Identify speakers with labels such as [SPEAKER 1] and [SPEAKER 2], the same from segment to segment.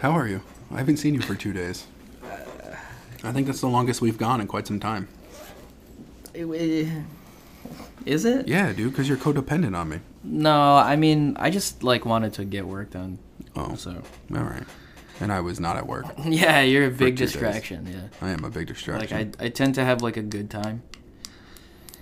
[SPEAKER 1] How are you? I haven't seen you for two days. I think that's the longest we've gone in quite some time.
[SPEAKER 2] Is it?
[SPEAKER 1] Yeah, dude, because you're codependent on me.
[SPEAKER 2] No, I mean, I just like wanted to get work done.
[SPEAKER 1] Oh.
[SPEAKER 2] So,
[SPEAKER 1] All right. And I was not at work.
[SPEAKER 2] yeah, you're a big
[SPEAKER 1] two days.
[SPEAKER 2] distraction. Yeah.
[SPEAKER 1] I am a big
[SPEAKER 2] Like
[SPEAKER 1] distraction.
[SPEAKER 2] I, I tend to have like a good time.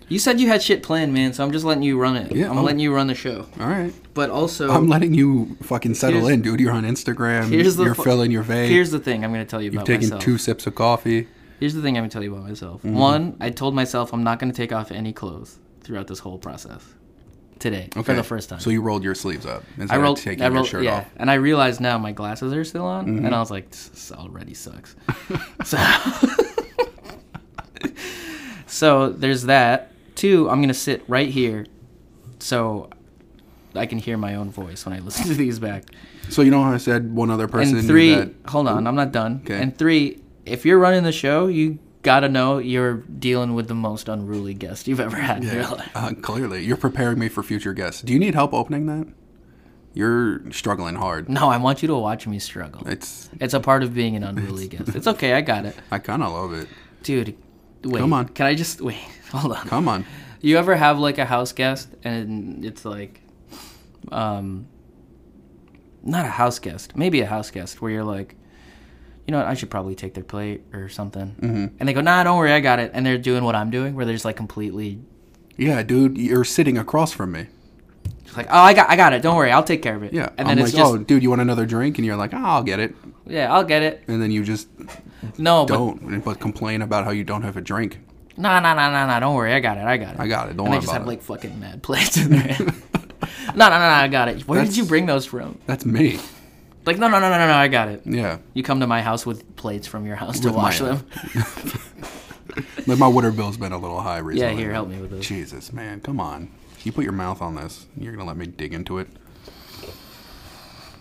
[SPEAKER 2] You said you had shit planned, man. So I'm just letting you run it.
[SPEAKER 1] Yeah,
[SPEAKER 2] I'm
[SPEAKER 1] oh.
[SPEAKER 2] letting you run the show.
[SPEAKER 1] All right.
[SPEAKER 2] But also,
[SPEAKER 1] I'm letting you fucking settle
[SPEAKER 2] Oh. Here's-
[SPEAKER 1] in, dude. You're on Instagram.
[SPEAKER 2] here's the
[SPEAKER 1] you're
[SPEAKER 2] fu-
[SPEAKER 1] filling your vein.
[SPEAKER 2] here's the thing I'm gonna tell you
[SPEAKER 1] You've
[SPEAKER 2] about
[SPEAKER 1] taken
[SPEAKER 2] myself.
[SPEAKER 1] two Mm-hmm. sips of coffee.
[SPEAKER 2] Here's the thing I'm gonna tell you about myself. One, I told myself I'm not gonna take off any clothes throughout this whole process. Today, for the first time.
[SPEAKER 1] So you rolled your sleeves up instead
[SPEAKER 2] I rolled,
[SPEAKER 1] of taking
[SPEAKER 2] I rolled,
[SPEAKER 1] your shirt
[SPEAKER 2] yeah,
[SPEAKER 1] off. Mm-hmm.
[SPEAKER 2] and I realized now my glasses are still on, and I was like, this this already sucks. so, so there's that. Two, I'm gonna sit right here, so I can hear my own voice when I listen to these back.
[SPEAKER 1] So you know how I said one other person
[SPEAKER 2] And three,
[SPEAKER 1] that
[SPEAKER 2] hold on, I'm not done.
[SPEAKER 1] Okay.
[SPEAKER 2] And three, if you're running the show, you gotta know you're dealing with the most unruly guest you've ever had in your life.
[SPEAKER 1] Uh, clearly, you're preparing me for future guests. Do you need help opening that? You're struggling hard.
[SPEAKER 2] No, I want you to watch me struggle.
[SPEAKER 1] It's
[SPEAKER 2] It's a part of being an unruly guest. It's okay, I got it.
[SPEAKER 1] I kind of love it.
[SPEAKER 2] Dude, wait.
[SPEAKER 1] Come on.
[SPEAKER 2] Can I just wait? Hold on.
[SPEAKER 1] Come on.
[SPEAKER 2] You ever have like a house guest and it's like, um, not a house guest, maybe a house guest where you're like, you know what, I should probably take their plate or something. Mm-hmm. And they go, nah, don't worry, I got it. And they're doing what I'm doing where they're just like completely
[SPEAKER 1] Yeah, dude, you're sitting across from me.
[SPEAKER 2] just like, oh, I got, I got it. Don't worry, I'll take care of it.
[SPEAKER 1] Yeah,
[SPEAKER 2] And
[SPEAKER 1] I'm
[SPEAKER 2] then
[SPEAKER 1] like,
[SPEAKER 2] it's just,
[SPEAKER 1] oh, dude, you want another drink? And you're like, oh, I'll get it.
[SPEAKER 2] yeah, I'll get it.
[SPEAKER 1] And then you just
[SPEAKER 2] No, but
[SPEAKER 1] don't, but complain about how you don't have a drink.
[SPEAKER 2] No, no, no, no, no. Don't worry. I got it. I got it.
[SPEAKER 1] I got it. Don't
[SPEAKER 2] and
[SPEAKER 1] worry
[SPEAKER 2] I just
[SPEAKER 1] about
[SPEAKER 2] have
[SPEAKER 1] it.
[SPEAKER 2] like fucking mad plates in there. no, no, no, no. I got it. Where
[SPEAKER 1] That's-
[SPEAKER 2] did you bring those from?
[SPEAKER 1] That's me.
[SPEAKER 2] Like, no, no, no, no, no. no I got it.
[SPEAKER 1] Yeah,
[SPEAKER 2] You come to my house with plates from your house to
[SPEAKER 1] With
[SPEAKER 2] wash
[SPEAKER 1] my-
[SPEAKER 2] them.
[SPEAKER 1] like my water bill's been a little high
[SPEAKER 2] Yeah,
[SPEAKER 1] recently.
[SPEAKER 2] here, help me with those.
[SPEAKER 1] Jesus, man, come on. You put your mouth on this. You're gonna let me dig into it.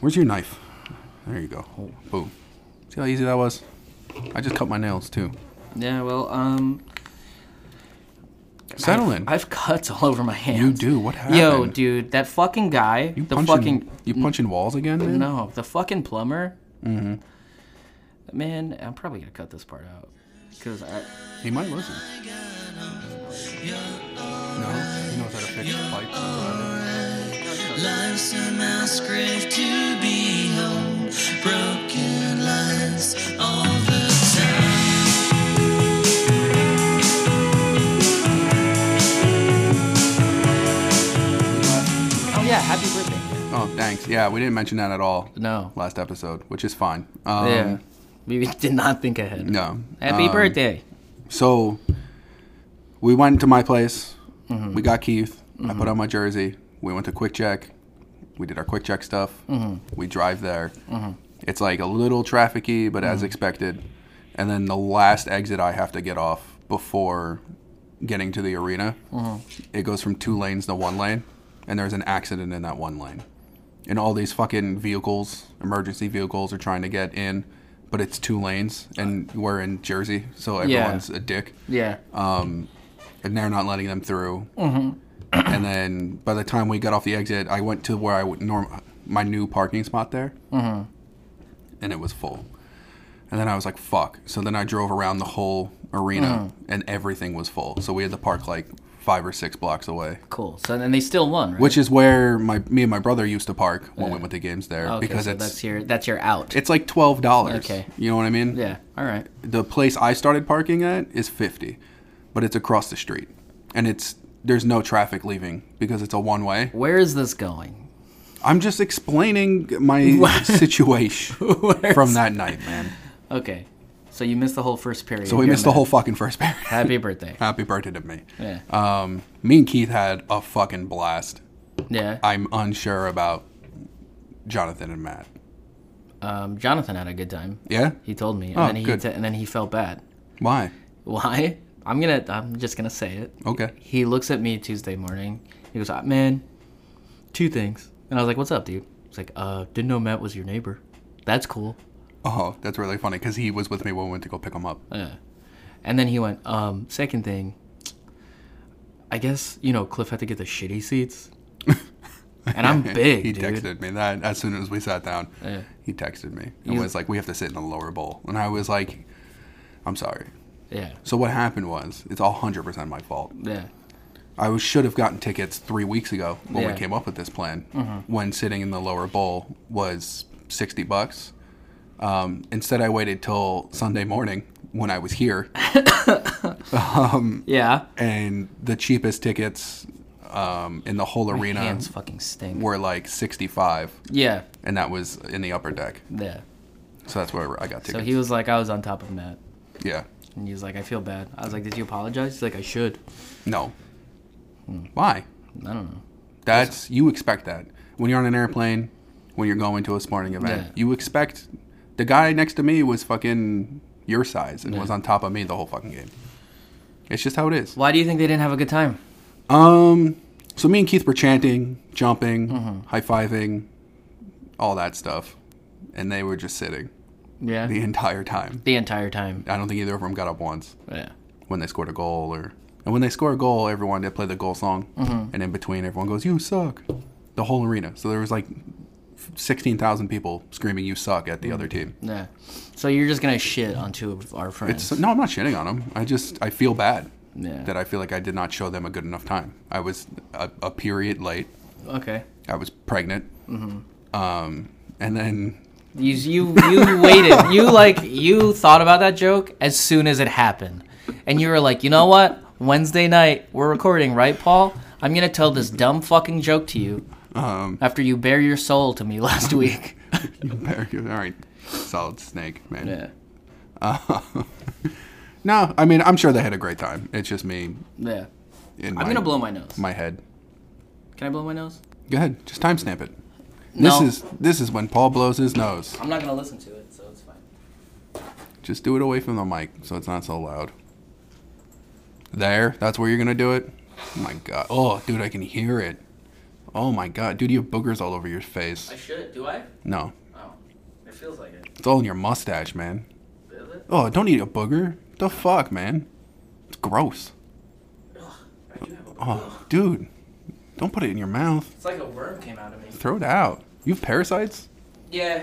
[SPEAKER 1] Where's your knife? There you go.
[SPEAKER 2] Oh.
[SPEAKER 1] Boom. See how easy that was? I just cut my nails too.
[SPEAKER 2] Yeah, well, um,
[SPEAKER 1] Settle in.
[SPEAKER 2] I have cuts all over my hands.
[SPEAKER 1] you do. What happened?
[SPEAKER 2] Yo, dude, that fucking guy.
[SPEAKER 1] You
[SPEAKER 2] the
[SPEAKER 1] punching,
[SPEAKER 2] fucking
[SPEAKER 1] you punching walls again, man?
[SPEAKER 2] no, the fucking plumber. Mm-hmm. Man, I'm probably gonna cut this part out because I.
[SPEAKER 1] He might listen. No, he knows how to fix pipes.
[SPEAKER 3] Life's a mouse grave to behold. Broken lines all the time.
[SPEAKER 2] Oh yeah, happy birthday.
[SPEAKER 1] Oh, thanks. Yeah, we didn't mention that at all
[SPEAKER 2] No.
[SPEAKER 1] last episode, which is fine. Um,
[SPEAKER 2] yeah, we did not think ahead.
[SPEAKER 1] No.
[SPEAKER 2] Happy
[SPEAKER 1] Um,
[SPEAKER 2] birthday.
[SPEAKER 1] So we went to my place. We got Keith. I put on my jersey. We went to Quick Check. We did our Quick Check stuff. We drive there. It's like a little trafficy, but as expected. And then the last exit I have to get off before getting to the arena, it goes from two lanes to one lane, and there's an accident in that one lane. And all these fucking vehicles, emergency vehicles, are trying to get in, but it's two lanes, and we're in Jersey, so
[SPEAKER 2] Yeah.
[SPEAKER 1] everyone's a dick
[SPEAKER 2] Yeah.
[SPEAKER 1] uh, and they're not letting them through.
[SPEAKER 2] Mm-hmm.
[SPEAKER 1] and then by the time we got off the exit, I went to where I would norm my new parking spot there,
[SPEAKER 2] Mm-hmm.
[SPEAKER 1] and it was full. And then I was like, "Fuck!" So then I drove around the whole arena,
[SPEAKER 2] Mm-hmm.
[SPEAKER 1] and everything was full. So we had to park like five or six blocks away,
[SPEAKER 2] cool. So then they still won, right?
[SPEAKER 1] which is where my me and my brother used to park when we went to games there
[SPEAKER 2] okay,
[SPEAKER 1] because
[SPEAKER 2] so
[SPEAKER 1] it's
[SPEAKER 2] that's your that's your out.
[SPEAKER 1] it's like twelve dollars.
[SPEAKER 2] Okay.
[SPEAKER 1] you know what I mean?
[SPEAKER 2] yeah. All right.
[SPEAKER 1] the place I started parking at is 50, but it's across the street. And it's there's no traffic leaving because it's a one way.
[SPEAKER 2] Where is this going?
[SPEAKER 1] I'm just explaining my situation from that night, man.
[SPEAKER 2] Okay. So you missed the whole first period.
[SPEAKER 1] So we
[SPEAKER 2] You're
[SPEAKER 1] missed the
[SPEAKER 2] mad.
[SPEAKER 1] whole fucking first pair.
[SPEAKER 2] Happy birthday.
[SPEAKER 1] Happy birthday to me.
[SPEAKER 2] Yeah.
[SPEAKER 1] Um, me and Keith had a fucking blast.
[SPEAKER 2] yeah.
[SPEAKER 1] I'm unsure about Jonathan and Matt.
[SPEAKER 2] um, Jonathan had a good time.
[SPEAKER 1] Yeah?
[SPEAKER 2] He told me, and
[SPEAKER 1] Oh,
[SPEAKER 2] then he
[SPEAKER 1] good.
[SPEAKER 2] t- and then he felt bad.
[SPEAKER 1] Why?
[SPEAKER 2] Why? I'm gonna. I'm just gonna say it.
[SPEAKER 1] Okay.
[SPEAKER 2] He looks at me Tuesday morning. He goes, "Ah, "Man, two things." And I was like, "What's up, dude?" He's like, "Uh, didn't know Matt was your neighbor. That's cool."
[SPEAKER 1] Oh, that's really funny because he was with me when we went to go pick him up.
[SPEAKER 2] Yeah. And then he went, um, second thing, I guess, you know, Cliff had to get the shitty seats. and I'm big.
[SPEAKER 1] he
[SPEAKER 2] dude.
[SPEAKER 1] texted me that as soon as we sat down.
[SPEAKER 2] Yeah.
[SPEAKER 1] He texted me and
[SPEAKER 2] You-
[SPEAKER 1] was like, "We have to sit in the lower bowl," and I was like, "I'm sorry."
[SPEAKER 2] Yeah,
[SPEAKER 1] So what happened was, it's all hundred percent my fault.
[SPEAKER 2] yeah,
[SPEAKER 1] I was, should have gotten tickets three weeks ago when
[SPEAKER 2] Yeah. Mm-hmm.
[SPEAKER 1] we came up with this plan. When sitting in the lower bowl was sixty bucks. Um, instead, I waited till Sunday morning when I was here,
[SPEAKER 2] yeah.
[SPEAKER 1] and the cheapest tickets um, in the whole arena
[SPEAKER 2] Hands fucking stink.
[SPEAKER 1] were like sixty-five,
[SPEAKER 2] Yeah,
[SPEAKER 1] and that was in the upper deck.
[SPEAKER 2] yeah.
[SPEAKER 1] So that's where I got tickets.
[SPEAKER 2] So he was like, I was on top of Matt,
[SPEAKER 1] yeah.
[SPEAKER 2] and he was like, I feel bad. I was like, Did you apologize? He's like, I should.
[SPEAKER 1] No.
[SPEAKER 2] Hmm.
[SPEAKER 1] Why?
[SPEAKER 2] I don't know.
[SPEAKER 1] That's you expect that when you're on an airplane, when you're going to a sporting event,
[SPEAKER 2] Yeah.
[SPEAKER 1] you expect the guy next to me was fucking your size and
[SPEAKER 2] Yeah.
[SPEAKER 1] was on top of me the whole fucking game. It's just how it is.
[SPEAKER 2] Why do you think they didn't have a good time?
[SPEAKER 1] Um, so me and Keith were chanting, jumping,
[SPEAKER 2] Mm-hmm.
[SPEAKER 1] high fiving, all that stuff, and they were just sitting
[SPEAKER 2] Yeah,
[SPEAKER 1] the
[SPEAKER 2] the,
[SPEAKER 1] entire time.
[SPEAKER 2] entire time.
[SPEAKER 1] I don't think either of them got up once.
[SPEAKER 2] Yeah,
[SPEAKER 1] when they scored a goal or and when they score a goal everyone they play the goal song
[SPEAKER 2] Mm-hmm.
[SPEAKER 1] and in between everyone goes you suck the whole arena so there was like 16,000 people screaming you suck at the
[SPEAKER 2] Mm.
[SPEAKER 1] other team
[SPEAKER 2] yeah. So you're just gonna shit on two of our friends.
[SPEAKER 1] so, no i'm not shitting on them i just i feel bad
[SPEAKER 2] Yeah.
[SPEAKER 1] that i feel like i did not show them a good enough time i was a, a period late
[SPEAKER 2] okay.
[SPEAKER 1] i was pregnant
[SPEAKER 2] Mm-hmm.
[SPEAKER 1] um, and then
[SPEAKER 2] You you you waited. You like you thought about that joke as soon as it happened, and you were like, you know what? Wednesday night we're recording, right, Paul? I'm gonna tell this dumb fucking joke to you
[SPEAKER 1] um,
[SPEAKER 2] after you bare your soul to me last week.
[SPEAKER 1] you better give- all right solid snake man no i mean i'm sure they had a great time it's just me
[SPEAKER 2] yeah.
[SPEAKER 1] in
[SPEAKER 2] I'm gonna blow my nose.
[SPEAKER 1] my head
[SPEAKER 2] Can I blow my nose?
[SPEAKER 1] Go ahead. Just timestamp it.
[SPEAKER 2] No.
[SPEAKER 1] This is this is when Paul blows his nose.
[SPEAKER 2] I'm not gonna listen to it, so it's fine.
[SPEAKER 1] Just do it away from the mic so it's not so loud. There, that's where you're gonna do it. Oh my god. Oh, dude, I can hear it. Oh my god, dude, you have boogers all over your face.
[SPEAKER 2] should. Do I?
[SPEAKER 1] No,
[SPEAKER 2] Oh, it feels like it.
[SPEAKER 1] it's all in your mustache, man.
[SPEAKER 2] Is it?
[SPEAKER 1] Oh, don't eat a booger. The fuck, man. It's gross. Oh, dude, don't put it in your mouth.
[SPEAKER 2] It's like a worm came out of me.
[SPEAKER 1] Throw it out. You have parasites?
[SPEAKER 2] Yeah.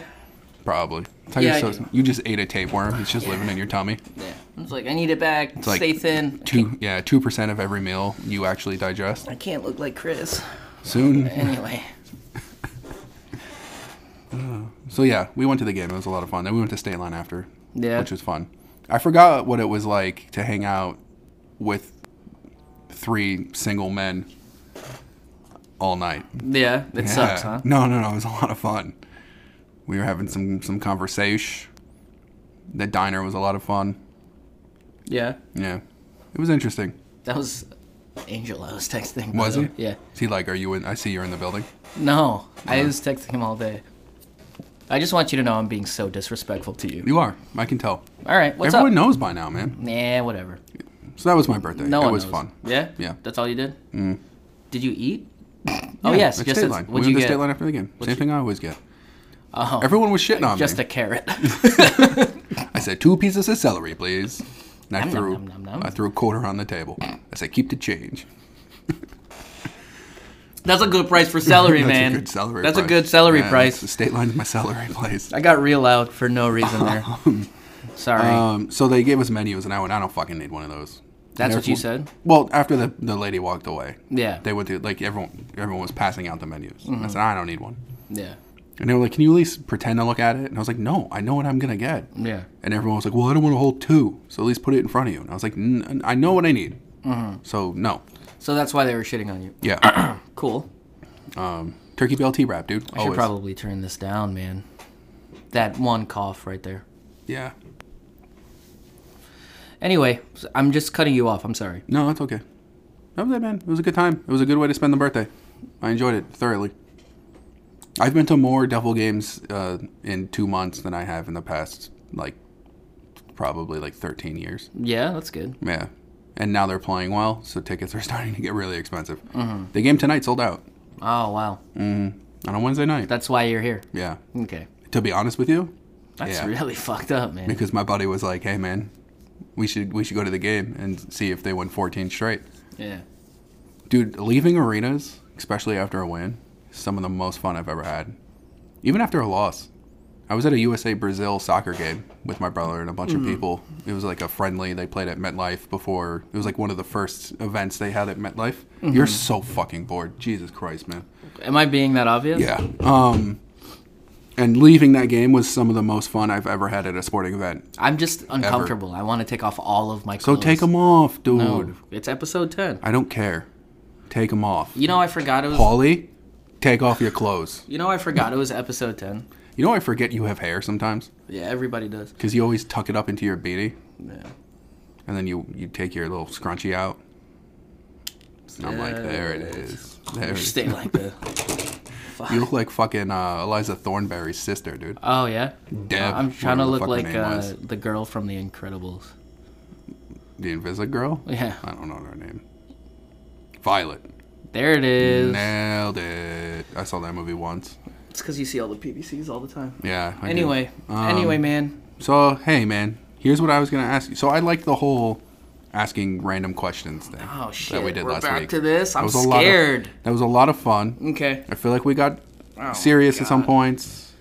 [SPEAKER 1] Probably. That's how
[SPEAKER 2] Yeah,
[SPEAKER 1] you're
[SPEAKER 2] I
[SPEAKER 1] so,
[SPEAKER 2] do.
[SPEAKER 1] you just ate a tapeworm. It's just living in your tummy.
[SPEAKER 2] Yeah. I was like, I need it back.
[SPEAKER 1] like
[SPEAKER 2] Stay thin.
[SPEAKER 1] two yeah two percent of every meal you actually digest
[SPEAKER 2] I can't look like Chris.
[SPEAKER 1] soon
[SPEAKER 2] Anyway.
[SPEAKER 1] so yeah we went to the game it was a lot of fun then we went to state line after
[SPEAKER 2] Yeah.
[SPEAKER 1] which was fun i forgot what it was like to hang out with three single men all night
[SPEAKER 2] Yeah, it
[SPEAKER 1] Yeah.
[SPEAKER 2] sucks, huh?
[SPEAKER 1] no no no it was a lot of fun we were having some some conversation the diner was a lot of fun
[SPEAKER 2] Yeah,
[SPEAKER 1] yeah it was interesting
[SPEAKER 2] that was Angel. I was texting. by
[SPEAKER 1] Was
[SPEAKER 2] the
[SPEAKER 1] he?
[SPEAKER 2] way. Yeah.
[SPEAKER 1] is he like are you in i see you're in the building
[SPEAKER 2] No, I was texting him all day. I just want you to know I'm being so disrespectful to you.
[SPEAKER 1] you are i can tell
[SPEAKER 2] All right, what's
[SPEAKER 1] everyone
[SPEAKER 2] up?
[SPEAKER 1] knows by now man
[SPEAKER 2] Yeah, whatever.
[SPEAKER 1] So that was my birthday.
[SPEAKER 2] No
[SPEAKER 1] it
[SPEAKER 2] one
[SPEAKER 1] was
[SPEAKER 2] knows.
[SPEAKER 1] fun.
[SPEAKER 2] Yeah.
[SPEAKER 1] Yeah.
[SPEAKER 2] That's all you did. Mm. Did you eat? Oh yes,
[SPEAKER 1] It's
[SPEAKER 2] yes.
[SPEAKER 1] state
[SPEAKER 2] yes.
[SPEAKER 1] line. We
[SPEAKER 2] What'd
[SPEAKER 1] went
[SPEAKER 2] you
[SPEAKER 1] to
[SPEAKER 2] get?
[SPEAKER 1] state line after the game. Same
[SPEAKER 2] you-
[SPEAKER 1] thing I always get.
[SPEAKER 2] Oh,
[SPEAKER 1] Everyone was shitting on
[SPEAKER 2] just
[SPEAKER 1] me.
[SPEAKER 2] a carrot.
[SPEAKER 1] I said two pieces of celery, please. And I
[SPEAKER 2] Nom, nom,
[SPEAKER 1] threw
[SPEAKER 2] nom, nom, nom.
[SPEAKER 1] I threw a quarter on the table. I said keep the change.
[SPEAKER 2] That's a good price for celery,
[SPEAKER 1] That's
[SPEAKER 2] man.
[SPEAKER 1] a good celery.
[SPEAKER 2] That's
[SPEAKER 1] price.
[SPEAKER 2] a good celery
[SPEAKER 1] Yeah,
[SPEAKER 2] price.
[SPEAKER 1] that's- State line's my celery place.
[SPEAKER 2] I got real loud for no reason there. Sorry.
[SPEAKER 1] Um, so they gave us menus, and I went, I don't fucking need one of those. And
[SPEAKER 2] That's what you
[SPEAKER 1] everyone-
[SPEAKER 2] said?
[SPEAKER 1] Well, after the, the lady walked away,
[SPEAKER 2] yeah. Mm-hmm.
[SPEAKER 1] they went to like everyone everyone was passing out the menus. And I said, I don't need one.
[SPEAKER 2] yeah.
[SPEAKER 1] And they were like, Can you at least pretend to look at it? And I was like, No, I know what I'm gonna get.
[SPEAKER 2] Yeah.
[SPEAKER 1] And everyone was like, "Well, I don't want to hold two, so at least put it in front of you." And I was like, N- "I know what I need, so no,
[SPEAKER 2] So that's why they were shitting on you.
[SPEAKER 1] yeah,
[SPEAKER 2] Cool.
[SPEAKER 1] turkey BLT wrap, dude.
[SPEAKER 2] I should probably turn this down, man. That one cough right there.
[SPEAKER 1] yeah.
[SPEAKER 2] Anyway, s- I'm just cutting you off. I'm sorry.
[SPEAKER 1] No, that's okay. That was it, man. It was a good time. It was a good way to spend the birthday. I enjoyed it thoroughly. I've been to more Devil games uh, in two months than I have in the past, like probably like thirteen years.
[SPEAKER 2] Yeah, that's good.
[SPEAKER 1] Yeah, and now they're playing well, so tickets are starting to get really expensive. The game tonight sold out
[SPEAKER 2] Oh, wow.
[SPEAKER 1] on a Wednesday night.
[SPEAKER 2] That's why you're here.
[SPEAKER 1] yeah.
[SPEAKER 2] Okay.
[SPEAKER 1] To be honest with you,
[SPEAKER 2] That's
[SPEAKER 1] Yeah.
[SPEAKER 2] really fucked up, man.
[SPEAKER 1] because my buddy was like, "Hey, man, we should we should go to the game and see if they win 14 straight."
[SPEAKER 2] yeah.
[SPEAKER 1] Dude, leaving arenas, especially after a win, some of the most fun I've ever had. Even after a loss. I was at a USA Brazil soccer game with my brother and a bunch of people. It was like a friendly. They played at MetLife before. It was like one of the first events they had at MetLife. You're so fucking bored. Jesus Christ, man.
[SPEAKER 2] Am I being that obvious?
[SPEAKER 1] Yeah. Um, and leaving that game was some of the most fun I've ever had at a sporting event.
[SPEAKER 2] I'm just uncomfortable. I want to take off all of my
[SPEAKER 1] So
[SPEAKER 2] clothes.
[SPEAKER 1] take 'em take them off, dude.
[SPEAKER 2] No, it's episode 10.
[SPEAKER 1] I don't care. Take them off.
[SPEAKER 2] You know, I forgot it was.
[SPEAKER 1] Paulie, take off your clothes.
[SPEAKER 2] You know, I forgot it was episode 10.
[SPEAKER 1] You know, I forget you have hair sometimes
[SPEAKER 2] Yeah, everybody does.
[SPEAKER 1] because you always tuck it up into your beanie
[SPEAKER 2] Yeah.
[SPEAKER 1] and then you, you take your little scrunchie out. And I'm like, there it is. There it
[SPEAKER 2] Just
[SPEAKER 1] is.
[SPEAKER 2] Stay like that.
[SPEAKER 1] You look like fucking uh, Eliza Thornberry's sister, dude.
[SPEAKER 2] Oh, yeah?
[SPEAKER 1] Deb,
[SPEAKER 2] I'm trying to
[SPEAKER 1] whatever the
[SPEAKER 2] look
[SPEAKER 1] fuck her
[SPEAKER 2] like
[SPEAKER 1] name
[SPEAKER 2] uh,
[SPEAKER 1] was.
[SPEAKER 2] the girl from The Incredibles.
[SPEAKER 1] The Invisible Girl?
[SPEAKER 2] Yeah.
[SPEAKER 1] I don't know her name. Violet.
[SPEAKER 2] There it is.
[SPEAKER 1] Nailed it. I saw that movie once.
[SPEAKER 2] It's because you see all the PBCs all the time.
[SPEAKER 1] Yeah. I do.
[SPEAKER 2] Anyway,
[SPEAKER 1] Um,
[SPEAKER 2] anyway, man.
[SPEAKER 1] So hey, man, here's what I was gonna ask you. So I like the whole asking random questions thing
[SPEAKER 2] Oh shit! We're back to this.
[SPEAKER 1] That
[SPEAKER 2] I'm
[SPEAKER 1] was a lot of-
[SPEAKER 2] scared.
[SPEAKER 1] that was a lot of fun.
[SPEAKER 2] Okay.
[SPEAKER 1] I feel like we got
[SPEAKER 2] Oh,
[SPEAKER 1] serious at some
[SPEAKER 2] God.
[SPEAKER 1] points.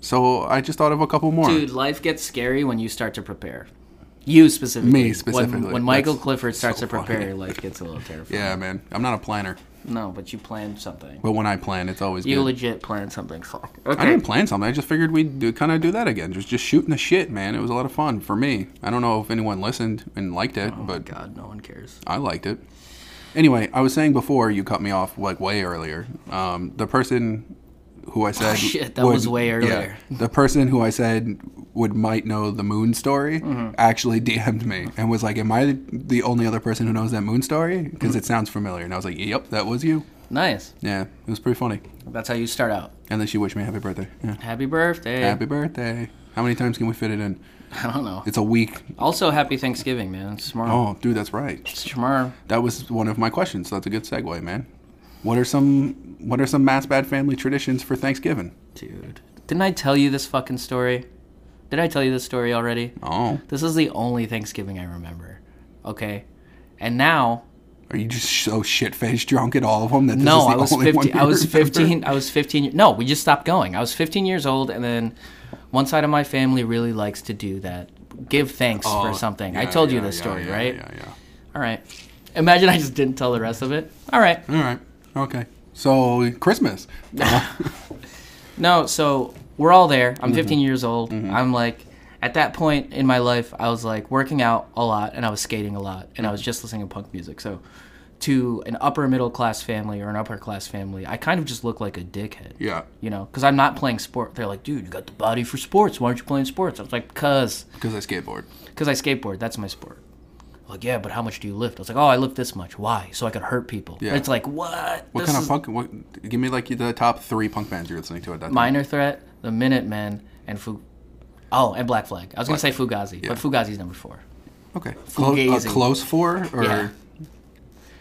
[SPEAKER 1] So I just thought of a couple more.
[SPEAKER 2] Dude, life gets scary when you start to prepare. You specifically.
[SPEAKER 1] Me
[SPEAKER 2] When-
[SPEAKER 1] specifically.
[SPEAKER 2] When, Michael
[SPEAKER 1] That's
[SPEAKER 2] Clifford starts
[SPEAKER 1] so
[SPEAKER 2] to prepare,
[SPEAKER 1] funny.
[SPEAKER 2] life gets a little terrifying.
[SPEAKER 1] Yeah, man. I'm not a planner,
[SPEAKER 2] No, but you planned something.
[SPEAKER 1] but when I plan, it's always
[SPEAKER 2] You
[SPEAKER 1] good.
[SPEAKER 2] legit planned something. Fuck.
[SPEAKER 1] I
[SPEAKER 2] Okay.
[SPEAKER 1] didn't plan something. I just figured we'd do, kind of do that again. Just just shooting the shit, man. It was a lot of fun for me. I don't know if anyone listened and liked it,
[SPEAKER 2] Oh my
[SPEAKER 1] but
[SPEAKER 2] God, no one cares.
[SPEAKER 1] I liked it. Anyway, I was saying before you cut me off like way earlier. Um, the person who I said
[SPEAKER 2] Oh, shit, that was way earlier.
[SPEAKER 1] the person who I said would might know the moon story
[SPEAKER 2] Mm-hmm.
[SPEAKER 1] actually DM'd me and was like, "Am I the only other person who knows that moon story?
[SPEAKER 2] Mm-hmm.
[SPEAKER 1] Because it sounds familiar." And I was like, "Yep, that was you."
[SPEAKER 2] Nice.
[SPEAKER 1] Yeah, it was pretty funny.
[SPEAKER 2] That's how you start out.
[SPEAKER 1] And then she wished me happy birthday. Yeah.
[SPEAKER 2] Happy birthday.
[SPEAKER 1] Happy birthday. How many times can we fit it in?
[SPEAKER 2] I don't know.
[SPEAKER 1] It's a week.
[SPEAKER 2] Also, happy Thanksgiving, man. It's tomorrow.
[SPEAKER 1] Oh, dude, that's right.
[SPEAKER 2] It's tomorrow.
[SPEAKER 1] That was one of my questions, so that's a good segue, man. What are some what are some mass bad family traditions for Thanksgiving?
[SPEAKER 2] Dude. Didn't I tell you this fucking story? Did I tell you this story already?
[SPEAKER 1] Oh,
[SPEAKER 2] This is the only Thanksgiving I remember. Okay? And now
[SPEAKER 1] are you just so shit faced drunk at all of them that this
[SPEAKER 2] no,
[SPEAKER 1] is the
[SPEAKER 2] I was
[SPEAKER 1] only one
[SPEAKER 2] fifteen.
[SPEAKER 1] you
[SPEAKER 2] I was
[SPEAKER 1] remember?
[SPEAKER 2] fifteen. I was fifteen. ye- No, we just stopped going. I was fifteen years old, and then one side of my family really likes to do that. Give thanks
[SPEAKER 1] Oh,
[SPEAKER 2] for something. I
[SPEAKER 1] yeah,
[SPEAKER 2] told you
[SPEAKER 1] yeah,
[SPEAKER 2] this
[SPEAKER 1] yeah,
[SPEAKER 2] story,
[SPEAKER 1] yeah,
[SPEAKER 2] right?
[SPEAKER 1] Yeah, yeah.
[SPEAKER 2] All right. Imagine I just didn't tell the rest of it. All right.
[SPEAKER 1] All right. Okay. So Christmas. Uh,
[SPEAKER 2] No, so we're all there.
[SPEAKER 1] Mm-hmm.
[SPEAKER 2] I'm 15 years old. I'm like, at that point in my life, I was like working out a lot and I was skating a lot and I was just listening to punk music. So, to an upper middle class family or an upper class family, I kind of just look like a dickhead.
[SPEAKER 1] yeah.
[SPEAKER 2] You know, because I'm not playing sport. They're like, dude, you got the body for sports. Why aren't you playing sports? I was like, cause,
[SPEAKER 1] Because I skateboard.
[SPEAKER 2] cause I skateboard. That's my sport. Like, yeah, but how much do you lift? I was like, oh, I lift this much. Why? So I could hurt people.
[SPEAKER 1] Yeah.
[SPEAKER 2] It's like, what?
[SPEAKER 1] What
[SPEAKER 2] This
[SPEAKER 1] kind of
[SPEAKER 2] is-
[SPEAKER 1] punk? What, give me like the top three punk bands you're listening to at that time.
[SPEAKER 2] Minor Threat, The Minutemen, and Fu. Oh, and Black Flag. I was gonna say Fugazi, but Fugazi's number four.
[SPEAKER 1] Okay. Clo- a
[SPEAKER 2] Fugazi.
[SPEAKER 1] close four or.
[SPEAKER 2] Yeah.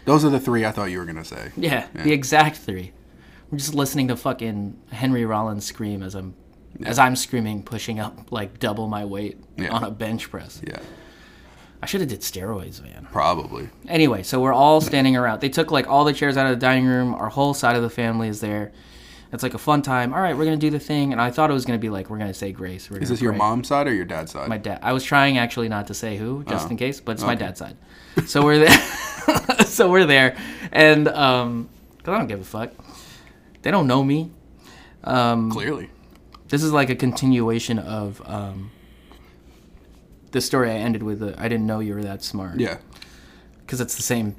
[SPEAKER 1] Those are the three I thought you were gonna say.
[SPEAKER 2] Yeah, the exact three. I'm just listening to fucking Henry Rollins scream as I'm, as I'm screaming, pushing up like double my weight
[SPEAKER 1] Yeah.
[SPEAKER 2] on a bench press.
[SPEAKER 1] Yeah.
[SPEAKER 2] I should have did steroids, man.
[SPEAKER 1] Probably.
[SPEAKER 2] Anyway, so we're all standing around. They took like all the chairs out of the dining room. Our whole side of the family is there. It's like a fun time. All right, we're gonna do the thing, and I thought it was gonna be like we're gonna say grace. We're
[SPEAKER 1] Is this your mom's side or your dad's side?
[SPEAKER 2] my dad. I was trying actually not to say who, just in case, but it's my dad's side. So we're there. so we're there, and um, 'cause I don't give a fuck. They don't know me.
[SPEAKER 1] Clearly.
[SPEAKER 2] This is like a continuation of um, the story I ended with. The, I didn't know you were that smart.
[SPEAKER 1] Yeah.
[SPEAKER 2] because it's the same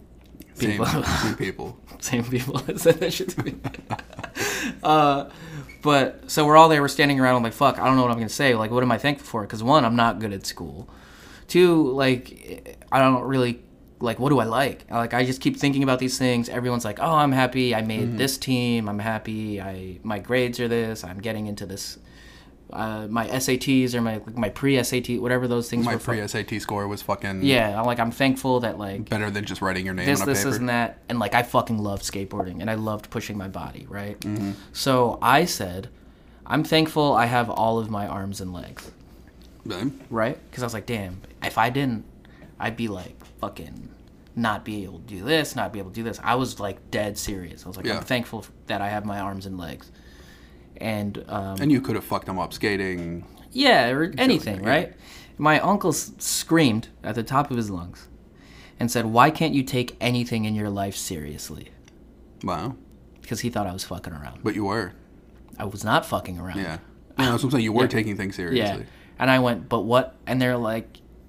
[SPEAKER 1] Same,
[SPEAKER 2] people,
[SPEAKER 1] same people.
[SPEAKER 2] same people that said that shit to me. uh, but so we're all there. We're standing around. I'm like, fuck. I don't know what I'm gonna say. Like, what am I thankful for? Because one, I'm not good at school. Two, like I don't really like what do I like? Like I just keep thinking about these things. Everyone's like, "Oh, I'm happy. I
[SPEAKER 1] Mm-hmm.
[SPEAKER 2] made this team. I'm happy. I my grades are this. I'm getting into this. Uh, my SATs or my my pre SAT, whatever those things
[SPEAKER 1] My
[SPEAKER 2] were. for-
[SPEAKER 1] pre SAT score was fucking
[SPEAKER 2] yeah, I'm like I'm thankful that like
[SPEAKER 1] better than just writing your name
[SPEAKER 2] this,
[SPEAKER 1] on a
[SPEAKER 2] this,
[SPEAKER 1] paper.
[SPEAKER 2] this, and that. And like, I fucking loved skateboarding and I loved pushing my body, right?
[SPEAKER 1] Mm-hmm.
[SPEAKER 2] So I said, I'm thankful I have all of my arms and legs,
[SPEAKER 1] Then,
[SPEAKER 2] right? Because I was like, damn, if I didn't, I'd be like fucking not be able to do this, not be able to do this. I was like dead serious. I was like,
[SPEAKER 1] Yeah.
[SPEAKER 2] I'm thankful that I have my arms and legs. And um,
[SPEAKER 1] And you could have fucked them up skating.
[SPEAKER 2] yeah, or anything,
[SPEAKER 1] yeah.
[SPEAKER 2] right? My uncle s- screamed at the top of his lungs and said, Why can't you take anything in your life seriously?
[SPEAKER 1] Wow.
[SPEAKER 2] Because he thought I was fucking around.
[SPEAKER 1] But you were.
[SPEAKER 2] I was not fucking around.
[SPEAKER 1] Yeah. No, that's what I'm saying. You were taking things
[SPEAKER 2] Yeah.
[SPEAKER 1] seriously.
[SPEAKER 2] And I went, But what? And they're like,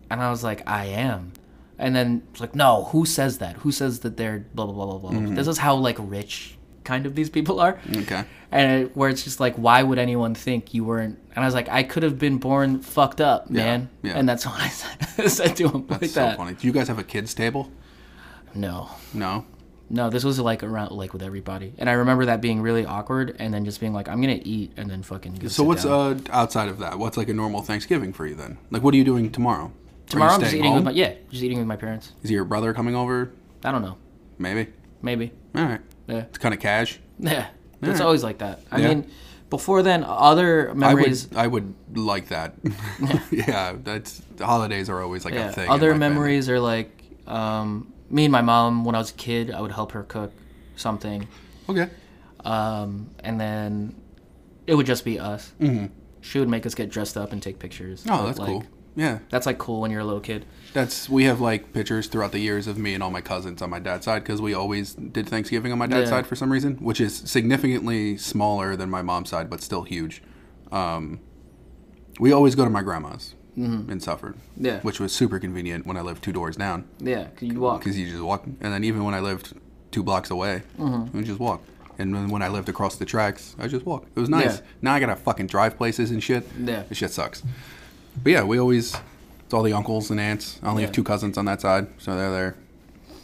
[SPEAKER 2] And I was like, I am. And then it's like, No, who says that? Who says that they're blah, blah, blah, blah, blah? This is how like rich kind of these people are.
[SPEAKER 1] Mm-hmm. Okay.
[SPEAKER 2] and it, where it's just like, why would anyone think you weren't? And I was like, I could have been born fucked up, man.
[SPEAKER 1] yeah.
[SPEAKER 2] And that's what I said, said to him
[SPEAKER 1] That's
[SPEAKER 2] like
[SPEAKER 1] so
[SPEAKER 2] that.
[SPEAKER 1] funny. Do you guys have a kids table?
[SPEAKER 2] No,
[SPEAKER 1] No.
[SPEAKER 2] no, this was like around like with everybody, and I remember that being really awkward, and then just being like, I'm gonna eat, and then fucking. Go
[SPEAKER 1] So what's uh outside of that? What's like a normal Thanksgiving for you then? Like what are you doing tomorrow? Are you
[SPEAKER 2] tomorrow? I'm just
[SPEAKER 1] staying
[SPEAKER 2] eating with
[SPEAKER 1] home?
[SPEAKER 2] my yeah, just eating with my parents.
[SPEAKER 1] Is your brother coming over?
[SPEAKER 2] I don't know,
[SPEAKER 1] Maybe.
[SPEAKER 2] maybe.
[SPEAKER 1] All right.
[SPEAKER 2] Yeah,
[SPEAKER 1] It's kind of cash.
[SPEAKER 2] yeah. It's
[SPEAKER 1] right.
[SPEAKER 2] always like that. I
[SPEAKER 1] Yeah.
[SPEAKER 2] mean, before then, other
[SPEAKER 1] I would,
[SPEAKER 2] memories.
[SPEAKER 1] I would like that. yeah, that's the holidays are always like a
[SPEAKER 2] Yeah.
[SPEAKER 1] thing. in
[SPEAKER 2] Other
[SPEAKER 1] my family.
[SPEAKER 2] memories are like um, me and my mom when I was a kid. I would help her cook something.
[SPEAKER 1] Okay.
[SPEAKER 2] um, and then it would just be us. Mm-hmm. She would make us get dressed up and take pictures.
[SPEAKER 1] Oh,
[SPEAKER 2] of,
[SPEAKER 1] that's
[SPEAKER 2] like-
[SPEAKER 1] cool. Yeah,
[SPEAKER 2] That's like cool when you're a little kid.
[SPEAKER 1] that's we have like pictures throughout the years of me and all my cousins on my dad's side because we always did Thanksgiving on my dad's
[SPEAKER 2] Yeah.
[SPEAKER 1] side for some reason, which is significantly smaller than my mom's side, but still huge. Um, we always go to my grandma's in Suffern,
[SPEAKER 2] Mm-hmm. Yeah.
[SPEAKER 1] which was super convenient when I lived two doors down
[SPEAKER 2] Yeah, 'cause you walk.
[SPEAKER 1] because you just walk, and then even when I lived two blocks away,
[SPEAKER 2] Mm-hmm.
[SPEAKER 1] we just walk. And then when I lived across the tracks, I just walked. It was nice.
[SPEAKER 2] Yeah.
[SPEAKER 1] Now I gotta fucking drive places and shit.
[SPEAKER 2] Yeah.
[SPEAKER 1] This shit sucks. But yeah, we always it's all the uncles and aunts. I only have
[SPEAKER 2] Yeah.
[SPEAKER 1] two cousins on that side, so they're there.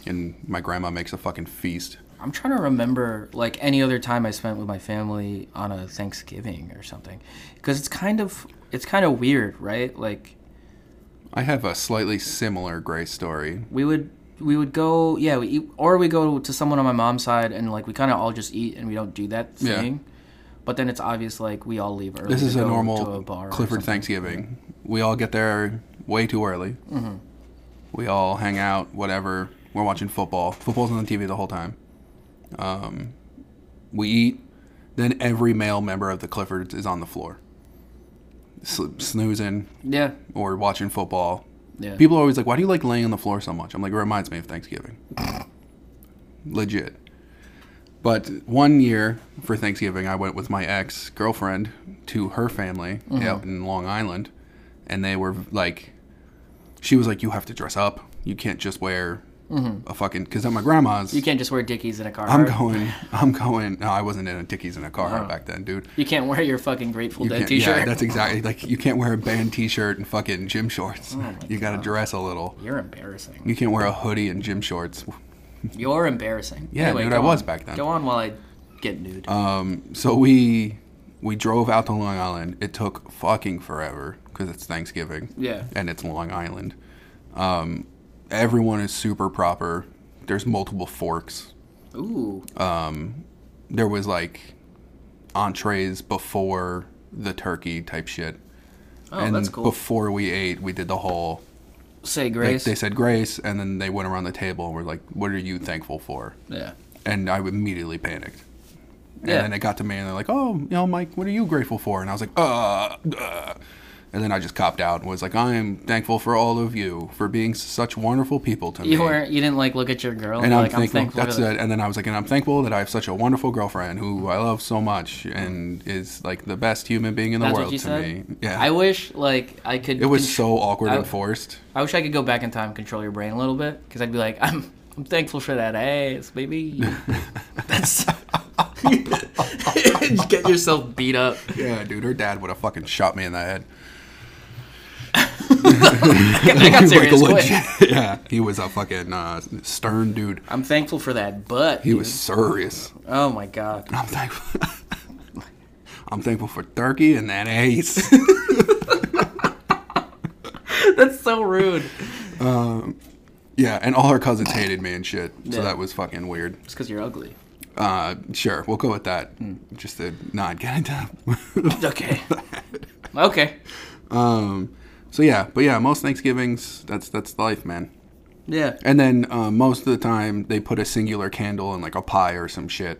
[SPEAKER 1] And my grandma makes a fucking feast.
[SPEAKER 2] I'm trying to remember like any other time I spent with my family on a Thanksgiving or something, because it's kind of it's kind of weird, right? Like
[SPEAKER 1] I have a slightly similar Grace story.
[SPEAKER 2] we would we would go yeah we eat, or we go to someone on my mom's side and like we kind of all just eat and we don't do that
[SPEAKER 1] Yeah.
[SPEAKER 2] thing. But then it's obvious like we all leave early.
[SPEAKER 1] This
[SPEAKER 2] to
[SPEAKER 1] is a
[SPEAKER 2] go to a
[SPEAKER 1] normal
[SPEAKER 2] bar or
[SPEAKER 1] Clifford
[SPEAKER 2] something.
[SPEAKER 1] Thanksgiving. We all get there way too early.
[SPEAKER 2] Mm-hmm.
[SPEAKER 1] We all hang out, whatever. We're watching football. Football's on the TV the whole time. Um, we eat. Then every male member of the Cliffords is on the floor, sl- snoozing
[SPEAKER 2] Yeah,
[SPEAKER 1] or watching football.
[SPEAKER 2] yeah.
[SPEAKER 1] People are always like, "Why do you like laying on the floor so much?" I'm like, "It reminds me of Thanksgiving." Legit. But one year for Thanksgiving, I went with my ex girlfriend to her family
[SPEAKER 2] Mm-hmm.
[SPEAKER 1] out in Long Island, and they were like, "She was like, you have to dress up. You can't just wear a fucking." Because at my grandma's,
[SPEAKER 2] Mm-hmm. You can't just wear dickies in a car.
[SPEAKER 1] I'm going. I'm going. No, I wasn't in a Dickies in a car back then, dude.
[SPEAKER 2] You can't wear your fucking Grateful
[SPEAKER 1] You
[SPEAKER 2] Dead
[SPEAKER 1] can't-
[SPEAKER 2] T-shirt.
[SPEAKER 1] Yeah, that's exactly like you can't wear a band T-shirt and fucking gym shorts.
[SPEAKER 2] Oh
[SPEAKER 1] you got to dress a little.
[SPEAKER 2] You're embarrassing.
[SPEAKER 1] You can't wear a hoodie and gym shorts.
[SPEAKER 2] You're embarrassing.
[SPEAKER 1] Yeah, dude,
[SPEAKER 2] go
[SPEAKER 1] I was
[SPEAKER 2] on.
[SPEAKER 1] back then. Uh,
[SPEAKER 2] Go on while I get nude.
[SPEAKER 1] So we we drove out to Long Island. It took fucking forever because it's Thanksgiving.
[SPEAKER 2] Yeah.
[SPEAKER 1] and it's Long Island. Um, everyone is super proper. There's multiple forks.
[SPEAKER 2] Ooh,
[SPEAKER 1] uh, There was like entrees before the turkey type shit.
[SPEAKER 2] oh,
[SPEAKER 1] and
[SPEAKER 2] that's cool.
[SPEAKER 1] before we ate, we did the whole
[SPEAKER 2] Say
[SPEAKER 1] they-
[SPEAKER 2] grace.
[SPEAKER 1] they said grace and then they went around the table and were like, "What are you thankful for?"
[SPEAKER 2] yeah,
[SPEAKER 1] and I immediately panicked. And
[SPEAKER 2] Yeah.
[SPEAKER 1] then it got to me, and they're like, "Oh, you know, Mike, what are you grateful for?" And I was like, "Uh,", uh. and then I just copped out and was like, "I am thankful for all of you for being such wonderful people to
[SPEAKER 2] you
[SPEAKER 1] me."
[SPEAKER 2] weren't. You didn't like look at your girl.
[SPEAKER 1] and
[SPEAKER 2] you're
[SPEAKER 1] I'm
[SPEAKER 2] like,
[SPEAKER 1] thankful.
[SPEAKER 2] I'm thankful.
[SPEAKER 1] that's
[SPEAKER 2] for that.
[SPEAKER 1] it. And then I was like, "And I'm thankful that I have such a wonderful girlfriend who I love so much and is like the best human being in the
[SPEAKER 2] That's
[SPEAKER 1] world
[SPEAKER 2] what you
[SPEAKER 1] to
[SPEAKER 2] said.
[SPEAKER 1] me." Yeah,
[SPEAKER 2] I wish like I could.
[SPEAKER 1] it was
[SPEAKER 2] contr-
[SPEAKER 1] so awkward
[SPEAKER 2] I-
[SPEAKER 1] and forced.
[SPEAKER 2] I wish I could go back in time, and control your brain a little bit, because I'd be like, I'm. I'm thankful for that ass, baby. That's. Just get yourself beat up.
[SPEAKER 1] Yeah, dude, her dad would have fucking shot me in the head.
[SPEAKER 2] I got
[SPEAKER 1] Like,
[SPEAKER 2] serious quick.
[SPEAKER 1] legit- yeah, he was a fucking uh, stern dude.
[SPEAKER 2] I'm thankful for that butt.
[SPEAKER 1] He was serious.
[SPEAKER 2] Oh my god.
[SPEAKER 1] I'm thankful. I'm thankful for turkey and that ace.
[SPEAKER 2] That's so rude.
[SPEAKER 1] yeah, and all her cousins hated me and shit. So
[SPEAKER 2] Yeah.
[SPEAKER 1] that was fucking weird.
[SPEAKER 2] It's because you're ugly.
[SPEAKER 1] Uh, sure, we'll go with that.
[SPEAKER 2] Hmm.
[SPEAKER 1] Just to not get into.
[SPEAKER 2] Okay. okay.
[SPEAKER 1] um, so yeah, but yeah, most Thanksgivings, that's that's life, man.
[SPEAKER 2] Yeah.
[SPEAKER 1] And then uh, most of the time, they put a singular candle in like a pie or some shit,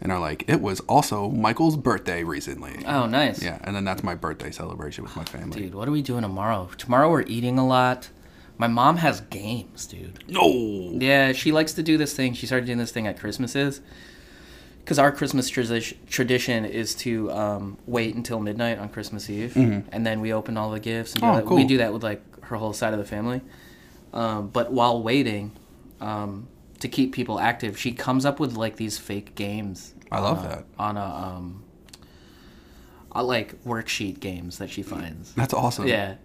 [SPEAKER 1] and are like, "It was also Michael's birthday recently."
[SPEAKER 2] Oh, nice.
[SPEAKER 1] yeah, and then that's my birthday celebration with my family.
[SPEAKER 2] Dude, what are we doing tomorrow? Tomorrow we're eating a lot. My mom has games, dude.
[SPEAKER 1] No.
[SPEAKER 2] Yeah, she likes to do this thing. She started doing this thing at Christmases. Because our Christmas tradi- tradition is to um, wait until midnight on Christmas Eve, and then we open all the gifts. And do
[SPEAKER 1] Oh,
[SPEAKER 2] that. We
[SPEAKER 1] cool.
[SPEAKER 2] do that with like her whole side of the family. Um, but while waiting, um, to keep people active, she comes up with like these fake games
[SPEAKER 1] I love that.
[SPEAKER 2] on a um, uh, like worksheet games that she finds.
[SPEAKER 1] That's awesome.
[SPEAKER 2] Yeah.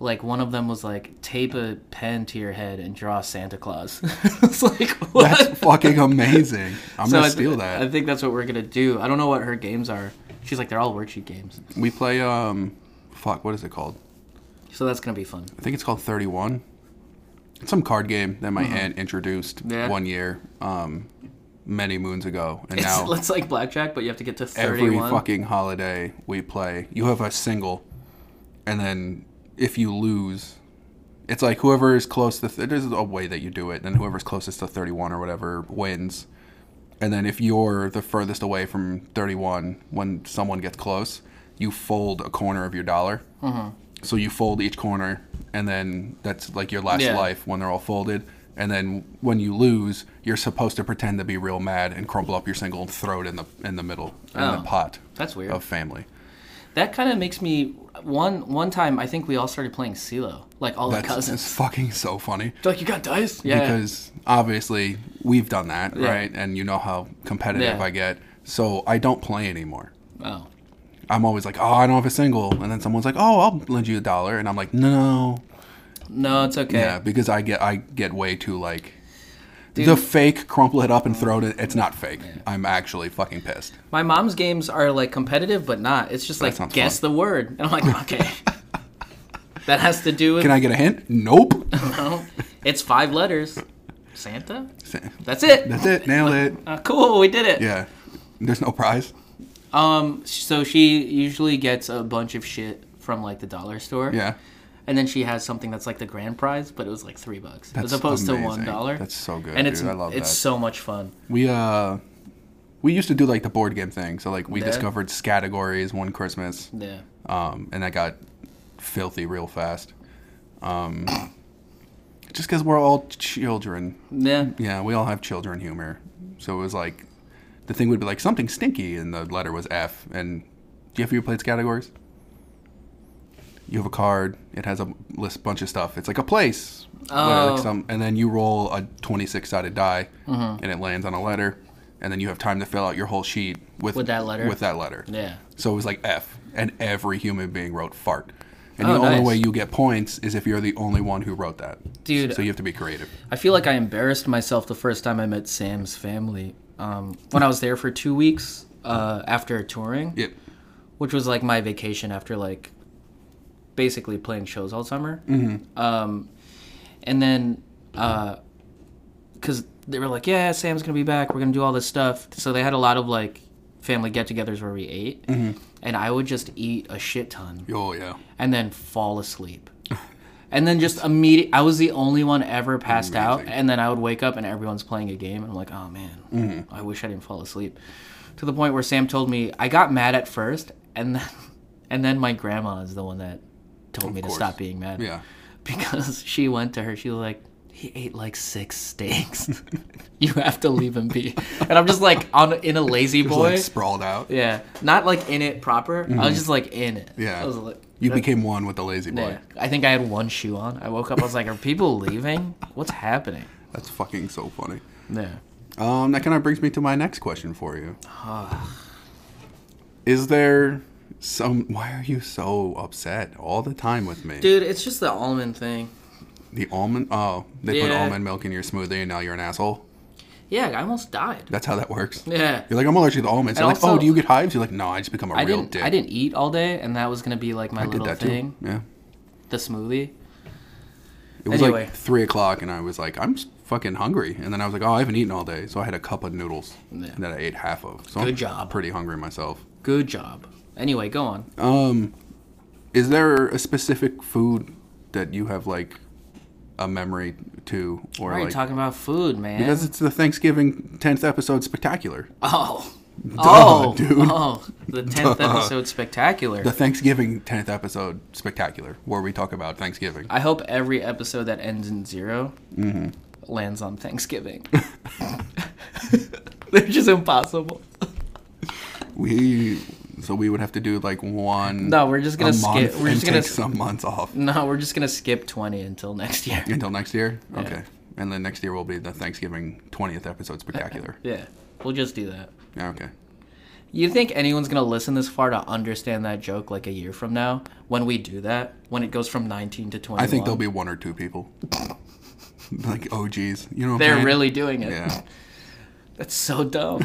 [SPEAKER 2] Like one of them was like tape a pen to your head and draw Santa Claus. it's like what?
[SPEAKER 1] That's fucking amazing. I'm
[SPEAKER 2] So I
[SPEAKER 1] gonna
[SPEAKER 2] th-
[SPEAKER 1] steal
[SPEAKER 2] I
[SPEAKER 1] that.
[SPEAKER 2] think that's what we're gonna do. I don't know what her games are. She's like they're all worksheet games,
[SPEAKER 1] We play um, fuck, what is it called?
[SPEAKER 2] so that's gonna be fun.
[SPEAKER 1] I think it's called 31. It's some card game that my aunt introduced
[SPEAKER 2] Uh-huh. Yeah.
[SPEAKER 1] one year, um, many moons ago, and
[SPEAKER 2] It's,
[SPEAKER 1] now
[SPEAKER 2] it's like blackjack, but you have to get to
[SPEAKER 1] every
[SPEAKER 2] thirty-one.
[SPEAKER 1] fucking holiday we play. You have a single, and then if you lose, it's like whoever is close to th- there's a way that you do it, and whoever's closest to 31 or whatever wins. And then if you're the furthest away from 31 when someone gets close, you fold a corner of your dollar.
[SPEAKER 2] Mm-hmm.
[SPEAKER 1] So you fold each corner, and then that's like your last
[SPEAKER 2] Yeah.
[SPEAKER 1] life when they're all folded. And then when you lose, you're supposed to pretend to be real mad and crumple up your single and throw it in the in the middle in
[SPEAKER 2] Oh.
[SPEAKER 1] the pot.
[SPEAKER 2] That's weird.
[SPEAKER 1] Of family.
[SPEAKER 2] That kind of makes me one one time. I think we all started playing CeeLo, like all
[SPEAKER 1] That's
[SPEAKER 2] the cousins.
[SPEAKER 1] it's fucking so funny.
[SPEAKER 2] They're like you got dice, yeah.
[SPEAKER 1] because obviously we've done that,
[SPEAKER 2] Yeah.
[SPEAKER 1] right? And you know how competitive
[SPEAKER 2] Yeah.
[SPEAKER 1] I get. So I don't play anymore.
[SPEAKER 2] oh,
[SPEAKER 1] I'm always like, oh, I don't have a single. And then someone's like, oh, I'll lend you a dollar. And I'm like, no.
[SPEAKER 2] no, it's okay.
[SPEAKER 1] Yeah, because I get I get way too like
[SPEAKER 2] Dude.
[SPEAKER 1] the fake crumple it up and throw it. It's not fake. I'm actually fucking pissed.
[SPEAKER 2] My mom's games are like competitive, but not. It's just like
[SPEAKER 1] sounds
[SPEAKER 2] guess the word, and I'm like, okay. that has to do with.
[SPEAKER 1] Can I get a hint? Nope.
[SPEAKER 2] no. It's five letters. Santa.
[SPEAKER 1] That's
[SPEAKER 2] That's it.
[SPEAKER 1] it. Nailed it.
[SPEAKER 2] Uh, cool, we did it.
[SPEAKER 1] Yeah. There's no prize.
[SPEAKER 2] Um. So she usually gets a bunch of shit from like the dollar store.
[SPEAKER 1] Yeah.
[SPEAKER 2] And then she has something that's like the grand prize, but it was like three bucks
[SPEAKER 1] That's
[SPEAKER 2] as opposed
[SPEAKER 1] amazing.
[SPEAKER 2] to one dollar.
[SPEAKER 1] That's so good,
[SPEAKER 2] And it's
[SPEAKER 1] dude. I love
[SPEAKER 2] it's
[SPEAKER 1] that.
[SPEAKER 2] so much fun.
[SPEAKER 1] We uh we used to do like the board game thing. So like we
[SPEAKER 2] Yeah.
[SPEAKER 1] discovered categories one Christmas.
[SPEAKER 2] Yeah.
[SPEAKER 1] um, and I got filthy real fast. Um, just because we're all children,
[SPEAKER 2] Yeah.
[SPEAKER 1] yeah, we all have children humor. So it was like the thing would be like something stinky, and the letter was F. And do you have your plates categories? You have a card. It has a list bunch of stuff. It's like a place,
[SPEAKER 2] Oh. Mm-hmm.
[SPEAKER 1] Like some- and then you roll a twenty-six sided die, and it lands on a letter. And then you have time to fill out your whole sheet with,
[SPEAKER 2] With that letter?
[SPEAKER 1] With that letter.
[SPEAKER 2] Yeah.
[SPEAKER 1] So it was like F, and every human being wrote fart. And
[SPEAKER 2] Oh,
[SPEAKER 1] the only
[SPEAKER 2] nice.
[SPEAKER 1] way you get points is if you're the only one who wrote that.
[SPEAKER 2] Dude.
[SPEAKER 1] So you have to be creative.
[SPEAKER 2] I feel like I embarrassed myself the first time I met Sam's family. Um, when I was there for two weeks uh, after touring,
[SPEAKER 1] Yep.
[SPEAKER 2] which was like my vacation after like basically playing shows all summer. Um, and then because they were like, "Yeah, Sam's gonna be back. We're gonna do all this stuff." So they had a lot of like family get-togethers where we ate, and I would just eat a shit ton
[SPEAKER 1] Oh, yeah.
[SPEAKER 2] and then fall asleep. And then just immediate, I was the only one ever passed out.
[SPEAKER 1] Amazing.
[SPEAKER 2] And then I would wake up and everyone's playing a game. And I'm like, oh man,
[SPEAKER 1] Mm-hmm.
[SPEAKER 2] I wish I didn't fall asleep. To the point where Sam told me I got mad at first, and then, and then my grandma is the one that told me
[SPEAKER 1] course.
[SPEAKER 2] to stop being mad.
[SPEAKER 1] Yeah.
[SPEAKER 2] because she went to her, she was like, he ate like six steaks. you have to leave him be. And I'm just like on in a lazy
[SPEAKER 1] Just
[SPEAKER 2] boy.
[SPEAKER 1] like sprawled out.
[SPEAKER 2] yeah, not like in it proper. I was just like in it.
[SPEAKER 1] Yeah.
[SPEAKER 2] I was like,
[SPEAKER 1] You became one with the lazy boy.
[SPEAKER 2] yeah. I think I had one shoe on. I woke up. I was like, "Are people leaving? What's happening?"
[SPEAKER 1] That's fucking so funny.
[SPEAKER 2] Yeah.
[SPEAKER 1] Um, that kind of brings me to my next question for you. Is there some. Why are you so upset all the time with me?
[SPEAKER 2] Dude, it's just the almond thing.
[SPEAKER 1] The almond. Oh, they put
[SPEAKER 2] Yeah.
[SPEAKER 1] almond milk in your smoothie and now you're an asshole?
[SPEAKER 2] Yeah, I almost died.
[SPEAKER 1] That's how that works.
[SPEAKER 2] Yeah.
[SPEAKER 1] You're like, I'm allergic to almonds. They're
[SPEAKER 2] And
[SPEAKER 1] like, oh,
[SPEAKER 2] also-
[SPEAKER 1] do you get hives? You're like, no, I just become a
[SPEAKER 2] I
[SPEAKER 1] real
[SPEAKER 2] didn't.
[SPEAKER 1] dick.
[SPEAKER 2] I didn't eat all day, and that was gonna be like my
[SPEAKER 1] I did
[SPEAKER 2] little
[SPEAKER 1] that
[SPEAKER 2] thing.
[SPEAKER 1] too. Yeah.
[SPEAKER 2] The smoothie.
[SPEAKER 1] It was
[SPEAKER 2] Anyway.
[SPEAKER 1] like three o'clock, and I was like, I'm s- fucking hungry. And then I was like, oh, I haven't eaten all day, so I had a cup of noodles
[SPEAKER 2] Yeah.
[SPEAKER 1] that I ate half of. So I'm
[SPEAKER 2] Good job.
[SPEAKER 1] Pretty hungry myself.
[SPEAKER 2] Good job. Anyway, go on.
[SPEAKER 1] Um, is there a specific food that you have like a memory to or
[SPEAKER 2] Why are you
[SPEAKER 1] like
[SPEAKER 2] talking about food, man?
[SPEAKER 1] because it's the Thanksgiving tenth episode spectacular.
[SPEAKER 2] oh. oh,
[SPEAKER 1] dude.
[SPEAKER 2] oh, the tenth episode spectacular.
[SPEAKER 1] The Thanksgiving tenth episode spectacular, where we talk about Thanksgiving.
[SPEAKER 2] I hope every episode that ends in 0
[SPEAKER 1] Mm-hmm.
[SPEAKER 2] lands on Thanksgiving. They're just impossible.
[SPEAKER 1] We so we would have to do like one.
[SPEAKER 2] No, we're just gonna
[SPEAKER 1] a
[SPEAKER 2] skip-
[SPEAKER 1] month
[SPEAKER 2] we're
[SPEAKER 1] and
[SPEAKER 2] just gonna
[SPEAKER 1] take
[SPEAKER 2] s-
[SPEAKER 1] some months off
[SPEAKER 2] No, we're just gonna skip twenty until next year.
[SPEAKER 1] until next year. Okay, and then next year will be the Thanksgiving twentieth episode spectacular.
[SPEAKER 2] Yeah, we'll just do that.
[SPEAKER 1] yeah, okay.
[SPEAKER 2] You think anyone's gonna listen this far to understand that joke like a year from now when we do that? When it goes from nineteen to twenty?
[SPEAKER 1] I think there'll be one or two people. like OGs, you know. what I'm
[SPEAKER 2] They're
[SPEAKER 1] saying?
[SPEAKER 2] really doing it.
[SPEAKER 1] Yeah.
[SPEAKER 2] That's so dumb.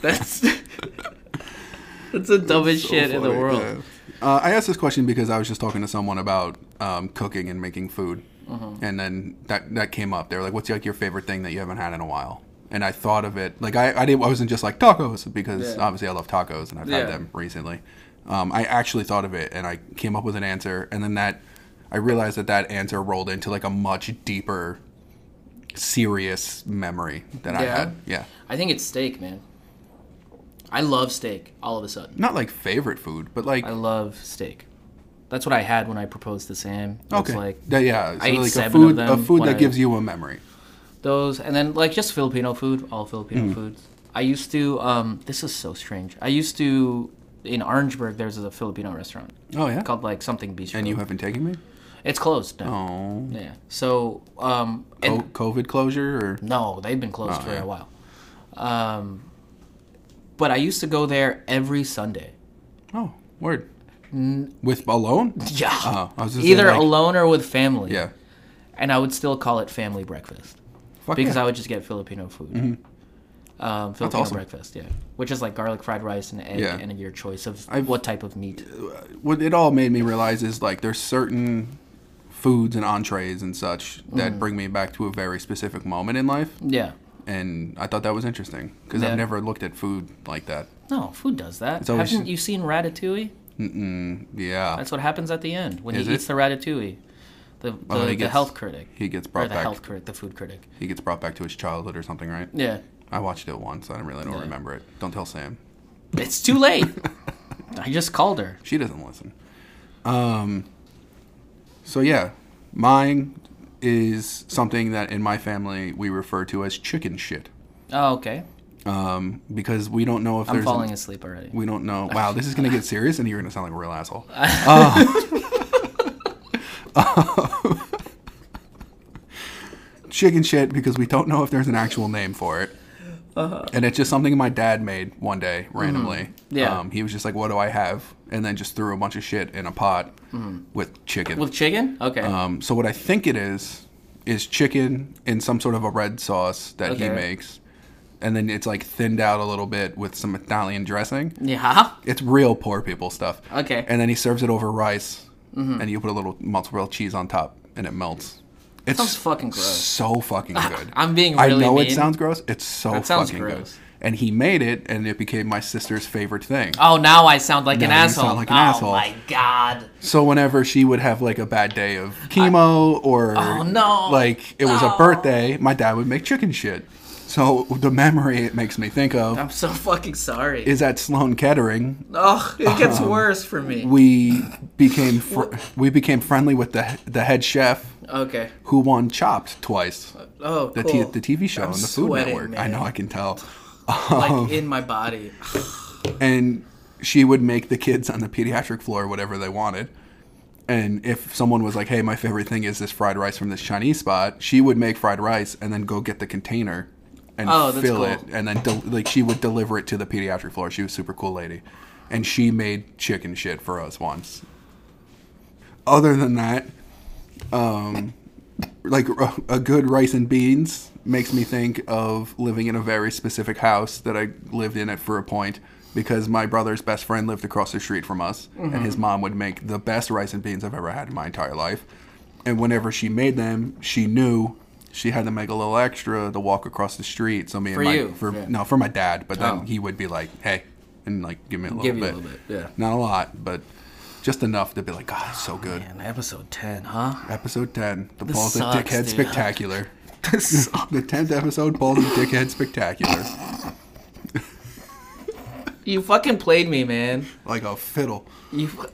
[SPEAKER 2] That's that's the dumbest shit in the
[SPEAKER 1] Funny,
[SPEAKER 2] world.
[SPEAKER 1] yeah. Uh, I asked this question because I was just talking to someone about um, cooking and making food,
[SPEAKER 2] Uh-huh.
[SPEAKER 1] and then that that came up. They were like, "What's like your favorite thing that you haven't had in a while?" And I thought of it like I I, didn't, I wasn't just like tacos because
[SPEAKER 2] Yeah.
[SPEAKER 1] obviously I love tacos and I've
[SPEAKER 2] Yeah.
[SPEAKER 1] had them recently. Um, I actually thought of it and I came up with an answer, and then that I realized that that answer rolled into like a much deeper, serious memory that I
[SPEAKER 2] Yeah?
[SPEAKER 1] had. Yeah,
[SPEAKER 2] I think it's steak, man. I love steak. All of a sudden,
[SPEAKER 1] not like favorite food, but like
[SPEAKER 2] I love steak. That's what I had when I proposed to Sam. It was
[SPEAKER 1] Okay.
[SPEAKER 2] like
[SPEAKER 1] That- yeah. So
[SPEAKER 2] ate
[SPEAKER 1] like
[SPEAKER 2] seven
[SPEAKER 1] a
[SPEAKER 2] of
[SPEAKER 1] food, a
[SPEAKER 2] them
[SPEAKER 1] food
[SPEAKER 2] when
[SPEAKER 1] that
[SPEAKER 2] I-
[SPEAKER 1] gives you a memory.
[SPEAKER 2] those and then like just filipino food all filipino
[SPEAKER 1] Mm.
[SPEAKER 2] foods i used to um this is so strange i used to in orangeburg there's a filipino restaurant
[SPEAKER 1] Oh yeah.
[SPEAKER 2] called like something bistro
[SPEAKER 1] And you haven't taken me?
[SPEAKER 2] it's closed now
[SPEAKER 1] Oh.
[SPEAKER 2] yeah so um and,
[SPEAKER 1] Co- COVID closure or
[SPEAKER 2] no they've been closed for
[SPEAKER 1] Oh, yeah.
[SPEAKER 2] a while um but i used to go there every sunday
[SPEAKER 1] oh word. With alone?
[SPEAKER 2] yeah
[SPEAKER 1] Oh, I was just
[SPEAKER 2] either
[SPEAKER 1] saying, like-
[SPEAKER 2] alone or with family
[SPEAKER 1] Yeah.
[SPEAKER 2] and i would still call it family breakfast
[SPEAKER 1] Fuck
[SPEAKER 2] because
[SPEAKER 1] yeah. Mm-hmm.
[SPEAKER 2] I would just get Filipino food. Um, Filipino
[SPEAKER 1] awesome.
[SPEAKER 2] breakfast, yeah, which is like garlic fried rice and egg
[SPEAKER 1] Yeah.
[SPEAKER 2] and your choice of
[SPEAKER 1] I've- uh,
[SPEAKER 2] what type of meat.
[SPEAKER 1] what it all made me realize is like there's certain foods and entrees and such
[SPEAKER 2] Mm.
[SPEAKER 1] that bring me back to a very specific moment in life,
[SPEAKER 2] Yeah,
[SPEAKER 1] and I thought that was interesting because
[SPEAKER 2] Yeah.
[SPEAKER 1] I've never looked at food like that.
[SPEAKER 2] no, food does that.
[SPEAKER 1] always-
[SPEAKER 2] Haven't you seen Ratatouille?
[SPEAKER 1] Yeah.
[SPEAKER 2] That's what happens at the end when
[SPEAKER 1] Is
[SPEAKER 2] he
[SPEAKER 1] it?
[SPEAKER 2] eats the Ratatouille. The the,
[SPEAKER 1] then he
[SPEAKER 2] the
[SPEAKER 1] gets-
[SPEAKER 2] health critic
[SPEAKER 1] he gets
[SPEAKER 2] or
[SPEAKER 1] brought
[SPEAKER 2] the
[SPEAKER 1] back.
[SPEAKER 2] health critic, the food critic.
[SPEAKER 1] He gets brought back to his childhood or something, right?
[SPEAKER 2] Yeah,
[SPEAKER 1] I watched it once. I don't really don't remember it. Don't tell Sam.
[SPEAKER 2] it's too late. I just called her.
[SPEAKER 1] She doesn't listen. Um, so yeah, mine is something that in my family we refer to as chicken shit
[SPEAKER 2] Oh, okay.
[SPEAKER 1] um, because we don't know if
[SPEAKER 2] I'm
[SPEAKER 1] there's
[SPEAKER 2] falling asleep already.
[SPEAKER 1] we don't know. Wow, this is gonna get serious, and you're gonna sound like a real asshole. Uh, chicken shit because we don't know if there's an actual name for it.
[SPEAKER 2] Uh-huh.
[SPEAKER 1] And it's just something my dad made one day randomly.
[SPEAKER 2] Mm-hmm. Yeah.
[SPEAKER 1] Um, he was just like, "What do I have?" And then just threw a bunch of shit in a pot with chicken.
[SPEAKER 2] Mm-hmm. With chicken? Okay.
[SPEAKER 1] um, so what I think it is is chicken in some sort of a red sauce that he
[SPEAKER 2] Okay.
[SPEAKER 1] makes, and then it's like thinned out a little bit with some Italian dressing.
[SPEAKER 2] yeah.
[SPEAKER 1] It's real poor people stuff.
[SPEAKER 2] Okay. Mm-hmm.
[SPEAKER 1] And then he serves it over rice, and you put a little mozzarella cheese on top, and it melts. It's
[SPEAKER 2] Sounds fucking gross.
[SPEAKER 1] so fucking good.
[SPEAKER 2] I'm being
[SPEAKER 1] I
[SPEAKER 2] really
[SPEAKER 1] know it
[SPEAKER 2] mean.
[SPEAKER 1] sounds gross. It's so
[SPEAKER 2] That sounds
[SPEAKER 1] fucking
[SPEAKER 2] gross.
[SPEAKER 1] good. And he made it, and it became my sister's favorite thing.
[SPEAKER 2] Oh, now I sound like an
[SPEAKER 1] Now you
[SPEAKER 2] asshole.
[SPEAKER 1] sound like an
[SPEAKER 2] oh
[SPEAKER 1] asshole.
[SPEAKER 2] my god.
[SPEAKER 1] So whenever she would have like a bad day of chemo or
[SPEAKER 2] Oh, no.
[SPEAKER 1] like it was a birthday, my dad would make chicken shit. So the memory it makes me think of
[SPEAKER 2] I'm so fucking sorry.
[SPEAKER 1] is at Sloan Kettering
[SPEAKER 2] Ugh, it gets worse for me.
[SPEAKER 1] Um, we became fr- we became friendly with the the head chef
[SPEAKER 2] okay.
[SPEAKER 1] who won Chopped twice.
[SPEAKER 2] Oh,
[SPEAKER 1] The,
[SPEAKER 2] cool.
[SPEAKER 1] t- the TV show
[SPEAKER 2] I'm
[SPEAKER 1] on the Food
[SPEAKER 2] sweating,
[SPEAKER 1] Network. I
[SPEAKER 2] man.
[SPEAKER 1] know I can tell. um,
[SPEAKER 2] like in my body.
[SPEAKER 1] And she would make the kids on the pediatric floor whatever they wanted. And if someone was like, "Hey, my favorite thing is this fried rice from this Chinese spot," she would make fried rice and then go get the container and
[SPEAKER 2] Oh, that's
[SPEAKER 1] fill
[SPEAKER 2] cool.
[SPEAKER 1] it, and then del- like she would deliver it to the pediatric floor. She was a super cool lady, and she made chicken shit for us once. Other than that, like a, a good rice and beans makes me think of living in a very specific house that I lived in at for a point because my brother's best friend lived across the street from us and
[SPEAKER 2] Mm-hmm.
[SPEAKER 1] his mom would make the best rice and beans I've ever had in my entire life. And whenever she made them, she knew she had to make a little extra to walk across the street. So me
[SPEAKER 2] For
[SPEAKER 1] and my
[SPEAKER 2] you,
[SPEAKER 1] for
[SPEAKER 2] yeah.
[SPEAKER 1] no for my dad, but then
[SPEAKER 2] Oh.
[SPEAKER 1] he would be like, "Hey," and like give me a little
[SPEAKER 2] Give you a
[SPEAKER 1] bit,
[SPEAKER 2] little bit, yeah. Oh,
[SPEAKER 1] not a lot, but just enough to be like, God, it's so good.
[SPEAKER 2] Man, episode 10, huh?
[SPEAKER 1] Episode ten, the balls
[SPEAKER 2] sucks,
[SPEAKER 1] and dickhead
[SPEAKER 2] dude.
[SPEAKER 1] spectacular. the tenth episode, balls and dickhead spectacular,
[SPEAKER 2] You fucking played me, man.
[SPEAKER 1] like a fiddle.
[SPEAKER 2] You fu-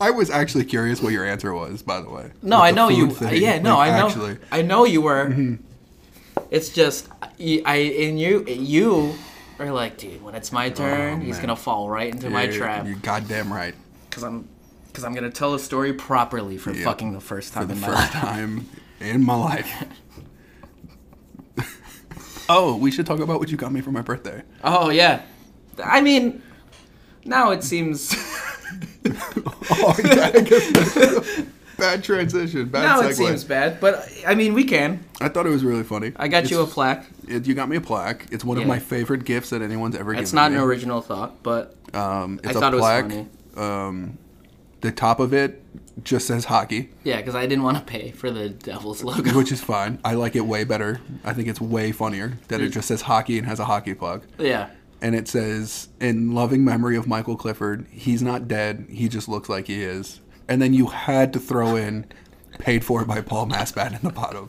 [SPEAKER 1] I was actually curious what your answer was, by the way.
[SPEAKER 2] No,
[SPEAKER 1] With
[SPEAKER 2] I
[SPEAKER 1] the
[SPEAKER 2] know
[SPEAKER 1] food
[SPEAKER 2] you.
[SPEAKER 1] thing,
[SPEAKER 2] Yeah, no,
[SPEAKER 1] like,
[SPEAKER 2] I know.
[SPEAKER 1] Actually, Mm-hmm.
[SPEAKER 2] I know you were. It's just I, I and you you are like, dude. When it's my turn,
[SPEAKER 1] Oh,
[SPEAKER 2] he's
[SPEAKER 1] man.
[SPEAKER 2] gonna fall right into my
[SPEAKER 1] You're-
[SPEAKER 2] trap
[SPEAKER 1] You're goddamn right.
[SPEAKER 2] because I'm because I'm gonna tell a story properly for
[SPEAKER 1] Yeah.
[SPEAKER 2] fucking the first time
[SPEAKER 1] For the
[SPEAKER 2] in my
[SPEAKER 1] first
[SPEAKER 2] life.
[SPEAKER 1] time in my life. oh, we should talk about what you got me for my birthday.
[SPEAKER 2] Oh yeah, I mean, now it seems
[SPEAKER 1] Oh, yeah, I guess that's- bad transition. Bad
[SPEAKER 2] now
[SPEAKER 1] segue.
[SPEAKER 2] it seems bad, but I mean we can.
[SPEAKER 1] I thought it was really funny.
[SPEAKER 2] I got you a
[SPEAKER 1] It's-
[SPEAKER 2] plaque.
[SPEAKER 1] It, you got me a plaque. It's one
[SPEAKER 2] Yeah.
[SPEAKER 1] of my favorite gifts that anyone's ever given.
[SPEAKER 2] It's not
[SPEAKER 1] me.
[SPEAKER 2] an original thought, but
[SPEAKER 1] Um, it's
[SPEAKER 2] I
[SPEAKER 1] a
[SPEAKER 2] thought it was
[SPEAKER 1] plaque. Um, the top of it just says hockey,
[SPEAKER 2] yeah, because I didn't want to pay for the Devils logo.
[SPEAKER 1] which is fine. I like it way better. I think it's way funnier that it
[SPEAKER 2] Mm.
[SPEAKER 1] just says hockey and has a hockey puck.
[SPEAKER 2] yeah.
[SPEAKER 1] And it says, in loving memory of Michael Clifford, he's not dead. He just looks like he is. And then you had to throw in, paid for by Paul Maspat in the bottom,